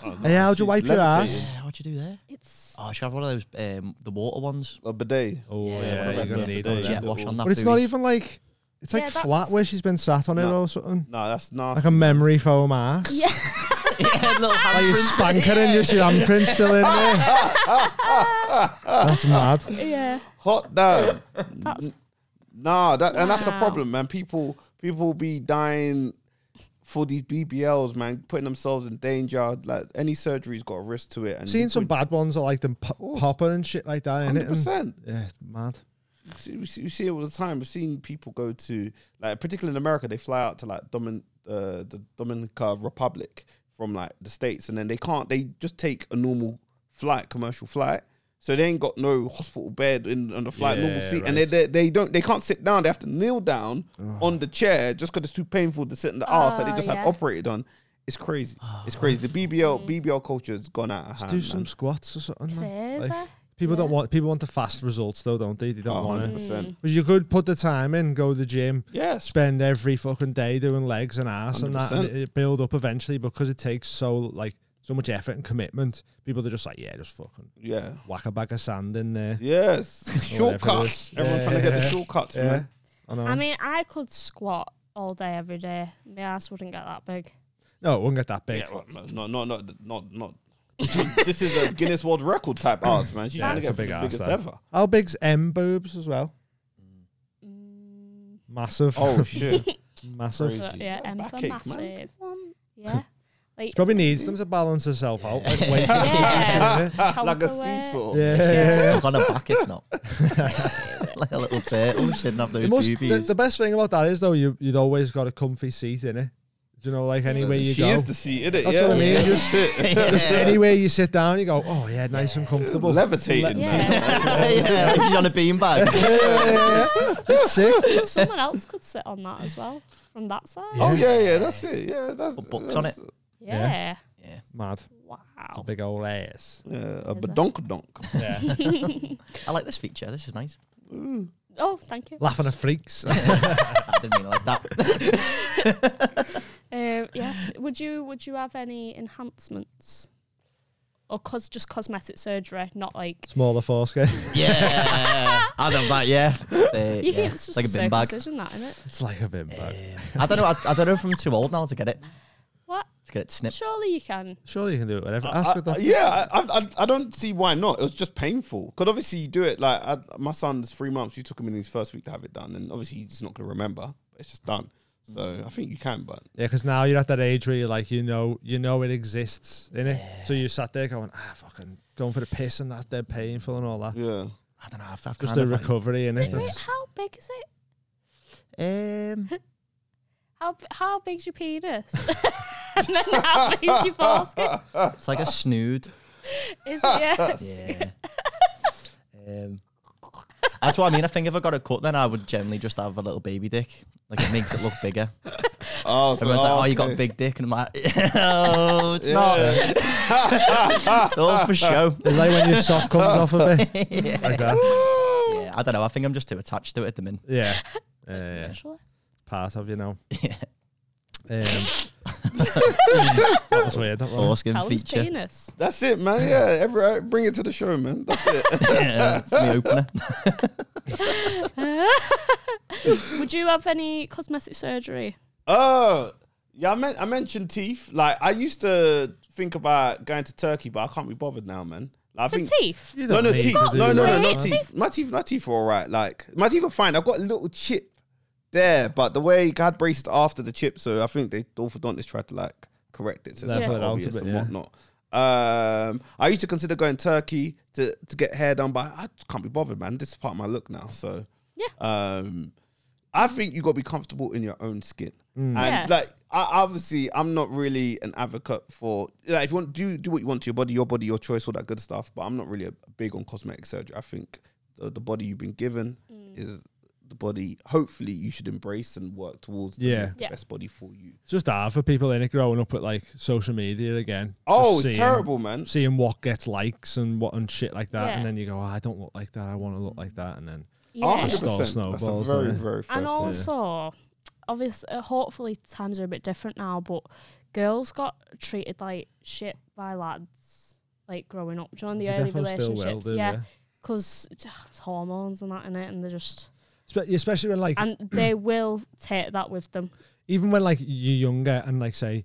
S4: Oh, no,
S3: Hey, how'd you
S4: she's
S3: wipe your
S4: levitating.
S3: ass?
S5: Yeah, what'd you do there?
S1: It's
S5: Oh, she had one of those um, the water ones.
S4: A bidet.
S3: oh
S5: Yeah,
S3: yeah,
S5: one
S3: you're
S5: of those,
S3: gonna
S5: yeah,
S3: need
S4: the
S3: all
S4: big
S3: that.
S5: Jet wash on that.
S3: But it's not
S5: booty.
S3: even like it's like
S1: Yeah,
S3: flat
S1: that's-
S3: where she's been sat on it
S4: No.
S3: or something.
S4: No, that's
S3: Like
S4: nasty.
S3: a memory foam ass.
S1: yeah.
S5: yeah, little
S3: Are you
S5: handprints.
S3: spanking and your handprint still in there? That's mad.
S1: yeah.
S4: Hot damn.
S1: That's
S4: Nah, that and that's a
S1: Wow.
S4: problem, man. People people be dying for these BBLs, man, putting themselves in danger. Like any surgery's got a risk to it. And
S3: Seen some bad ones that like them po-
S4: course.
S3: popping and shit like that. innit?
S4: hundred
S3: And,
S4: percent.
S3: yeah, it's mad.
S4: We see, we see it all the time. We've seen people go to like, particularly in America, they fly out to like Domin, uh, the Dominican Republic from like the states, and then they can't. They just take a normal flight, commercial flight. So they ain't got no hospital bed in on the flight, normal
S3: Yeah,
S4: seat, and they, they they don't they can't sit down. They have to kneel down on the chair just because it's too painful to sit in the ass that they
S1: Oh,
S4: just had
S1: yeah. Mm.
S4: operated on. It's crazy. It's crazy. The BBL BBL culture has gone out of
S3: Let's
S4: hand.
S3: do some
S4: man.
S3: squats or something. man.
S1: there's a-
S3: Like, people don't
S1: yeah.
S3: want people want the fast results though, don't they? They don't
S4: Oh,
S3: want it.
S1: Mm.
S4: 100%.
S3: But you could put the time in, go to the gym,
S4: Yes.
S3: spend every fucking day doing legs and ass and that, and
S4: 100%.
S3: it, it build up eventually because it takes so like so much effort and commitment. People are just like, yeah, just fucking
S4: Yeah.
S3: whack a bag of sand in there.
S4: Yes.
S3: Or whatever it
S4: Shortcuts.
S3: is.
S4: Everyone's trying to get the shortcuts,
S3: Yeah,
S4: man.
S3: I know.
S1: I mean, I could squat all day every day. My ass wouldn't get that big.
S3: no, it won't get that big.
S4: Yeah, well, no, no, no, no, no. this is a Guinness World Record type ass, man. She's
S3: Yeah,
S4: trying to
S3: it's
S4: get
S3: a
S4: as big,
S3: big ass,
S4: as
S3: though.
S4: ever.
S3: How big's M boobs as well?
S1: Mm,
S3: Massive.
S4: Oh shit!
S3: massive.
S4: Crazy.
S1: but yeah, M for
S4: Backache, man.
S1: massive.
S4: Come on.
S1: Yeah. Like,
S3: She probably needs them to balance herself out. Like weight
S1: Yeah.
S4: like a
S1: counterweight.
S4: seesaw.
S3: yeah.
S5: Stuck on her back, if not. like a little turtle. She didn't have those
S3: It must- the,
S5: boobies.
S3: the best thing about that is though you you'd always got a comfy seat in it. Do you know like anywhere you
S4: she
S3: go?
S4: is the seat, isn't it?
S3: That's
S4: yeah,
S3: what I mean,
S4: yeah.
S3: just-
S4: it.
S3: Just anywhere you sit down, you go, oh yeah, nice and comfortable.
S4: Levitating, man.
S1: Yeah.
S5: yeah, like she's on a beanbag.
S3: That's sick.
S1: Someone else could sit on that as well from that side.
S4: Oh yeah, yeah, that's it. Yeah, that's
S5: Put books on it.
S1: Yeah.
S5: Yeah.
S3: Mad. It's a
S1: Wow.
S3: big old ass.
S4: Yeah, a
S1: Is it?
S4: badonk donk.
S3: Yeah.
S5: I like this feature. This is nice.
S1: Oh, thank you.
S3: Laughing at freaks.
S5: I didn't mean it like that.
S1: Um, yeah. Would you Would you have any enhancements? Or cos just cosmetic surgery, not like
S3: Smaller foreskin.
S5: Yeah. I know that, yeah. Uh,
S1: you
S5: yeah.
S1: can, it's just
S5: like a bin bag.
S1: circumcision, that isn't it?
S3: It's like a bin bag.
S5: I don't know. I, I don't know if I'm too old now to get it.
S1: What?
S5: To get it snipped.
S1: Surely you can.
S3: Surely you can do it whatever.
S4: I-
S3: Ask her
S4: I-
S3: that.
S4: yeah, I, I, I don't see why not. It was just painful. Because obviously you do it like I, my son's three months. You took him in his first week to have it done, and obviously he's not going to remember. But it's just done. So I think you can, but
S3: Yeah, because now you're at that age where you're like, you know, you know it exists, innit? So you sat there going, ah, fucking going for the piss and that's dead painful and all that.
S4: yeah,
S5: I don't know. I've, I've
S3: Just
S5: kind
S3: the
S5: of like-
S3: recovery, innit?
S1: Wait, wait,
S3: That's,
S1: how big is it?
S5: Um,
S1: How b- how big's your penis? and then how big's your foreskin?
S5: it's like a snood.
S1: Is it? Yeah.
S5: Yeah. um, that's what I mean. I think if I got it cut, then I would generally just have a little baby dick. Like it makes it look bigger.
S4: Oh, so,
S5: Everyone's like, "Oh,
S4: okay.
S5: you got a big dick," and I'm like, "No, it's not. it's all for show."
S3: it's like when your sock comes off of it.
S5: yeah.
S3: Like that.
S5: Yeah, I don't know. I think I'm just too attached to it at the minute.
S3: Yeah. Yeah, yeah.
S1: Actually.
S3: Part of you know.
S5: Yeah.
S3: Um, that was weird. That one.
S5: Foreskin
S1: How's
S5: feature.
S1: penis?
S4: That's it, man. Yeah, every uh, bring it to the show, man. That's it.
S5: yeah, it's my opener.
S1: Would you have any cosmetic surgery?
S4: Oh, yeah. I, men- I mentioned teeth. Like I used to think about going to Turkey, but I can't be bothered now, man. Like, I
S1: For
S4: think
S1: teeth?
S3: You
S4: no,
S3: don't
S4: no
S3: need
S4: teeth.
S3: to
S4: No,
S3: do
S4: no, no,
S3: that,
S4: no
S3: man.
S4: teeth. My teeth, my teeth are all right. Like my teeth are fine. I've got a little chip there, but the way I had braces after the chip, so I think the orthodontist tried to like correct it, so it's
S3: Level
S4: not
S3: it out a
S4: obvious
S3: bit,
S4: and
S3: yeah.
S4: whatnot. Um, I used to consider going Turkey to to get hair done, but I can't be bothered, man. This is part of my look now, so
S1: Yeah.
S4: Um, I think you got to be comfortable in your own skin.
S3: Mm.
S4: And
S1: Yeah.
S4: like, I, obviously, I'm not really an advocate for like if you want do do what you want to your body, your body, your choice, all that good stuff. But I'm not really a, big on cosmetic surgery. I think the, the body you've been given
S1: Mm.
S4: is the body. Hopefully, you should embrace and work towards the,
S2: Yeah.
S4: the
S1: Yeah.
S4: best body for you.
S2: It's just hard for people in it growing up with like social media again.
S4: Oh,
S2: Just
S4: it's
S2: seeing-
S4: terrible, man.
S2: Seeing what gets likes and what and shit like that,
S1: Yeah.
S2: and then you go, oh, I don't look like that. I want to look like that, and then
S1: Yeah.
S4: 100%.
S2: Stall
S4: That's a
S2: snowballs,
S4: very,
S2: innit?
S4: very fair
S1: And
S4: point.
S1: also, obviously, uh, hopefully times are a bit different now, but girls got treated like shit by lads, like growing up during the
S2: You
S1: early
S2: definitely still will
S1: relationships.
S2: do,
S1: yeah,
S2: yeah.
S1: because it's hormones and that in it, and they just
S3: Spe- especially when like
S1: and they will take that with them.
S3: even when like you're younger and like say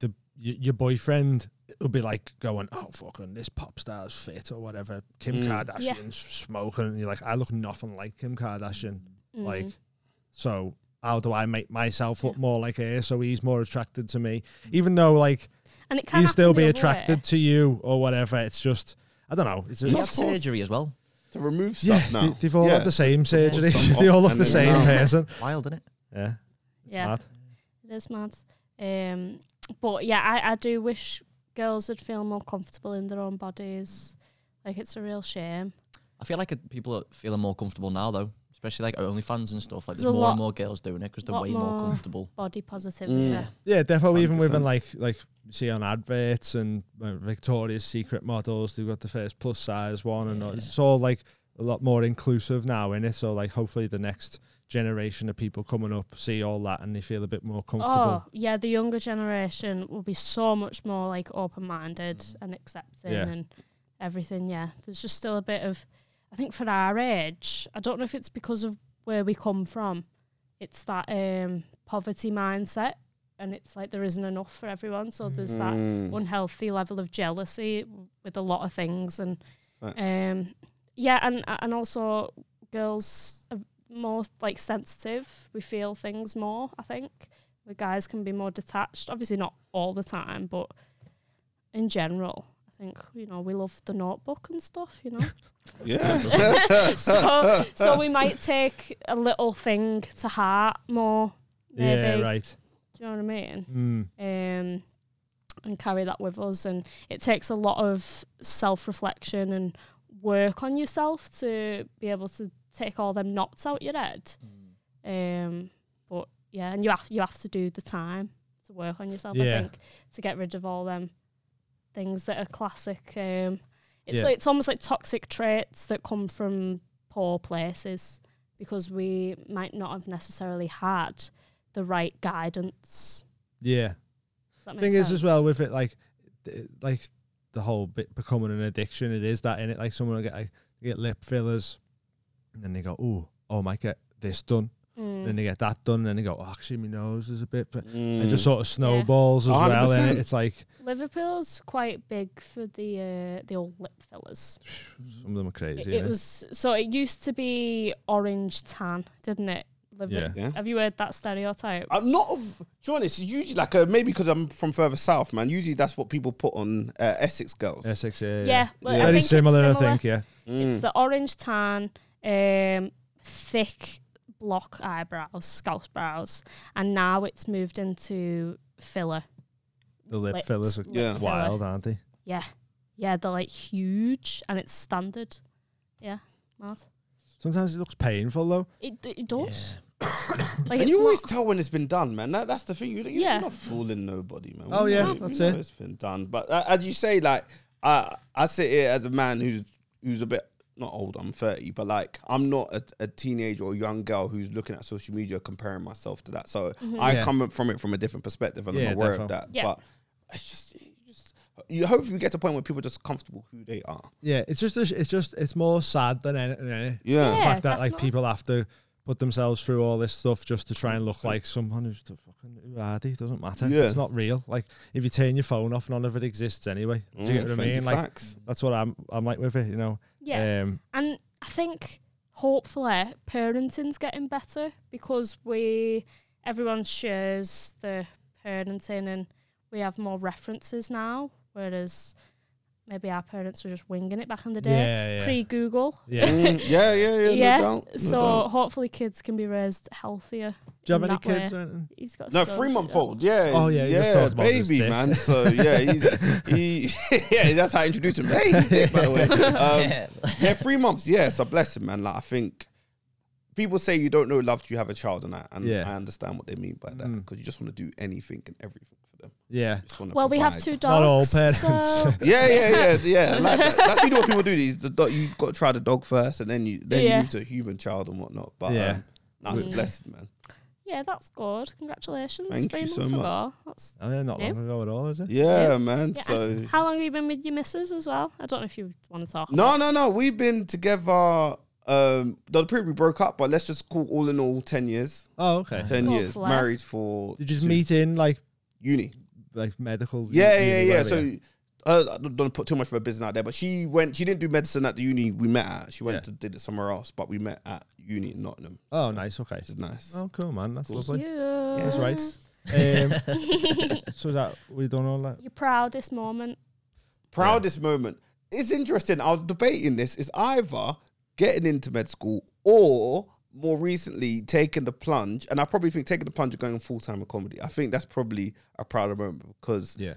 S3: the y- your boyfriend will be like going oh fucking this pop star's fit or whatever kim
S4: Mm.
S3: kardashian's
S1: Yeah.
S3: smoking and you're like i look nothing like kim kardashian
S1: Mm.
S3: like so how do i make myself look
S1: Yeah.
S3: more like her so he's more attracted to me even though like
S1: and it can
S3: he'll still
S1: happen the
S3: be
S1: other
S3: attracted
S1: way.
S3: to you or whatever it's just i don't know it's
S5: He's
S3: just
S5: had surgery as well.
S4: to remove
S3: yeah
S4: stuff now.
S3: they, have all
S4: yeah.
S3: had the same surgery
S4: Some
S3: they all
S4: off
S3: look
S4: and
S3: the
S4: then
S3: same
S4: now.
S3: person
S5: Wild, isn't it?
S3: yeah
S1: Yeah,
S3: mad.
S1: it is mad. Um, but yeah, I, I do wish girls would feel more comfortable in their own bodies. Like it's a real shame.
S5: I feel like it- people are feeling more comfortable now, though, especially like OnlyFans and stuff. Like,
S1: There's
S5: there's
S1: a
S5: more
S1: lot-
S5: and more girls doing it because they're
S1: lot
S5: way more
S1: more-
S5: comfortable.
S1: Body positivity.
S4: Mm.
S3: Yeah, definitely. Even within
S4: 100%.
S3: like like you see on adverts and uh, Victoria's Secret models, they've got the first plus size one, and all- it's all like a lot more inclusive now in it. So like, hopefully, the next generation of people coming up see all that and they feel a bit more comfortable.
S1: Oh, yeah, the younger generation will be so much more like open minded and accepting
S3: Yeah.
S1: and everything. Yeah, there's just still a bit of, I think for our age, I don't know if it's because of where we come from, it's that um, poverty mindset. And it's like there isn't enough for everyone. So there's that
S4: Mm.
S1: unhealthy level of jealousy with a lot of things. And
S4: Facts.
S1: um, yeah, and and also girls are more like sensitive. We feel things more. I think the guys can be more detached. Obviously, not all the time, but in general, I think you know we love the Notebook and stuff. You know,
S4: yeah.
S1: so so we might take a little thing to heart more. Maybe.
S3: Yeah, right.
S1: Do you know what I mean?
S3: Mm.
S1: um, and carry that with us. And it takes a lot of self reflection and work on yourself to be able to take all them knots out your head. Um, but yeah, and you have you have to do the time to work on yourself.
S3: Yeah.
S1: I think to get rid of all them things that are classic. Um, it's
S3: Yeah.
S1: like, it's almost like toxic traits that come from poor places because we might not have necessarily had the right guidance.
S3: Yeah.
S1: Does that make
S3: Thing is,
S1: sense?
S3: as well with it, like th- like the whole bit becoming an addiction. It is that in it. Like someone will get like, get lip fillers, and then they go, "Oh, oh, might get this done."
S1: Mm.
S3: Then they get that done, and then they go, oh, "Actually, my nose is a bit." But
S4: Mm.
S3: it just sort of snowballs as well. innit?
S4: 100%.
S3: It's like
S1: Liverpool's quite big for the uh, the old lip fillers.
S3: some of them are
S1: It,
S3: crazy.
S1: it
S3: innit?
S1: was so it used to be orange tan, didn't it? Liver-
S3: Yeah.
S4: Yeah.
S1: Have you heard that stereotype?
S4: I'm not. Of, do you honest? Usually, like uh, maybe because I'm from further south, man. Usually, that's what people put on uh, Essex girls.
S3: Essex, yeah, yeah.
S1: yeah, well, I
S3: very
S1: think it's
S3: similar, I
S1: similar.
S3: think. Yeah,
S4: Mm.
S1: It's the orange tan, um, thick block eyebrows, scalp brows, and now it's moved into filler.
S3: the lip
S1: Lips,
S3: fillers are
S1: lip
S4: Yeah.
S1: filler.
S3: wild, aren't they?
S1: Yeah, yeah, they're like huge and it's standard. Yeah, mad.
S3: Sometimes it looks painful though.
S1: It it does. like
S4: and
S1: it's
S4: you
S1: not-
S4: always tell when it's been done, man. That, that's the thing. You, you,
S1: Yeah.
S4: You're not fooling nobody, man.
S3: Oh,
S4: We
S3: yeah,
S4: know- we
S3: that's
S4: know
S3: it.
S4: It's been done. But uh, as you say, like I, I sit here as a man who's who's a bit not old. I'm 30, but like I'm not a, a teenager or young girl who's looking at social media comparing myself to that. So I
S3: Yeah.
S4: come from it from a different perspective, and
S3: Yeah,
S4: I'm aware
S3: defo.
S4: of that.
S1: Mm-hmm. Yeah.
S4: But it's just, you just you. Hopefully, we get to a point where people are just comfortable who they are.
S3: Yeah, it's just it's just it's more sad than anything. innit?
S4: Yeah.
S3: The
S1: Yeah,
S3: fact that like
S1: definitely.
S3: people have to put themselves through all this stuff just to try and look like someone who's the fucking who are they? Doesn't matter.
S4: Yeah.
S3: It's not real. Like if you turn your phone off, none of it exists anyway. Do Mm, you get what I mean? Like
S4: Mm, Facts.
S3: that's what I'm I'm like with it. You know.
S1: yeah.
S3: Um,
S1: And I think hopefully parenting's getting better because we everyone shares their parenting and we have more references now. Whereas maybe our parents were just winging it back in the day,
S3: Yeah, yeah.
S1: pre Google.
S3: yeah.
S4: Mm, yeah, yeah, yeah.
S1: Yeah,
S4: No, doubt, no
S1: so
S4: doubt.
S1: hopefully kids can be raised healthier.
S3: Do you have
S1: in
S3: any
S1: that
S3: kids uh?
S1: way.
S3: or anything?
S1: He's got a
S4: No,
S1: son,
S4: three month
S1: yeah.
S4: old. Yeah.
S3: Oh, yeah, you just
S4: Yeah,
S3: talked about his
S4: baby,
S3: dick.
S4: man. So yeah, he's he. yeah, that's how I introduced him. Hey, he's dick, by the way. Um,
S5: Yeah.
S4: yeah, three months. Yeah, it's a blessing, man. Like I think people say you don't know love till you have a child, and I and
S3: Yeah. Mm.
S4: I understand what they mean by that because you just want to do anything and everything for them.
S3: Yeah.
S4: You just wanna
S1: Well, we have
S4: provide.
S1: two dogs.
S3: Not all parents.
S1: So
S4: Yeah, yeah, yeah, yeah. Like that. that's usually what people do. Is the dog, you've got to try the dog first, and then you then
S1: Yeah.
S4: you move to a human child and whatnot. But
S3: Yeah.
S4: um, that's blessed, man.
S1: yeah, that's good. Congratulations.
S4: Thank
S1: three
S4: you
S1: months
S4: so much.
S1: ago. That's
S3: Oh, yeah, not
S1: No.
S3: long ago at all, is it?
S4: Yeah, man.
S1: yeah.
S4: So
S1: and how long have you been with your missus as well? I don't know if you want to talk.
S4: No, no, no. We've been together. Um, the period we broke up, but let's just call all in all ten years.
S3: Oh, okay.
S4: Ten
S1: Cool,
S4: years
S1: flat.
S4: married for
S3: Did you just
S4: to
S3: meet in like
S4: uni.
S3: like medical?
S4: Yeah,
S3: uni,
S4: yeah, yeah.
S3: whatever,
S4: So uh, I don't, don't put too much of her business out there. But she went. She didn't do medicine at the uni we met at. She went
S3: Yeah.
S4: to did it somewhere else. But we met at uni in Nottingham,
S3: Oh, nice. Okay.
S4: which is nice.
S3: Oh, cool, man. That's lovely.
S1: Yeah.
S3: That's right. Um, so that we don't all that.
S1: Your proudest moment.
S4: Proudest moment. It's interesting. I was debating this. It's either getting into med school or more recently taking the plunge. And I probably think taking the plunge and going full time with comedy. I think that's probably a prouder moment because
S3: Yeah.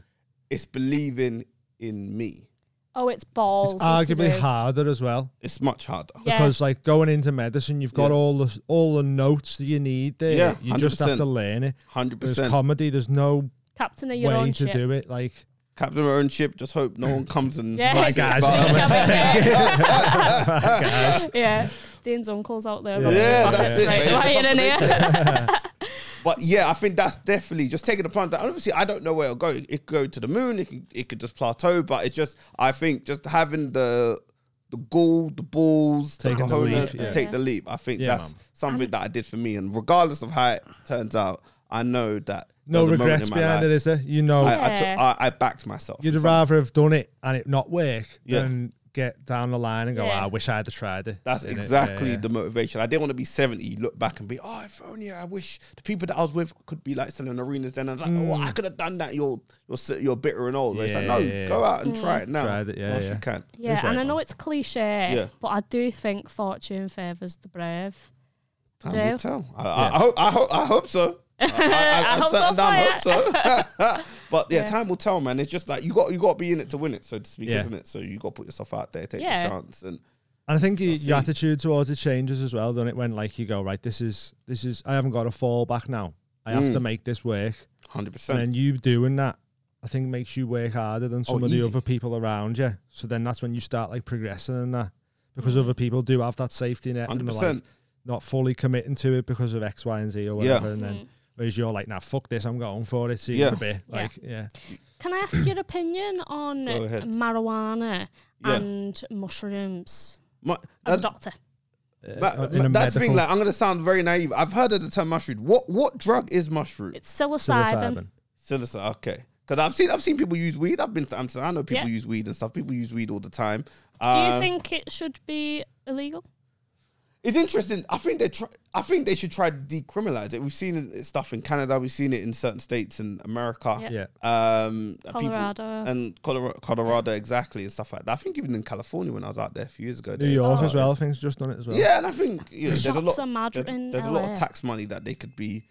S4: it's believing in me.
S1: Oh, it's
S3: It's
S1: balls. if you
S3: arguably
S1: do.
S3: harder as well
S4: It's much harder.
S1: Yeah.
S3: because, like, going into medicine, you've got
S4: Yeah.
S3: all the all the notes that you need there.
S4: Yeah,
S3: you just have to
S4: 100%.
S3: learn it.
S4: Hundred
S3: There's
S4: percent.
S3: comedy. There's no
S1: Captain of your
S3: way
S1: own
S3: to
S1: ship.
S3: do it. Like,
S4: Captain of our own ship. Just hope no one comes and
S1: Yeah.
S3: Right, guys.
S4: But-
S1: yeah. Dean's uncle's out there.
S3: Yeah,
S1: rubbing his
S4: that's
S1: pockets
S4: it,
S1: right
S4: mate.
S1: now, ain't in here.
S4: But yeah, I think that's definitely just taking the plunge. And Obviously, I don't know where it'll go. It could go to the moon. It could, it could just plateau. But it's just, I think, just having the the goal, the balls,
S3: Taking the
S4: the cojones
S3: leap,
S4: to
S3: yeah.
S4: take the leap. I think
S3: Yeah,
S4: that's something that I did for me. And regardless of how it turns out, I know that
S3: no
S4: there was a moment
S3: regrets
S4: in my
S3: behind
S4: life,
S3: it, is there? You know,
S4: I, I, took-
S1: Yeah.
S4: I, I backed myself.
S3: you'd
S4: in some-
S3: rather have done it and it not work
S4: Yeah.
S3: than get down the line and go,
S1: Yeah.
S3: "Ah, I wish I had tried it.
S4: That's
S3: innit? Yeah,
S4: exactly
S3: yeah.
S4: the motivation. I didn't want to be 70, look back and be, oh, if only I wish the people that I was with could be like selling arenas then. I was like, oh, I could have done that. You're you're, s- you're bitter and old. But it's like, no,
S3: Mm. Yeah.
S4: go out
S1: Mm.
S4: and try it now.
S3: Try it, yeah,
S4: whilst
S3: yeah.
S4: you can.
S1: Yeah,
S3: That's right,
S1: and I
S3: man.
S1: know it's cliche,
S4: Yeah.
S1: but I do think fortune favours the brave.
S4: Time
S1: Do.
S4: will tell. I, I, I, hope, I, hope, I hope so. I, I,
S1: I hope
S4: sat
S1: so
S4: down,
S1: for
S4: hope so. but yeah,
S1: Yeah.
S4: time will tell, man. It's just like you got you got to be in it to win it, so to speak,
S3: Yeah.
S4: isn't it? So you got to put yourself out there, take
S1: Yeah.
S4: the chance, and
S3: And I think y- your
S4: see.
S3: attitude towards it changes as well, doesn't it? When like you go, right, this is this is I haven't got a fallback now. I have
S4: Mm.
S3: to make this work.
S4: hundred
S3: And
S4: percent.
S3: then you doing that, I think makes you work harder than some
S4: Oh,
S3: of
S4: easy.
S3: the other people around you. So then that's when you start like progressing and that. Because other people do have that safety net and they're like
S4: Mm. 100%.
S3: not fully committing to it because of X, Y, and Z or
S4: Yeah.
S3: whatever. And then whereas you're like, nah, fuck this, I'm going for it. See you in
S4: Yeah.
S3: a bit.
S1: Mm. Yeah.
S3: Like, yeah.
S1: Can I ask your opinion on
S4: Go ahead.
S1: marijuana
S4: Yeah.
S1: and mushrooms?
S4: My-
S1: As a
S4: that-
S1: doctor,
S4: That,
S3: uh, in a
S4: that's the
S3: medical-
S4: thing. Like, I'm gonna sound very naive. I've heard of the term mushroom. What what drug is mushroom?
S1: it's psilocybin.
S3: Psilocybin.
S4: Psilocybin. Okay, because I've seen I've seen people use weed. I've been to Amsterdam. I know people
S1: Yeah.
S4: use weed and stuff. People use weed all the time.
S1: Do you
S4: Um,
S1: think it should be illegal?
S4: it's interesting? I think they try, I think they should try to decriminalize it. We've seen it- stuff in Canada. We've seen it in certain states in America.
S1: Yeah.
S3: Yeah.
S4: Um, and people-
S1: Colorado.
S4: and Colorado, Colorado exactly and stuff like that. I think even in California when I was out there a few years ago,
S3: New
S4: they-
S3: York as well, I think's just done it as well.
S4: Yeah, and I think you know, there's a
S1: Shops
S4: lot.
S1: are mad
S4: there's
S1: in
S4: there's a lot
S1: LA.
S4: of tax money that they could be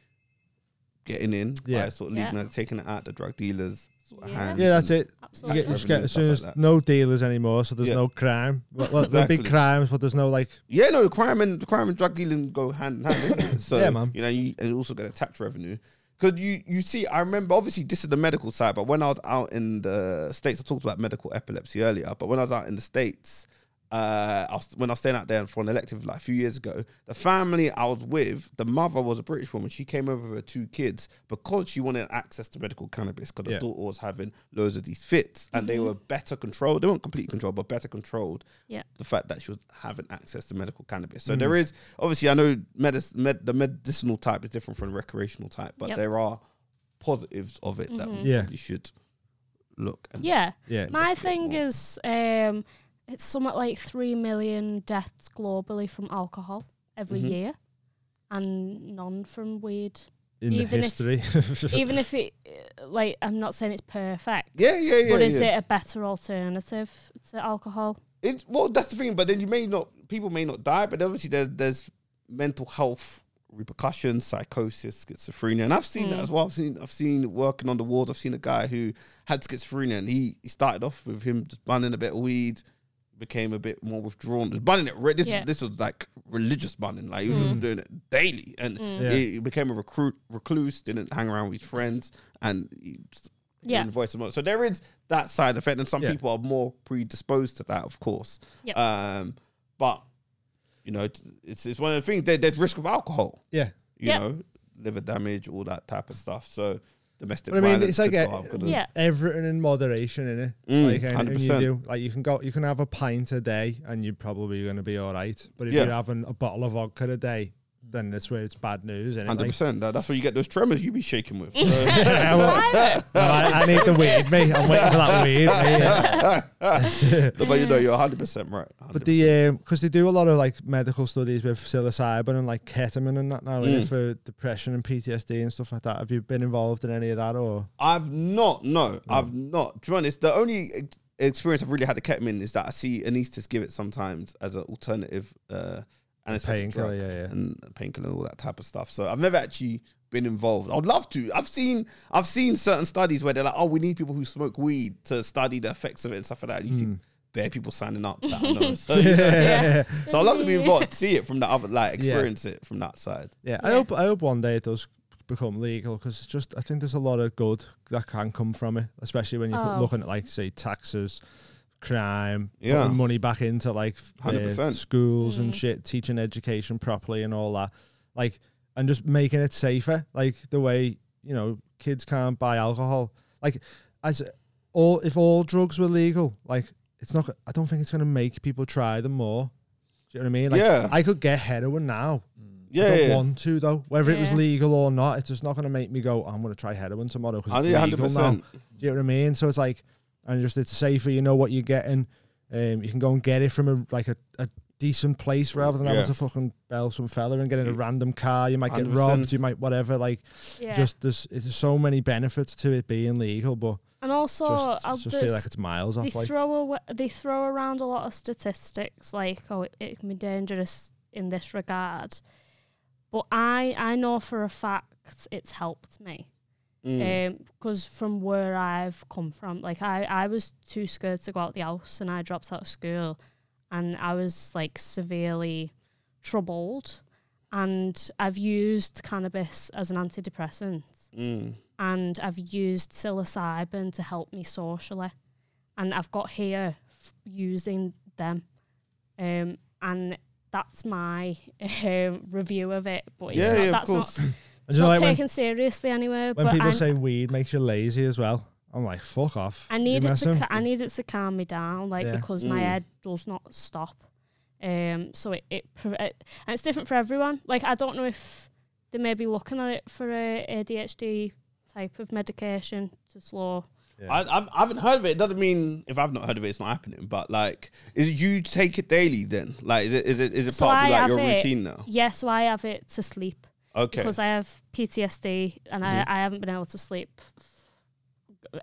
S4: getting in
S3: Yeah.
S4: by sort of
S1: Yeah.
S4: leaving us taking it out the drug dealers. Sort of
S1: Yeah.
S4: hands
S3: Yeah, that's
S4: and-
S3: it. You
S1: Absolutely.
S3: get, you just
S4: Revenue
S3: get
S4: and
S3: as
S4: stuff
S3: soon
S4: like
S3: as
S4: that.
S3: no dealers anymore, so there's
S4: Yeah.
S3: no crime. Well, well, there are
S4: Exactly.
S3: big crimes, but there's no like
S4: Yeah, no, crime and crime and drug dealing go hand in hand. Isn't it? So
S3: Yeah, man.
S4: you know, you, and you also get a tax revenue. Cause you you see, I remember obviously this is the medical side, but when I was out in the states, I talked about medical epilepsy earlier. But when I was out in the states, uh, I was, when I was staying out there for an elective like a few years ago, the family I was with, the mother was a British woman. She came over with her two kids because she wanted access to medical cannabis because
S3: Yeah. Mm-hmm.
S4: the daughter was having loads of these fits, and they were better controlled. They weren't completely controlled, but better controlled
S1: Yeah.
S4: the fact that she was having access to medical cannabis. So there is obviously I know medis- med- the medicinal type is different from the recreational type, but
S1: Yep. Mm-hmm.
S4: there are positives of it that we
S3: Yeah.
S4: probably should look. And
S1: Yeah.
S3: Yeah.
S1: My thing is, um, it's somewhat like three million deaths
S4: Mm-hmm.
S1: globally from alcohol every year, and none from weed
S3: in the
S1: Even if-
S3: history.
S1: Even if it, uh, like, I'm not saying it's perfect.
S4: Yeah, yeah, yeah.
S1: but
S4: yeah.
S1: is it a better alternative to alcohol?
S4: It's- well, that's the thing. But then you may not. People may not die, but obviously there's there's mental health repercussions, psychosis, schizophrenia, and I've seen
S1: Hmm.
S4: that as well. I've seen I've seen working on the wards. I've seen a guy who had schizophrenia, and he, he started off with him just bunning a bit of weed, became a bit more withdrawn. Just bunning it. re- This
S1: Yeah. Hmm.
S4: this was like religious bunning, like he was doing it daily, and he, he became a recruit recluse. Didn't hang around with his friends, and he
S1: Yeah.
S4: in voice mode. So there is that side effect, and some
S3: Yeah.
S4: people are more predisposed to that, of course.
S1: Yep.
S4: Um, but you know, it's- it's it's one of the things. There, there's risk of alcohol.
S3: yeah.
S4: You
S1: Yep.
S4: know, liver damage, all that type of stuff. So domestic.
S3: But I mean,
S4: violence
S3: it's like
S4: could
S3: a-
S4: go up, couldn't it?
S1: Yeah.
S3: Everything in moderation, innit?
S4: Mm,
S3: like anything you
S4: 100%.
S3: do. Like you can go you can have a pint a day and you're probably gonna be all right. But if
S4: Yeah.
S3: you're having a bottle of vodka a day, then that's where it's bad news, innit?
S4: Hundred
S3: Like,
S4: percent. That, that's where you get those tremors you be shaking with.
S3: I, want- I, I need the weed, mate. I'm waiting for that weed. mate.
S4: but you know, you're hundred percent right. 100%.
S3: But the because they do a lot of like medical studies with psilocybin and like ketamine and that now
S4: Mm.
S3: innit, for depression and PTSD and stuff like that. Have you been involved in any of that or?
S4: I've not. No,
S3: Mm.
S4: I've not. To be honest, the only ex- experience I've really had of ketamine is that I see anaesthetists give it sometimes as an alternative uh, anaesthetic
S3: Painkiller,
S4: drug
S3: yeah, yeah.
S4: and painkiller and all that type of stuff. So I've never actually been involved. I'd love to. I've seen I've seen certain studies where they're like, oh, we need people who smoke weed to study the effects of it and stuff like that. And you
S3: Hmm.
S4: see bare people signing up. That I know. So, so I'd love to be involved, see it from the other, like experience it from that side.
S3: Yeah, I
S1: Yeah.
S3: hope I hope one day it does become legal because just I think there's a lot of good that can come from it, especially when you're
S1: Oh.
S3: looking at like say taxes, crime,
S4: Yeah.
S3: putting money back into like f- uh,
S4: 100%.
S3: schools
S1: Mm.
S3: and shit, teaching education properly and all that, like and just making it safer, like the way you know kids can't buy alcohol, like as all if all drugs were legal, like it's not. I don't think it's gonna make people try them more. Do you know what I mean? Like,
S4: Yeah.
S3: I could get heroin now. I
S4: Yeah,
S3: don't
S4: yeah.
S3: want to though. Whether it was
S1: Yeah.
S3: legal or not, it's just not going to make me go. I'm going to try heroin tomorrow because it's
S4: Hundred
S3: legal now. Do
S4: percent.
S3: you know what I mean? So it's like, and just it's safer. You know what you're getting. Um, you can go and get it from a like a, a decent place rather than having
S4: Yeah.
S3: to fucking bell some fella and get in a random car. You might get
S4: 100%.
S3: robbed. You might whatever. Like,
S1: Yeah.
S3: just there's there's so many benefits to it being legal, but
S1: and also,
S3: just
S1: I'll
S3: just feel like it's miles
S1: they
S3: off. Like,
S1: throw away, they throw around a lot of statistics like oh it, it can be dangerous in this regard but i i know for a fact it's helped me
S3: Mm.
S1: because from where i've come from like i i was too scared to go out the house and i dropped out of school and i was like severely troubled and i've used cannabis as an antidepressant
S4: Mm.
S1: and I've used psilocybin to help me socially, and I've got here f- using them, um, and that's my um, review of it. But it's
S4: Yeah,
S1: not,
S4: yeah, of
S1: that's
S4: course.
S1: not,
S3: And
S1: it's
S3: you know,
S1: not
S3: like when,
S1: taken seriously anywhere.
S3: when
S1: but
S3: people
S1: I,
S3: say weed makes you lazy as well, I'm like, fuck off.
S1: I
S3: You
S1: need it to
S3: messing.
S1: ca- I need it to calm me down, like
S3: Yeah.
S1: because
S4: Mm.
S1: my head does not stop. Um, so it it, prov- it and it's different for everyone. Like I don't know if they may be looking at it for a ADHD type of medication to slow
S4: I, I've, I haven't heard of it. It doesn't mean if I've not heard of it, it's not happening. But like, is it you take it daily then? Like, is it is it is it
S1: So
S4: part
S1: I
S4: of like
S1: have
S4: your
S1: it-
S4: routine now?
S1: Yeah, so I have it to sleep
S4: Okay. Mm-hmm.
S1: because I have PTSD and I, I haven't been able to sleep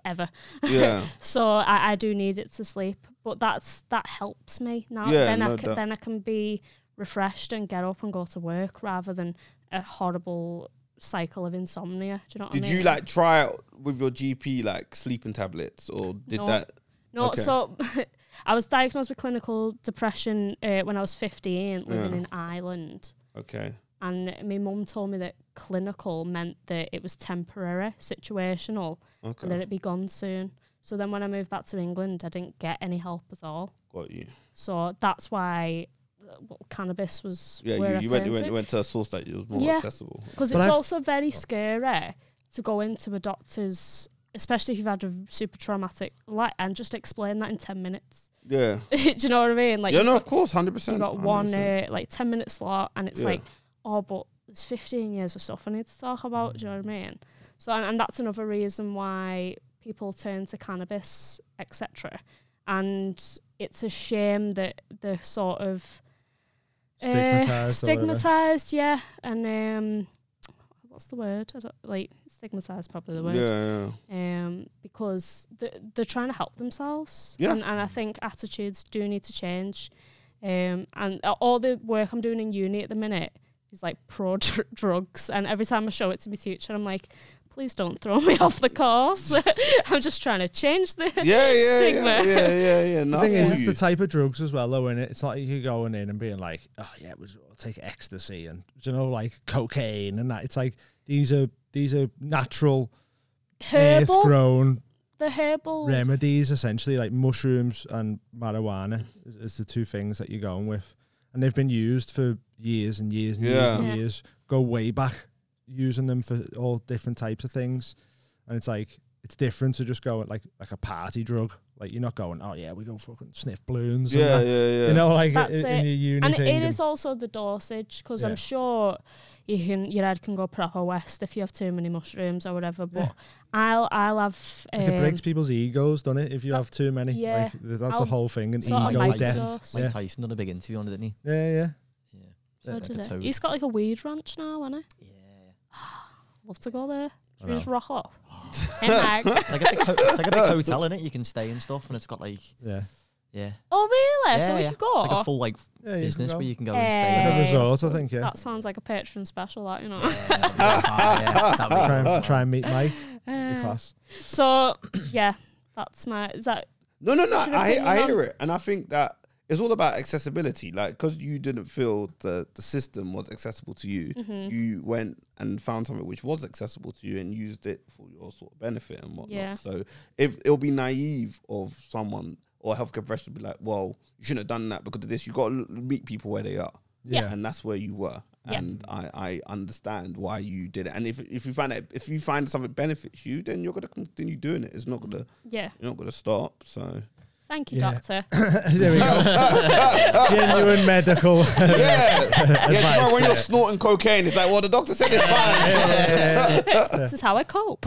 S1: ever.
S4: Yeah.
S1: So I, I do need it to sleep, but that's that helps me now.
S4: Yeah,
S1: then
S4: no
S1: I can,
S4: doubt.
S1: then I can be refreshed and get up and go to work rather than a horrible cycle of insomnia. Do you know what
S4: Did
S1: I mean?
S4: you like try out with your GP like sleeping tablets or did
S1: No.
S4: that?
S1: No,
S4: Okay.
S1: so I was diagnosed with clinical depression uh, when I was 15 living
S4: Yeah.
S1: in Ireland.
S4: Okay.
S1: and my mum told me that clinical meant that it was temporary, situational,
S4: Okay.
S1: and that it'd be gone soon. So then when I moved back to England, I didn't get any help at all.
S4: Got you.
S1: So that's why uh, well, cannabis was
S4: Yeah.
S1: where
S4: You,
S1: I
S4: you went. You
S1: turned
S4: went. You
S1: to
S4: went to a source that was more
S1: Yeah.
S4: accessible.
S1: because
S3: But
S1: it's
S3: I've-
S1: also very scary to go into a doctor's, especially if you've had a super traumatic life, and just explain that in ten minutes.
S4: Yeah.
S1: Do you know what I mean? Like
S4: yeah. No. Of course. Hundred percent.
S1: you got one uh, like 10 minute slot and it's
S4: Yeah.
S1: like oh but there's 15 years of stuff i need to talk about do you know what i
S4: Mm.
S1: mean so and, and that's another reason why people turn to cannabis etc and it's a shame that they're sort of uh,
S3: Stigmatised or whatever.
S1: stigmatized yeah and um what's the word? I don't, like stigmatized, probably the
S4: Yeah,
S1: word.
S4: yeah.
S1: um, because th- they're trying to help themselves.
S4: Yeah.
S1: And, and I think attitudes do need to change. Um, and a- all the work I'm doing in uni at the minute is like pro dr- drugs. And every time I show it to my teacher, I'm like, please don't throw me off the course. I'm just trying to change the
S4: Yeah, yeah, yeah,
S1: stigma.
S4: yeah, yeah, yeah.
S3: The
S4: No,
S3: thing is,
S4: I
S3: it's
S4: feel
S3: the type of drugs as well, though, and it's not like you're going in and being like, oh, yeah, it was, I'll take ecstasy and, you know, like cocaine and that. It's like, these are these are natural, earth
S1: Herbal,
S3: grown
S1: the herbal.
S3: remedies, essentially, like mushrooms and marijuana is, is the two things that you're going with. And they've been used for years and years and years and
S1: Yeah. Yeah.
S3: years, go way back, using them for all different types of things. And it's like, it's different to just go at like like a party drug. Like you're not going, oh yeah, we go fucking sniff balloons. and
S4: you. yeah,
S3: that."
S4: yeah, yeah.
S3: you know, like
S1: That's
S3: i- in,
S1: it.
S3: your uni
S1: and it,
S3: thing.
S1: it
S3: and-
S1: is also the dosage because
S3: Yeah.
S1: I'm sure you can your head can go proper west if you have too many mushrooms or whatever. But
S3: Yeah.
S1: I'll I'll have
S3: like it
S1: um,
S3: breaks people's egos, doesn't it? If you have too many,
S1: yeah.
S3: like, th- that's
S1: I'll
S3: the whole thing. An
S1: sort of
S3: ego
S1: like
S5: Mm. Mike
S3: death.
S1: so.
S5: Tyson.
S1: Yeah.
S5: Mike Tyson done a big interview on it, didn't he?
S3: Yeah, yeah.
S5: Yeah.
S1: So
S5: Like a
S1: did it.
S5: toad.
S1: He's got like a weed ranch now, hasn't he?
S5: Yeah.
S1: Love to go there. Should we
S3: know.
S1: just rock up? Hey, Mag.
S5: It's like a big, ho- it's like a big hotel in it. You can stay and stuff, and it's got like
S3: Yeah.
S5: yeah,
S1: Oh really? so we
S5: yeah.
S1: can go.
S5: It's like a full like
S3: yeah you
S5: business
S3: can
S5: where
S3: go.
S5: you can go and stay.
S1: Hey.
S3: a resort, I think, yeah.
S1: That sounds like a patron special, that you know.
S5: Yeah, that'd be a bar, yeah, that'd be
S3: Try
S5: a bar.
S3: and, try and meet Mike, the
S1: Uh,
S3: class.
S1: so yeah, that's my is that
S4: No, no, no.
S1: Should have
S4: I
S1: been
S4: I
S1: none.
S4: hear it, and I think that it's all about accessibility. Like, because you didn't feel the the system was accessible to you,
S1: Mm-hmm.
S4: you went and found something which was accessible to you and used it for your sort of benefit and whatnot.
S1: Yeah.
S4: So, if it'll be naive of someone or a healthcare professional to be like, "Well, you shouldn't have done that because of this." You got to meet people where they are,
S1: Yeah. Yeah.
S4: and that's where you were.
S1: Yeah.
S4: And I, I understand why you did it. And if if you find that if you find something benefits you, then you're gonna continue doing it. It's not gonna
S1: yeah.
S4: you're not gonna stop. So
S1: Thank you,
S3: Yeah.
S1: Doctor.
S3: there we go. Genuine medical.
S4: yeah, yeah. Tomorrow when
S3: there.
S4: you're snorting cocaine, it's like, well, the doctor said it's fine. so-
S1: this is how I cope.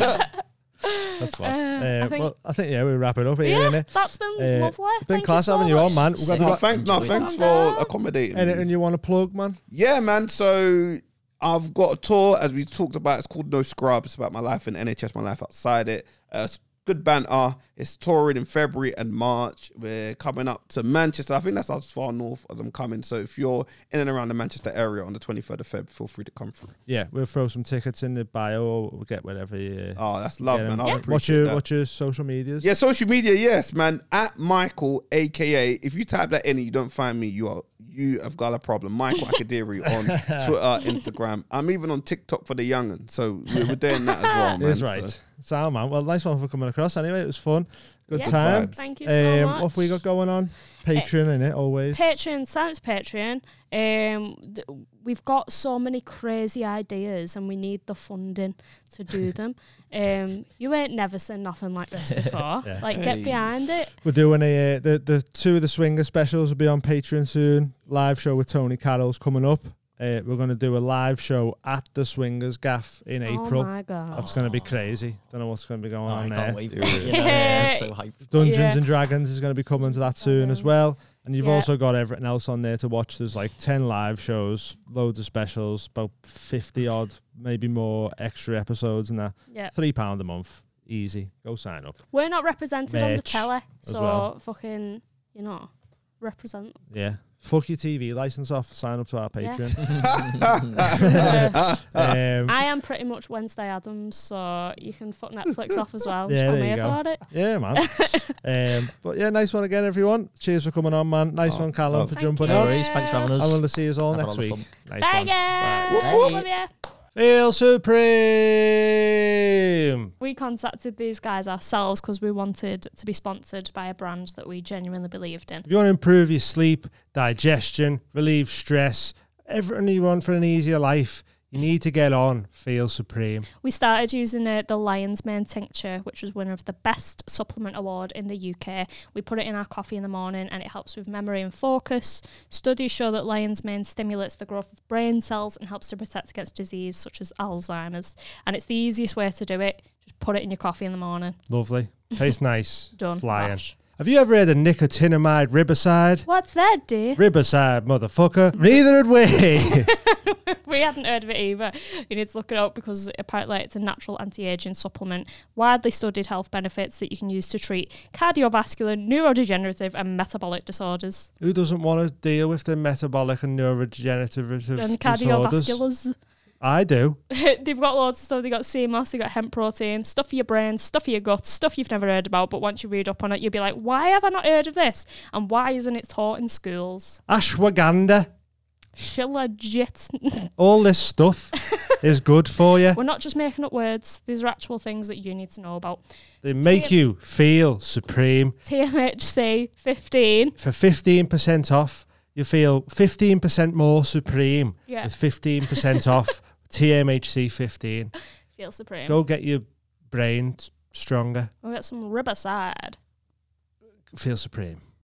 S3: That's class.
S1: Uh,
S3: Uh,
S1: I think-
S3: well, I think, yeah, we'll wrap it up here,
S1: yeah,
S3: innit?
S1: that's been
S3: Uh,
S1: lovely.
S3: It's been
S1: Thank
S3: class
S1: you so
S3: having you on,
S1: much.
S3: man. We've got,
S5: Sick.
S4: No,
S3: got
S4: thank, no, thanks for accommodating. me.
S3: anything you want to plug, man?
S4: Yeah, man. So I've got a tour, as we talked about. It's called No Scrub. It's about my life in NHS, my life outside it. Uh, it's good banter. It's touring in February and March. We're coming up to Manchester. I think that's as far north as I'm coming. So if you're in and around the Manchester area on the 23rd of Feb, feel free to come through.
S3: Yeah, we'll throw some tickets in the bio or we'll get whatever you.
S4: Oh, that's love, man. I
S1: Yeah.
S4: yeah.
S3: What's your, what's your social medias?
S4: Yeah, social media, yes, man. At Michael, aka, if you type that in and you don't find me, you are you have got a problem. Michael Akadiri on Twitter, Instagram. I'm even on TikTok for the young'un, so we're, we're doing that as well, man.
S3: That's right.
S4: So,
S3: Sound man. Well, nice one for coming across. Anyway, it was fun. Good
S1: Yeah.
S3: time.
S4: vibes.
S1: Thank you so much.
S3: What have we got going on? Patreon in it always.
S1: Patreon, sounds Patreon. Um, th- we've got so many crazy ideas, and we need the funding to do them. um, you ain't never seen nothing like this before.
S3: Yeah.
S1: Like, get behind it.
S3: We're doing a uh, the the two of the swinger specials will be on Patreon soon. Live show with Tony Carroll's coming up. Uh, we're going to do a live show at the Swingers Gaff in
S1: Oh
S3: April.
S1: my god!
S3: That's going to be crazy. Don't know what's going to be going
S5: Oh, I
S3: on there.
S5: can't wait. for it, you know, yeah, I'm so hyped.
S3: Dungeons
S1: Yeah.
S3: and Dragons is going to be coming to that soon as well. And you've
S1: Yeah.
S3: also got everything else on there to watch. There's like 10 live shows, loads of specials, about 50 odd, maybe more extra episodes and that.
S1: Yeah,
S3: £3 a month. Easy. Go sign up.
S1: we're not represented on the
S3: Merch
S1: telly, so
S3: well.
S1: fucking you know, represent.
S3: Yeah. Fuck your TV license off. Sign up to our Patreon.
S1: Uh,
S3: Um,
S1: I am pretty much Wednesday Adams, so you can fuck Netflix off as well.
S3: Yeah,
S1: Just come
S3: there you
S1: here
S3: go.
S1: for it.
S3: yeah, man. um, but yeah, nice one again, everyone. Cheers for coming on, man. Nice
S4: Oh,
S3: one, Callum,
S4: oh.
S3: for
S1: Thank
S3: jumping
S1: you.
S5: No
S3: on.
S5: worries. Thanks for having
S3: uh, I
S5: us.
S3: want to see us all
S5: Have a
S3: next
S5: lot of
S3: week.
S5: fun.
S3: Nice
S1: Bye,
S3: one.
S1: guys.
S5: Bye.
S1: Love ya.
S3: Feel supreme.
S1: we contacted these guys ourselves because we wanted to be sponsored by a brand that we genuinely believed in.
S3: If you want to improve your sleep, digestion, relieve stress, everything you want for an easier life, you need to get on Feel Supreme.
S1: We started using uh, the Lion's Mane tincture, which was winner of the best supplement award in the UK. We put it in our coffee in the morning and it helps with memory and focus. Studies show that Lion's Mane stimulates the growth of brain cells and helps to protect against disease such as Alzheimer's. And it's the easiest way to do it. Just put it in your coffee in the morning.
S3: Lovely. Tastes nice.
S1: Done.
S3: Flying.
S1: Mash.
S3: Have you ever heard of nicotinamide riboside?
S1: What's that, dear?
S3: Riboside, motherfucker. Neither had we.
S1: We hadn't heard of it either. You need to look it up because apparently it's a natural anti-aging supplement. Widely studied health benefits that you can use to treat cardiovascular, neurodegenerative, and metabolic disorders.
S3: Who doesn't want to deal with the metabolic and neurodegenerative
S1: and
S3: disorders?
S1: cardiovasculars.
S3: I do.
S1: They've got loads of stuff. They've got CMOS, they've got hemp protein, stuff for your brain, stuff for your gut, stuff you've never heard about. But once you read up on it, you'll be like, why have I not heard of this? And why isn't it taught in schools?
S3: Ashwagandha.
S1: Shilajit.
S3: All this stuff is good for you.
S1: We're not just making up words. These are actual things that you need to know about.
S3: They make you feel supreme.
S1: TMHC 15.
S3: For 15% off, you feel 15% more supreme
S1: Yeah.
S3: with 15% off TMHC 15.
S1: Feel supreme.
S3: Go get your brain s- stronger.
S1: We'll get some riboside.
S3: Feel supreme.